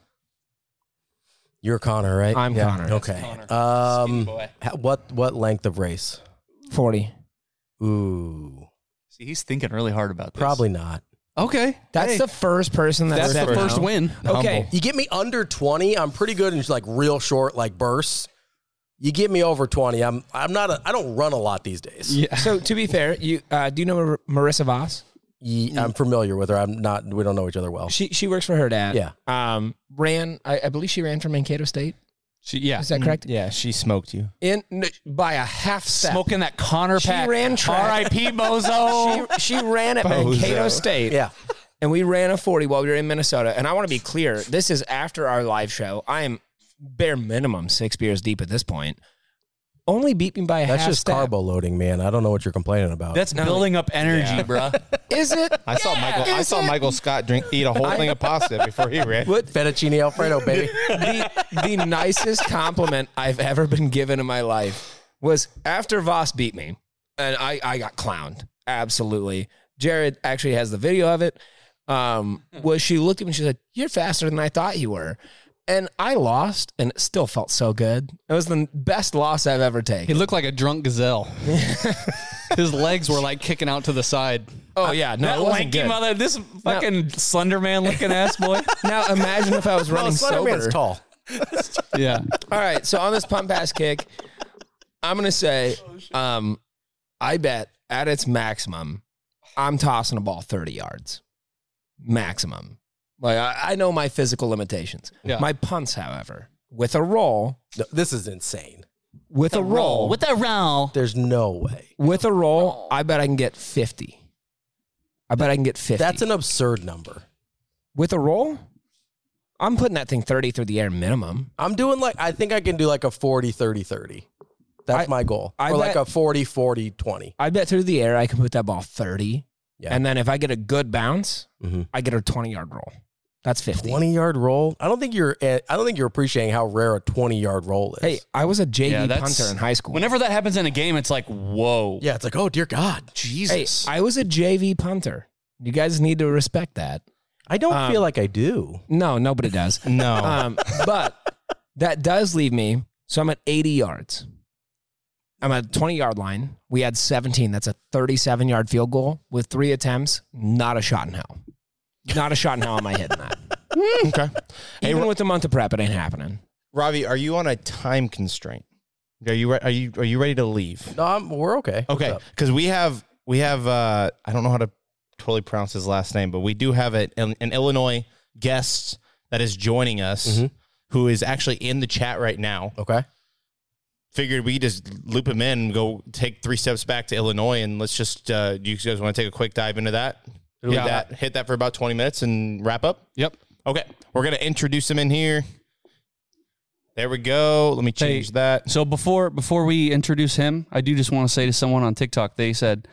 You're Connor, right?
I'm
Yeah.
Connor.
Okay. Um, ha- what what length of race?
Forty.
Ooh,
See, he's thinking really hard about this.
probably not.
Okay,
that's the first person that
That's
said
the
no.
first
win.
Okay,
You get me under 20, I'm pretty good in just like real short like bursts. You get me over 20, I'm I'm not a, I don't run a lot these days.
So to be fair, you uh, do you know Mar- Marissa Voss?
Ye- I'm familiar with her. I'm not we don't know each other well.
She she works for her dad.
Yeah.
Um, ran. I, I believe she ran for Mankato State.
She, Mm, yeah,
Is that correct?
Yeah, she smoked you.
In n- by a half
Mm.
step.
Smoking that Connor
she
pack.
ran track.
R.I.P. Bozo.
She, she ran at
Bozo.
Mankato State.
Yeah.
And we ran a 40 while we were in Minnesota. And I want to be clear this is after our live show. I am bare minimum six beers deep at this point. Only beat me by a
That's
half
just
step.
carbo loading, man. I don't know what you're complaining about.
That's building up energy, bruh.
Is it?
I saw Michael. I saw Michael Scott drink eat a whole thing of pasta before he ran.
what fettuccine alfredo, baby.
the, the nicest compliment I've ever been given in my life was after Voss beat me, and I, I got clowned. Absolutely. Jared actually has the video of it. Um, was she looked at me and she said, You're faster than I thought you were. And I lost, and it still felt so good. It was the best loss I've ever
He
taken.
looked like a drunk gazelle. His legs were like kicking out to the side.
Oh, yeah. No,
that
it wasn't
lanky
good.
mother, this fucking slender man looking ass boy.
Now imagine if I was running sober.
Slenderman's tall.
Yeah.
All right, so on this pump pass kick, I'm gonna say, um, I bet at its maximum, I'm tossing a ball 30 yards, maximum. Like I, I know my physical limitations.
Yeah.
My punts, however, with a roll,
No, this is insane.
with a roll, with,
a roll.
There's no way.
a roll, I bet I can get 50. I bet I can get 50.
That's an absurd number.
with a roll. I'm putting that thing 30 through the air minimum.
I'm doing like I think I can do like a 40 30 30. That's
I-
my goal.
I
or like
bet-
a 40 40 20.
I bet through the air I can put that ball 30.
Yeah.
And then if I get a good bounce,
Mhm.
I get a 20 yard roll. That's 50.
20 yard roll. I don't think you're eh, I don't think you're appreciating how rare a 20 yard roll is.
Hey, I was a JV
Yeah, that's-
punter in high school.
Whenever that happens in a game, it's like, whoa.
Yeah, it's like, oh dear God.
hey,
Jesus.
I was a JV punter. You guys need to respect that.
I don't
Um,
feel like I do.
No, nobody does.
No.
um, but that does leave me. So I'm at 80 yards. I'm at 20 yard line. We had 17. That's a 37 yard field goal with three attempts. Not a shot in hell. Not a shot in hell am I hitting that.
okay. Hey,
Even
Ra-
with the month of prep, it ain't happening.
Ravi, are you on a time constraint? Are you re- are you are you ready to leave?
No, I'm, we're okay. What's
Okay,
up?
because we have we have uh, I don't know how to totally pronounce his last name, but we do have a, an, an Illinois guest that is joining us, who is actually in the chat right now.
Okay.
Figured we just loop him in, go take three steps back to Illinois, and let's just uh, you guys want to take a quick dive into that? Hit
Yeah.
that hit that for about twenty minutes and wrap up.
Yep.
Okay, we're gonna introduce him in here. There we go. Let me change that.
So before before we introduce him, I do just want to say to someone on TikTok, they said,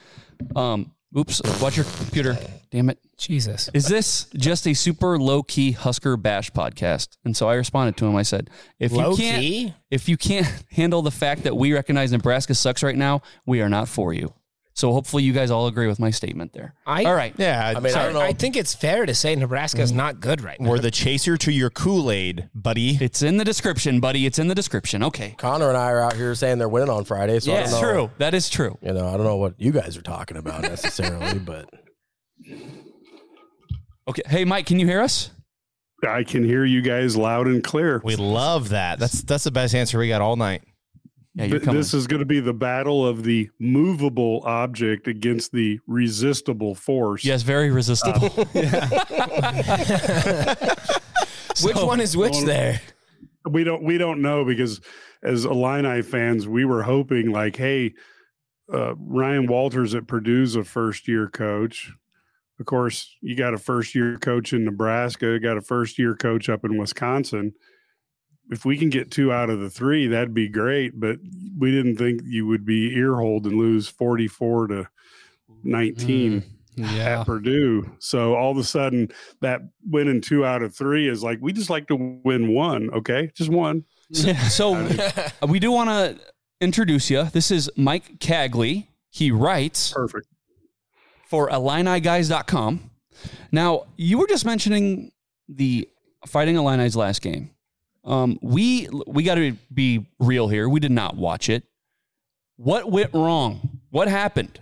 um, oops, watch your computer. Damn it.
Jesus.
Is this just a super low key Husker bash podcast? And so I responded to him. I said, if you can't
key?
if you can't handle the fact that we recognize Nebraska sucks right now, we are not for you. So hopefully you guys all agree with my statement there.
I,
all right.
Yeah.
I mean, I,
Sorry.
don't know. I think it's fair to say Nebraska is not good right now.
We're the chaser to your Kool Aid, buddy.
It's in the description, buddy. It's in the description. Okay.
Connor and I are out here saying they're winning on Friday. So I
yeah,
don't
it's
know.
true. That is true.
You know, I don't know what you guys are talking about necessarily, but
Okay. Hey, Mike, can you hear us?
I can hear you guys loud and clear.
We love that. That's that's the best answer we got all night.
Yeah,
Th- this is going to be the battle of the movable object against the resistible force.
Yes, very resistible.
which one is which there?
We don't we don't know because as Illini fans, we were hoping like, hey, uh, Ryan Walters at Purdue's a first year coach. Of course, you got a first year coach in Nebraska, you got a first year coach up in Wisconsin. If we can get two out of the three, that'd be great. But we didn't think you would be earholed and lose forty four to nineteen
yeah.
at Purdue. So all of a sudden, that winning two out of three is like we just like to win one. Okay, just one.
So, so we do want to introduce you. This is Mike Cagley. He writes
perfect
for IlliniGuys.com. Now, you were just mentioning the Fighting Illini's last game. Um, we we got to be real here. We did not watch it. What went wrong? What happened?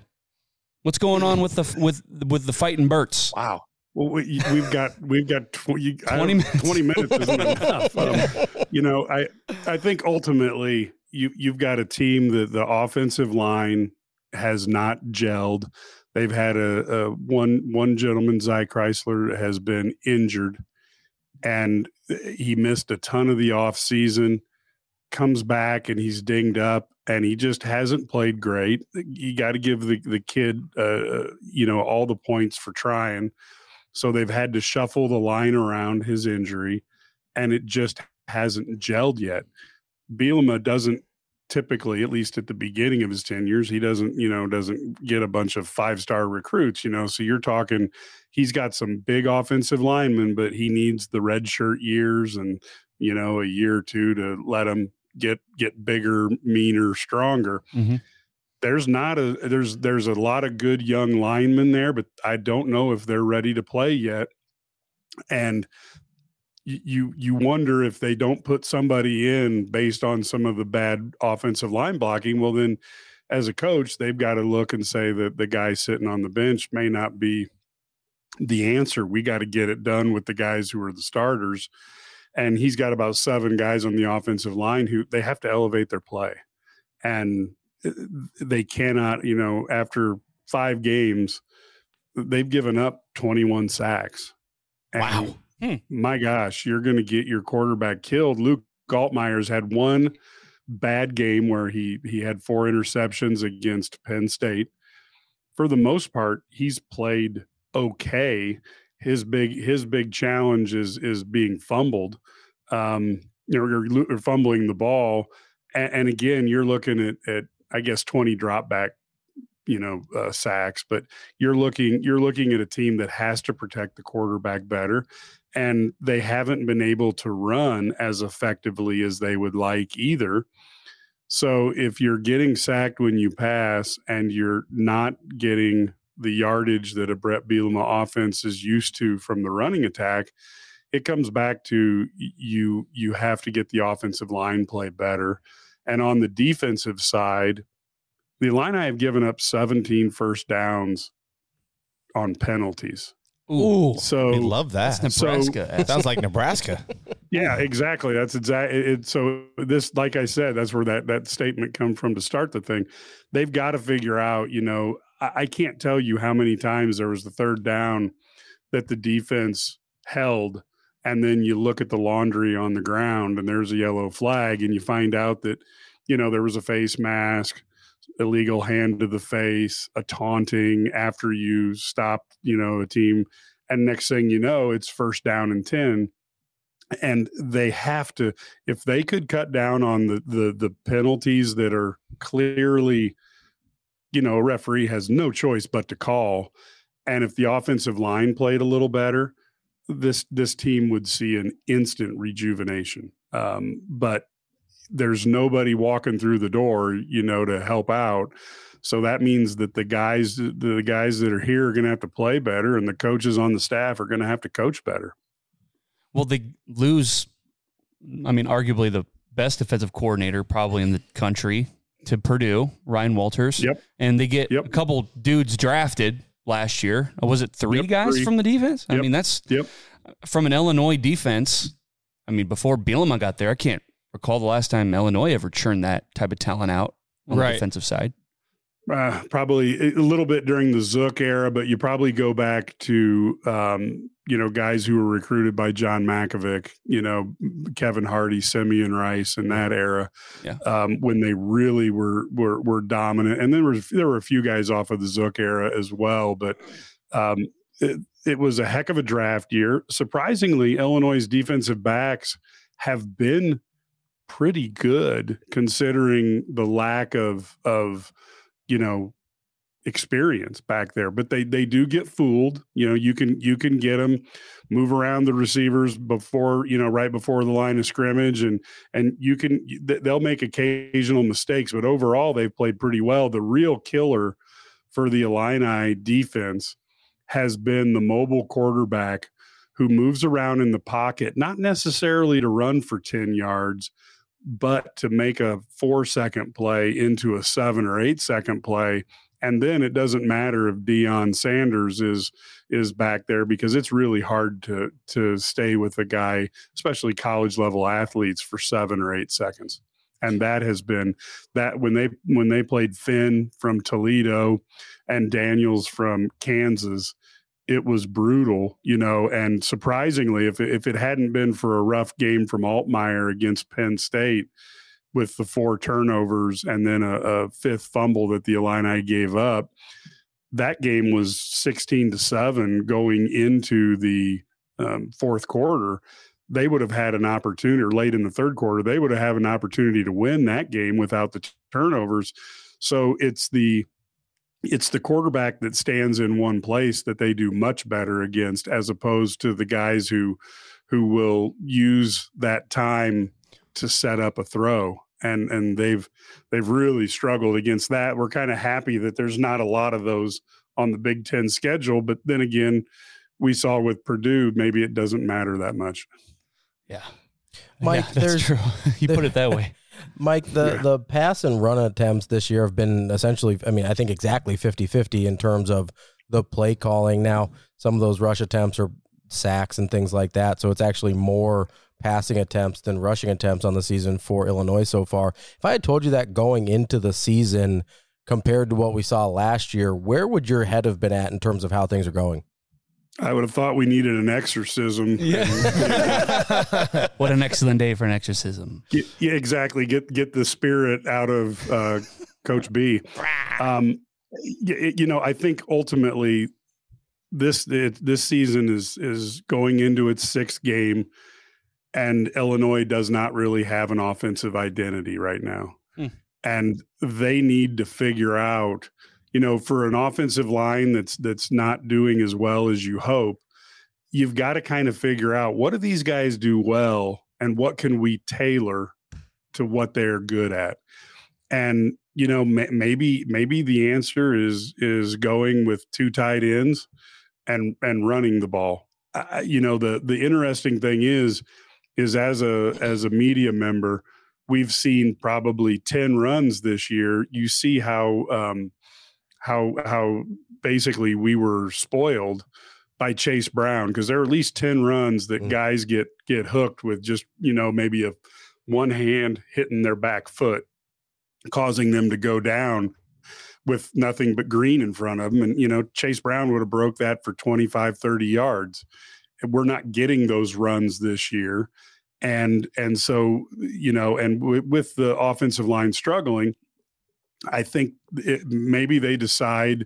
What's going on with the with with the fighting Berts?
Wow. Well, we, we've got we've got tw- you, 20, I don't-
20 minutes.
Twenty minutes isn't enough. Um, you know, I I think ultimately you you've got a team that the offensive line has not gelled. They've had a, a one one gentleman, Zy Chrysler, has been injured, and he missed a ton of the off season. Comes back and he's dinged up, and he just hasn't played great. You got to give the the kid, uh, you know, all the points for trying. So they've had to shuffle the line around his injury, and it just hasn't gelled yet. Bielema doesn't typically, at least at the beginning of his tenures, he doesn't, you know, doesn't get a bunch of five star recruits, you know. So you're talking, he's got some big offensive linemen, but he needs the red shirt years and, you know, a year or two to let him get get bigger, meaner, stronger there's not a there's there's a lot of good young linemen there, but I don't know if they're ready to play yet. And y- you you wonder if they don't put somebody in based on some of the bad offensive line blocking. Well, then as a coach, they've got to look and say that the guy sitting on the bench may not be the answer. We got to get it done with the guys who are the starters. And he's got about seven guys on the offensive line who they have to elevate their play. And uh, they cannot, you know, after five games, they've given up 21 sacks. wow. My gosh, you're going to get your quarterback killed. Luke Galtmeyer's had one bad game where he he had four interceptions against Penn State. For the most part, he's played okay. His big his big challenge is is being fumbled, um, you know, or lo- or fumbling the ball. And, and again, you're looking at at I guess 20 drop back, you know, uh, sacks, but you're looking you're looking at a team that has to protect the quarterback better and they haven't been able to run as effectively as they would like either. So if you're getting sacked when you pass and you're not getting the yardage that a Brett Bielema offense is used to from the running attack, it comes back to y- you you have to get the offensive line play better. And on the defensive side, the Illini have given up 17 first downs on penalties.
Ooh,
so
we love that.
That's Nebraska. So-
Sounds like Nebraska.
Yeah, exactly. That's exactly it. So this, like I said, that's where that that statement come from to start the thing. They've got to figure out. You know, I, I can't tell you how many times there was the third down that the defense held, and then you look at the laundry on the ground, and there's a yellow flag, and you find out that you know there was a face mask, illegal hand to the face, a taunting after you stopped. You know, a team, and next thing you know, it's first down and ten and they have to if they could cut down on the the the penalties that are clearly you know a referee has no choice but to call and if the offensive line played a little better this this team would see an instant rejuvenation um but there's nobody walking through the door you know to help out So that means that the guys the guys that are here are going to have to play better, and the coaches on the staff are going to have to coach better.
Well, they lose. I mean, arguably the best defensive coordinator probably in the country to Purdue, Ryan Walters.
Yep.
And they get a couple dudes drafted last year. Uh, Was it three
Yep,
guys
three.
from the defense? I
Yep.
mean, that's
yep.
from an Illinois defense. I mean, before Bielema got there, I can't recall the last time Illinois ever churned that type of talent out on
Right.
the defensive side.
Uh, probably a little bit during the Zook era, but you probably go back to um, you know guys who were recruited by John Makovic, you know Kevin Hardy, Simeon Rice, in that era,
Yeah.
um, when they really were were were dominant. And then there was there were a few guys off of the Zook era as well, but um, it, it was a heck of a draft year. Surprisingly, Illinois' defensive backs have been pretty good considering the lack of of you know experience back there but they they do get fooled you know you can you can get them move around the receivers before you know right before the line of scrimmage and and you can th- they'll make occasional mistakes but overall they've played pretty well the real killer for the Illini defense has been the mobile quarterback who moves around in the pocket not necessarily to run for 10 yards but to make a four second play into a seven or eight second play. And then it doesn't matter if Deion Sanders is is back there because it's really hard to to stay with a guy, especially college level athletes, for seven or eight seconds. And that has been that when they when they played Finn from Toledo and Daniels from Kansas, it was brutal, you know, and surprisingly, if it- if it hadn't been for a rough game from Altmeyer against Penn State with the four turnovers and then a, a fifth fumble that the Illini gave up, that game was sixteen to seven going into the um, fourth quarter. They would have had an opportunity or late in the third quarter. They would have had an opportunity to win that game without the t- turnovers. So it's the it's the quarterback that stands in one place that they do much better against as opposed to the guys who who will use that time to set up a throw and and they've they've really struggled against that we're kind of happy that there's not a lot of those on the Big 10 schedule but then again we saw with Purdue maybe it doesn't matter that much
yeah
Mike, there's
you put it that way.
Mike, the, the pass and run attempts this year have been essentially, I mean, I think exactly 50 50 in terms of the play calling. Now, some of those rush attempts are sacks and things like that. So it's actually more passing attempts than rushing attempts on the season for Illinois so far. If I had told you that going into the season compared to what we saw last year, where would your head have been at in terms of how things are going?
I would have thought we needed an exorcism
What an excellent day for an exorcism.
Get, yeah, exactly. Get get the spirit out of uh, Coach B. Um, y- you know, I think ultimately this it, this season is is going into its sixth game, and Illinois does not really have an offensive identity right now,
Hmm.
and they need to figure out. You know, for an offensive line that's that's not doing as well as you hope, you've got to kind of figure out what do these guys do well and what can we tailor to what they're good at and you know ma- maybe maybe the answer is is going with two tight ends and and running the ball I, you know the the interesting thing is is as a as a media member we've seen probably 10 runs this year you see how um how how basically we were spoiled by Chase Brown because there are at least 10 runs that guys get get hooked with just, you know, maybe a one hand hitting their back foot causing them to go down with nothing but green in front of them and you know Chase Brown would have broke that for 25 30 yards and we're not getting those runs this year and and so you know and w- with the offensive line struggling I think it, maybe they decide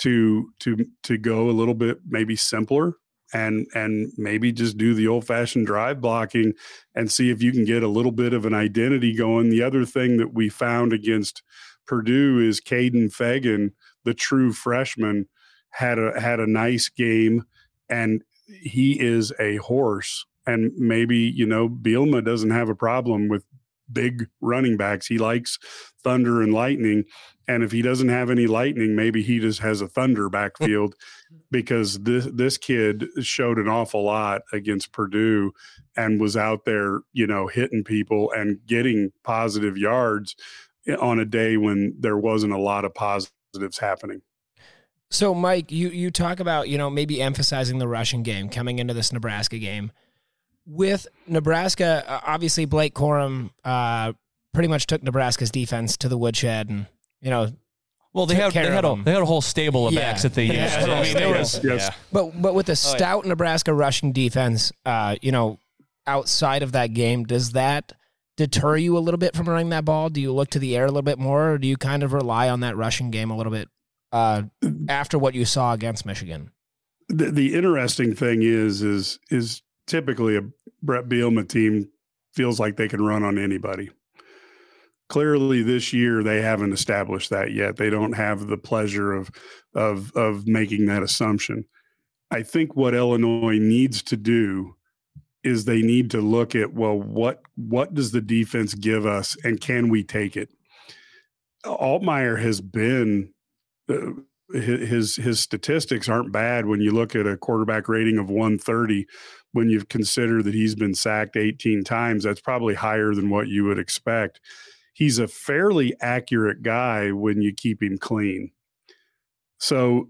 to to to go a little bit maybe simpler and and maybe just do the old fashioned drive blocking and see if you can get a little bit of an identity going. The other thing that we found against Purdue is Caden Fagan, the true freshman, had a had a nice game and he is a horse. And maybe, you know, Bielma doesn't have a problem with big running backs. He likes thunder and lightning. And if he doesn't have any lightning, maybe he just has a thunder backfield because this this kid showed an awful lot against Purdue and was out there, you know, hitting people and getting positive yards eh, on a day when there wasn't a lot of positives happening.
So, Mike, you you talk about you know maybe emphasizing the Russian game coming into this Nebraska game with Nebraska. uh, Obviously, Blake Corum uh, pretty much took Nebraska's defense to the woodshed, and you know,
Well, they
took
had they
care
had
of
a
them.
they had a whole stable of
Yeah.
backs that they used.
Yeah.
So, I mean, they were-
Yes, yes. But but
Oh,
with a stout Nebraska rushing defense, uh, you know, outside of that game, does that deter you a little bit from running that ball? Do you look to the air a little bit more, or do you kind of rely on that rushing game a little bit uh, after what you saw against Michigan?
the, the interesting thing is is is typically a Brett Bielma team feels like they can run on anybody. Clearly, this year they haven't established that yet. They don't have the pleasure of of of making that assumption. I think what Illinois needs to do is they need to look at well what what does the defense give us and can we take it? Altmeyer has been uh, his his- his statistics aren't bad when you look at a quarterback rating of 130 when you consider that he's been sacked 18 times that's probably higher than what you would expect he's a fairly accurate guy when you keep him clean so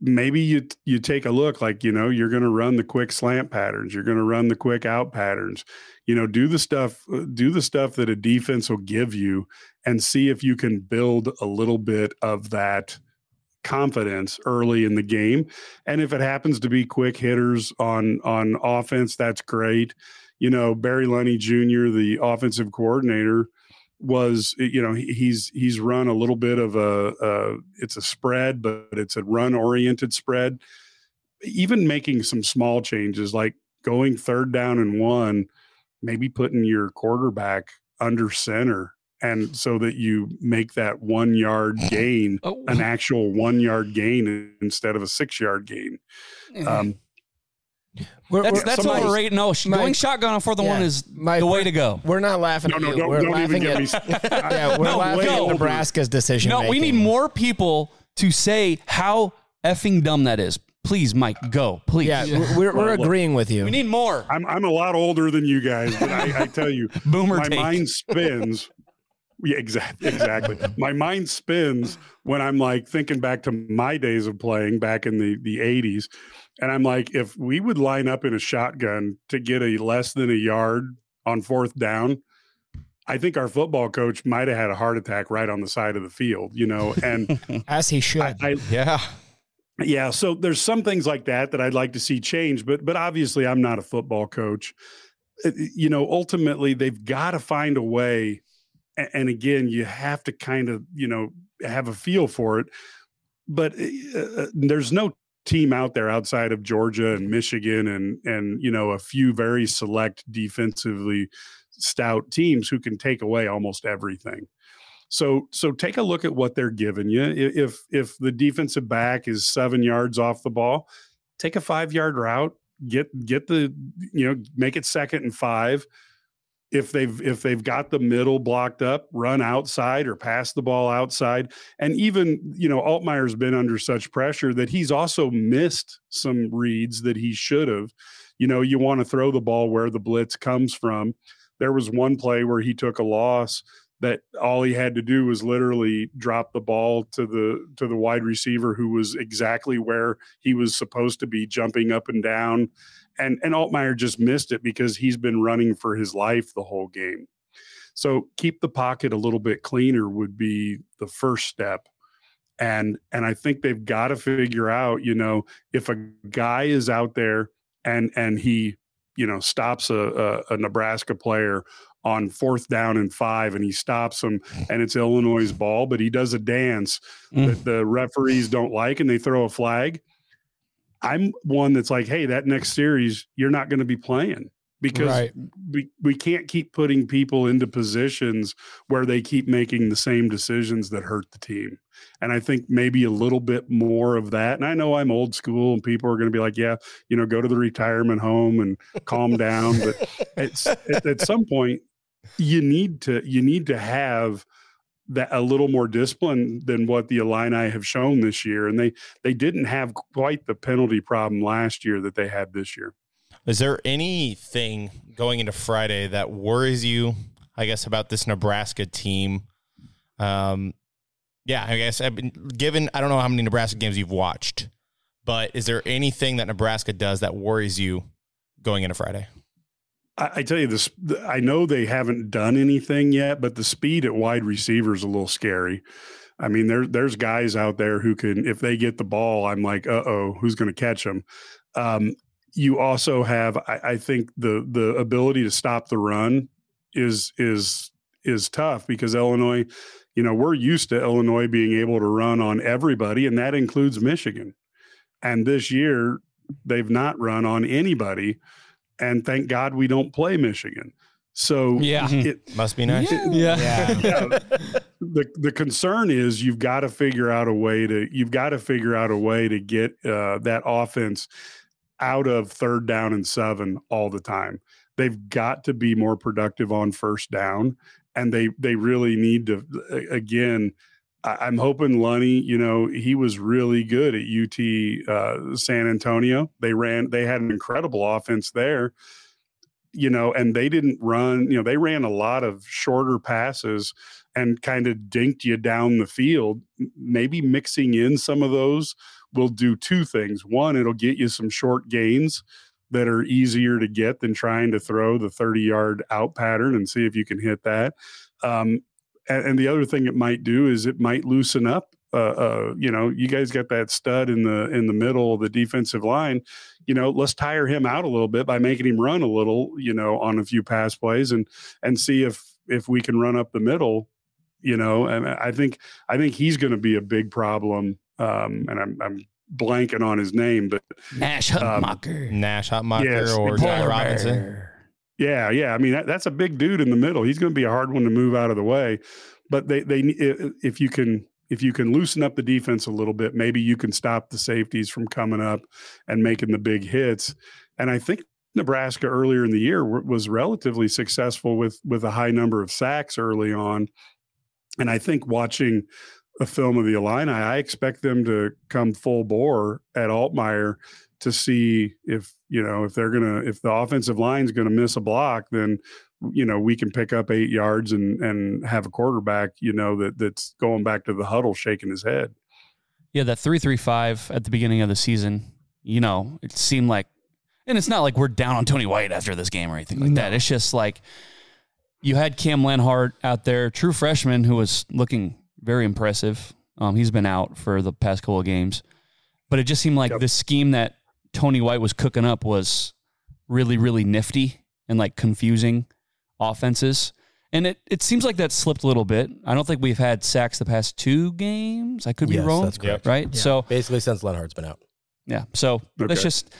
maybe you you take a look like you know you're going to run the quick slant patterns you're going to run the quick out patterns you know do the stuff uh, do the stuff that a defense will give you and see if you can build a little bit of that confidence early in the game and if it happens to be quick hitters on on offense that's great you know Barry Lunny Jr the offensive coordinator was you know he- he's he's run a little bit of a uh, it's a spread but it's a run oriented spread even making some small changes like going third down and one maybe putting your quarterback under center and so that you make that one yard gain an actual one yard gain instead of a six yard gain um,
that's
we're-
that's
somebody-
overrated. No, sh-
Mike-
going shotgun on fourth and
Yeah.
one is
Mike,
the way
we're-
to go.
We're not laughing
No,
at
no,
you.
don't-
we're
don't
laughing
even get me
at, yeah, we're
No,
laughing
go.
at Nebraska's decision.
No, we need more people to say how effing dumb that is. Please, Mike, go. Please.
Yeah, we're- we're- we're agreeing with you.
We need more.
I'm I'm a lot older than you guys, but I, I tell you,
Boomer
my
take.
mind spins. Yeah, exactly. Exactly. my mind spins when I'm like thinking back to my days of playing back in the the 80s, and I'm like, if we would line up in a shotgun to get a less than a yard on fourth down, I think our football coach might have had a heart attack right on the side of the field, you know, and
as he should.
yeah.
Yeah, so there's some things like that that I'd like to see change, but but obviously I'm not a football coach. Uh, You know, ultimately they've got to find a way a- and again, you have to kind of, you know, have a feel for it. But uh, uh, there's no team out there outside of Georgia and Michigan and and you know, a few very select defensively stout teams who can take away almost everything. So so take a look at what they're giving you. I- If if the defensive back is seven yards off the ball, take a five yard route. Get get the you know make it second and five. If they've if they've got the middle blocked up, run outside or pass the ball outside. And even you know Altmaier's been under such pressure that he's also missed some reads that he should have. You know you want to throw the ball where the blitz comes from. There was one play where he took a loss that all he had to do was literally drop the ball to the to the wide receiver who was exactly where he was supposed to be jumping up and down and and Altmaier just missed it because he's been running for his life the whole game. So keep the pocket a little bit cleaner would be the first step. And and I think they've got to figure out, you know, if a guy is out there and and he, you know, stops a a, a Nebraska player on fourth down and five and he stops him and it's Illinois' ball, but he does a dance that the referees don't like and they throw a flag. I'm one that's like, hey, that next series, you're not going to be playing because
Right.
we, we can't keep putting people into positions where they keep making the same decisions that hurt the team. And I think maybe a little bit more of that. And I know I'm old school and people are going to be like, yeah, you know, go to the retirement home and calm down. But it's, at, at some point, you need to you need to have that a little more discipline than what the Illini have shown this year, and they they didn't have quite the penalty problem last year that they had this year.
Is there anything going into Friday that worries you? I guess about this Nebraska team. Um, yeah, I guess I've been, given I don't know how many Nebraska games you've watched, but is there anything that Nebraska does that worries you going into Friday?
I, I tell you this, I know they haven't done anything yet, but the speed at wide receiver is a little scary. I mean, there there's guys out there who can, if they get the ball, I'm like, uh oh, who's going to catch them? Um, you also have, I, I think, the the ability to stop the run is is is tough because Illinois, you know, we're used to Illinois being able to run on everybody, and that includes Michigan. And this year, they've not run on anybody. And thank God we don't play Michigan. So
Yeah.
it
Must be nice.
Yeah.
Yeah. the the concern is you've got to figure out a way to you've got to figure out a way to get uh, that offense out of third down and seven all the time. They've got to be more productive on first down, and they they really need to a- again. I- I'm hoping Lunny, you know, he was really good at UT uh, San Antonio. They ran, they had an incredible offense there, you know, and they didn't run, you know, they ran a lot of shorter passes and kind of dinked you down the field. M- Maybe mixing in some of those will do two things. One, it'll get you some short gains that are easier to get than trying to throw the 30 yard out pattern and see if you can hit that. Um, and, and the other thing it might do is it might loosen up. Uh, uh, you know, you guys got that stud in the in the middle of the defensive line. You know, let's tire him out a little bit by making him run a little. You know, on a few pass plays and and see if if we can run up the middle. You know, and I think I think he's going to be a big problem. Um, and I'm I'm blanking on his name, but
Nash
Um,
Hutmacher.
Nash Hotmocker
Yes,
or
Paul
Guy
Bear.
Robinson?
Yeah, yeah. I mean, that, that's a big dude in the middle. He's going to be a hard one to move out of the way. But they they i- if you can if you can loosen up the defense a little bit, maybe you can stop the safeties from coming up and making the big hits. And I think Nebraska earlier in the year w- was relatively successful with with a high number of sacks early on. And I think watching a film of the Illini, I expect them to come full bore at Altmeyer to see if you know if they're gonna if the offensive line's gonna miss a block, then you know we can pick up eight yards and and have a quarterback you know that that's going back to the huddle shaking his head.
Yeah, that 335 at the beginning of the season, you know, it seemed like and it's not like we're down on Tony White after this game or anything like that. It's just like you had Cam Lanhart out there, true freshman who was looking very impressive. Um, he's been out for the past couple of games. But it just seemed like the scheme that Tony White was cooking up was really, really nifty and like confusing offenses. And it, it seems like that slipped a little bit. I don't think we've had sacks the past two games. I could be
Yes,
wrong.
that's correct.
Right?
Yeah.
So
basically since Lenhart's been out.
yeah. So
Okay.
let's just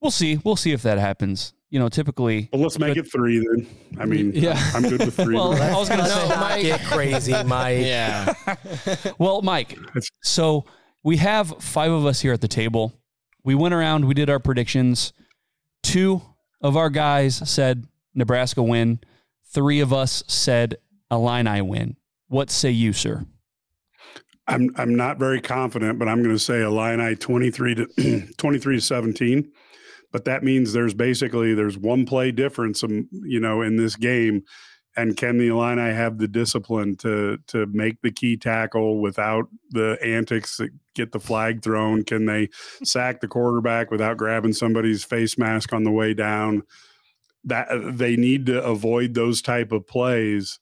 we'll see. We'll see if that happens. You know, typically
Well, let's make it three then. I mean,
Yeah.
I'm good with three.
Well, I was gonna
No,
say
Mike. Get crazy, Mike.
Yeah.
Well, Mike, so we have five of us here at the table. We went around, we did our predictions. Two of our guys said Nebraska win. Three of us said Illini win. What say you, sir?
I'm I'm not very confident, but I'm going to say Illini 23 to 23 to 17. But that means there's basically there's one play difference, um, you know, in this game. And can the Illini have the discipline to to make the key tackle without the antics that get the flag thrown? Can they sack the quarterback without grabbing somebody's face mask on the way down? That uh, they need to avoid those type of plays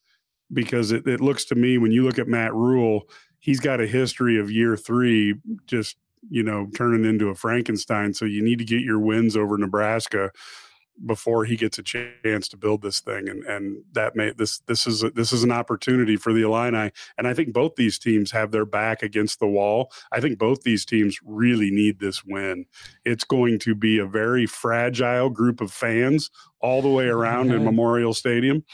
because it, it looks to me when you look at Matt Rule, he's got a history of year three just you know turning into a Frankenstein. So you need to get your wins over Nebraska before he gets a chance to build this thing, and and that may this this is a, this is an opportunity for the Illini, and I think both these teams have their back against the wall. I think both these teams really need this win. It's going to be a very fragile group of fans all the way around in Memorial Stadium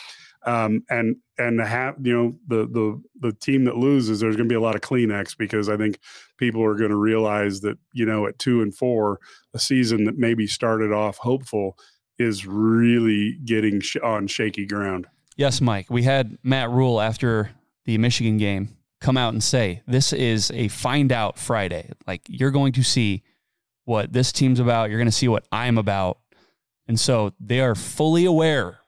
um, and and the ha- you know the the the team that loses, there's going to be a lot of Kleenex because I think people are going to realize that you know at two and four, a season that maybe started off hopeful is really getting sh- on shaky ground.
Yes, Mike. We had Matt Rule after the Michigan game come out and say, This is a find out Friday. Like, you're going to see what this team's about. You're going to see what I'm about. And so they are fully aware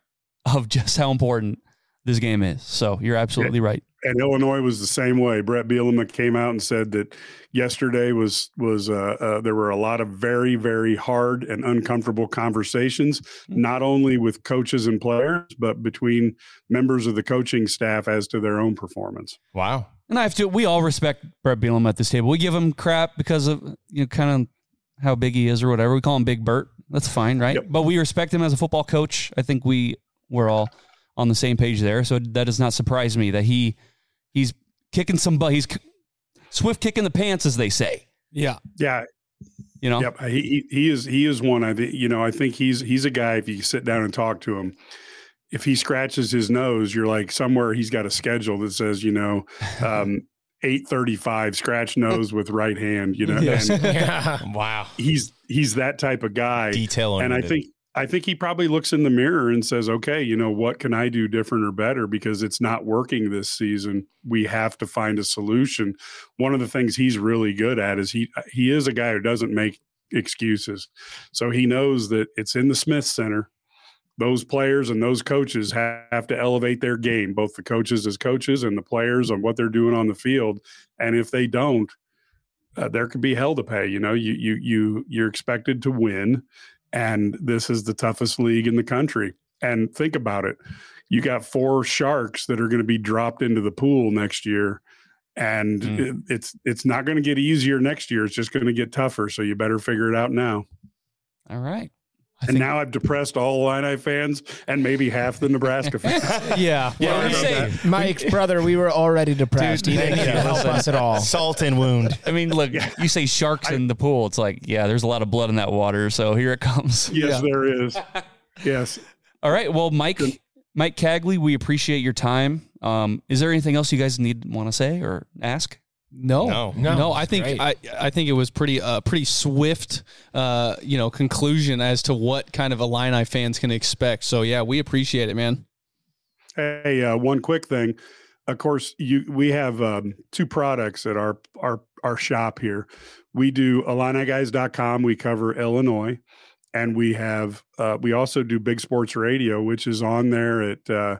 of just how important this game is. So you're absolutely
Yeah.
right.
And Illinois was the same way. Brett Bielema came out and said that yesterday was was uh, uh, there were a lot of very very hard and uncomfortable conversations, not only with coaches and players, but between members of the coaching staff as to their own performance.
Wow.
And I have to, we all respect Brett Bielema at this table. We give him crap because of, you know, kind of how big he is or whatever. We call him Big Bert. That's fine, right? But we respect him as a football coach. I think we we're all on the same page there. So that does not surprise me that he he's kicking some butt. He's k- swift kicking the pants, as they say.
Yeah.
Yeah.
You know.
Yep. He he- he is he is one. I think you know. I think he's he's a guy. If you sit down and talk to him, if he scratches his nose, you're like somewhere he's got a schedule that says you know. Um, 835 scratch nose with right hand you know
Yes.
and
wow.
he's he's that type of guy
Detail
and i
oriented.
think i think he probably looks in the mirror and says okay you know what can i do different or better because it's not working this season we have to find a solution one of the things he's really good at is he he is a guy who doesn't make excuses so he knows that it's in the smith center those players and those coaches ha- have to elevate their game, both the coaches as coaches and the players on what they're doing on the field. And if they don't, uh, there could be hell to pay. You know, you you you you're expected to win, and this is the toughest league in the country. And think about it, you got four sharks that are going to be dropped into the pool next year, and it- it's it's not going to get easier next year. It's just going to get tougher. So you better figure it out now.
All right.
and now I've depressed all Illini fans and maybe half the Nebraska fans.
Yeah.
Well,
Well,
we say-
Mike's brother, we were already depressed. he didn't
thank you.
help us at all.
Salt and wound.
I mean, look, you say sharks in the pool. It's like, yeah, there's a lot of blood in that water. So here it comes.
Yes, there is. Yes.
All right. Well, Mike, Mike Cagley, we appreciate your time. Um, is there anything else you guys need want to say or ask?
No,
No.
no,
No,
I
it's
think
great.
I, I think it was pretty uh, pretty swift, uh, you know, conclusion as to what kind of Illini fans can expect. So yeah, we appreciate it, man.
Hey, uh, one quick thing. Of course, you we have um, two products at our our our shop here. We do IlliniGuys.com. We cover Illinois, and we have uh, we also do Big Sports Radio, which is on there at uh,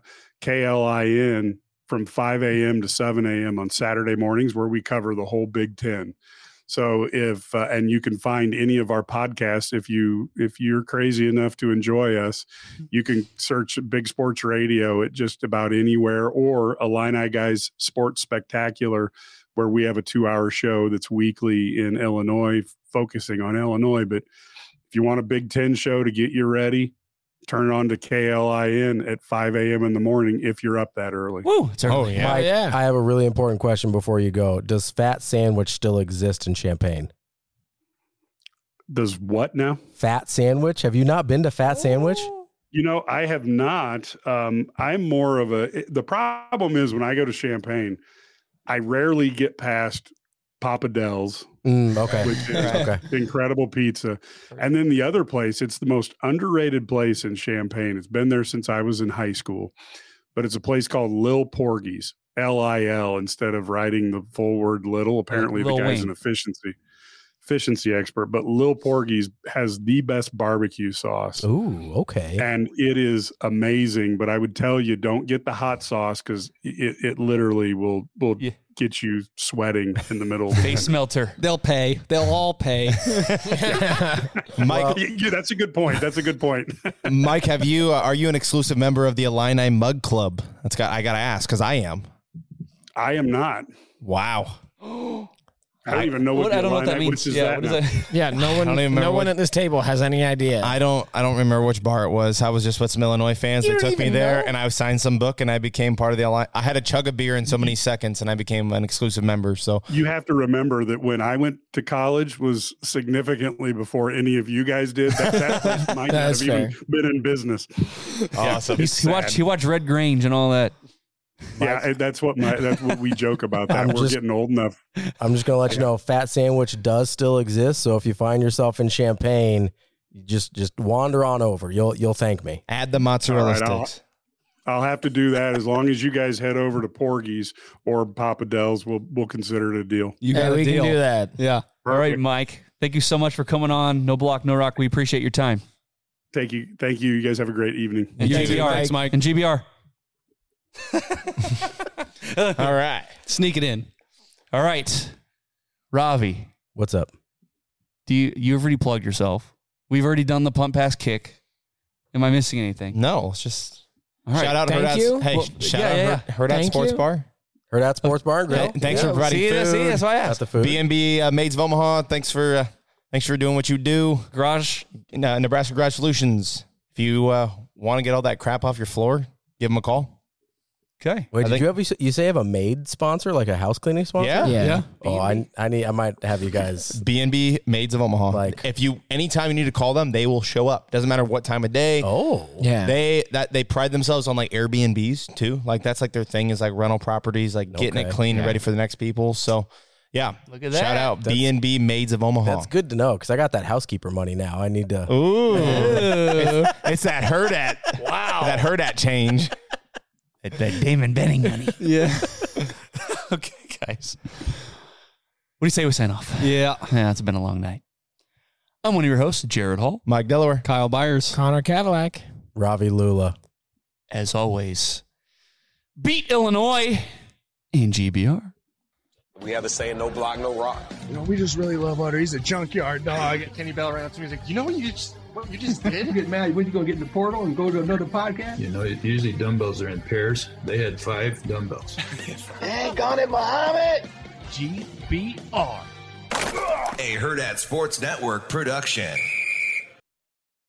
KLIN from 5 a.m. to 7 a.m. on Saturday mornings, where we cover the whole Big Ten. So if uh, and you can find any of our podcasts if you if you're crazy enough to enjoy us, you can search Big Sports Radio at just about anywhere or Illini Guys Sports Spectacular, where we have a two-hour show that's weekly in Illinois, focusing on Illinois. But if you want a Big Ten show to get you ready, turn on to KLIN at 5 a.m. in the morning if you're up that early.
Woo! It's
Oh,
Mike, I have a really important question before you go. Does fat sandwich still exist in Champagne?
Does what now?
Fat sandwich? Have you not been to Fat Sandwich?
You know, I have not. Um, I'm more of a. The problem is when I go to Champagne, I rarely get past Papa Dell's.
Mm, okay.
Which is
Okay.
incredible pizza. And then the other place, it's the most underrated place in Champagne. It's been there since I was in high school, but it's a place called Lil Porgy's, L I L, instead of writing the full word little. Apparently,
Lil
the guy's
Wayne.
an efficiency efficiency expert, but Lil Porgy's has the best barbecue sauce.
Ooh, okay.
And it is amazing. But I would tell you, don't get the hot sauce because it, it literally will will get you sweating in the middle of the
Face melter.
They'll pay. They'll all pay.
Mike-
Mike, yeah, that's a good point. That's a good point.
Mike, have you uh, are you an exclusive member of the Illini Mug Club? That's got I gotta ask because I am.
I am not.
Wow.
I don't even know what, the Illini- is that now?
Yeah, no
I
one,
don't even
no
remember
one
what-
at this table has any idea.
I don't I don't remember which bar it was. I was just with some Illinois fans
You
that
don't
took me
even
there
know?
and I signed some book and I became part of the Illini. I had a chug of beer in so many seconds and I became an exclusive member. So
You have to remember that when I went to college was significantly before any of you guys did. That, that place might not have
That's
even been in business.
Awesome.
He,
It's
he watched
sad.
he watched Red Grange and all that.
Yeah, and that's what my that's what we joke about. That
I'm
we're
just-
getting old enough.
I'm just gonna let you know fat sandwich does still exist. So if you find yourself in Champagne, you just just wander on over. You'll you'll thank me.
add the mozzarella
All right, I'll-
sticks.
I'll have to do that as long as you guys head over to Porgy's or Papa Dell's. We'll we'll consider it a deal.
You got a
we can
deal.
do that.
Yeah. All right, Mike. Thank you so much for coming on. No block, no rock. We appreciate your time.
Thank you, thank you. You guys have a great evening.
And GBR, Mike. And GBR.
All right.
Sneak it in. All right. Ravi.
What's up?
Do you you've already plugged yourself? We've already done the pump pass kick. Am I missing anything?
No, it's just
All right.
Shout out Herd Out's- Hey, shout out Herd Out Sports Bar.
Heard out sports bar and grill.
Hey, thanks for providing
See,
food.
that's- see, that's why I asked.
the food.
B&B uh, Maids of Omaha, thanks for uh, thanks for doing what you do.
Garage,
uh, Nebraska Garage Solutions. If you uh, want to get all that crap off your floor, give them a call.
Okay.
Wait,
I
did
think-
you have you say- you say you have a maid sponsor, like a house cleaning sponsor?
Yeah. Yeah. Yeah.
Oh, I, I need I might have you guys.
B&B Maids of Omaha. Like if you anytime you need to call them, they will show up. Doesn't matter what time of day.
Oh.
Yeah.
They that they pride themselves on like Airbnbs too. Like that's like their thing is like rental properties, like getting it
Okay.
clean and
Yeah.
ready for the next people. So yeah.
Look at
Shout
that.
out
That's-
B&B Maids of Omaha.
That's good to know because I got that housekeeper money now. I need to.
Ooh. it's, it's that herd at. Wow. That herd at change. that, that Damon Benning money.
Yeah. okay, guys. What do you say we sign off? Yeah. Yeah, it's been a long night. I'm one of your hosts, Jared Hall.
Mike Delaware.
Kyle Byers.
Connor Cadillac.
Ravi Lula.
As always, beat Illinois in GBR.
We have the saying, no block, no rock.
You know, we just really love Otter. He's a junkyard dog.
Kenny Bell ran up to me. He's like, "You know what you just what you just did?
You get mad when you go get in the portal and go to another podcast?
You know, usually dumbbells are in pairs. They had five dumbbells.
Dang on it, Muhammad!"
GBR. A Herd at Sports Network production.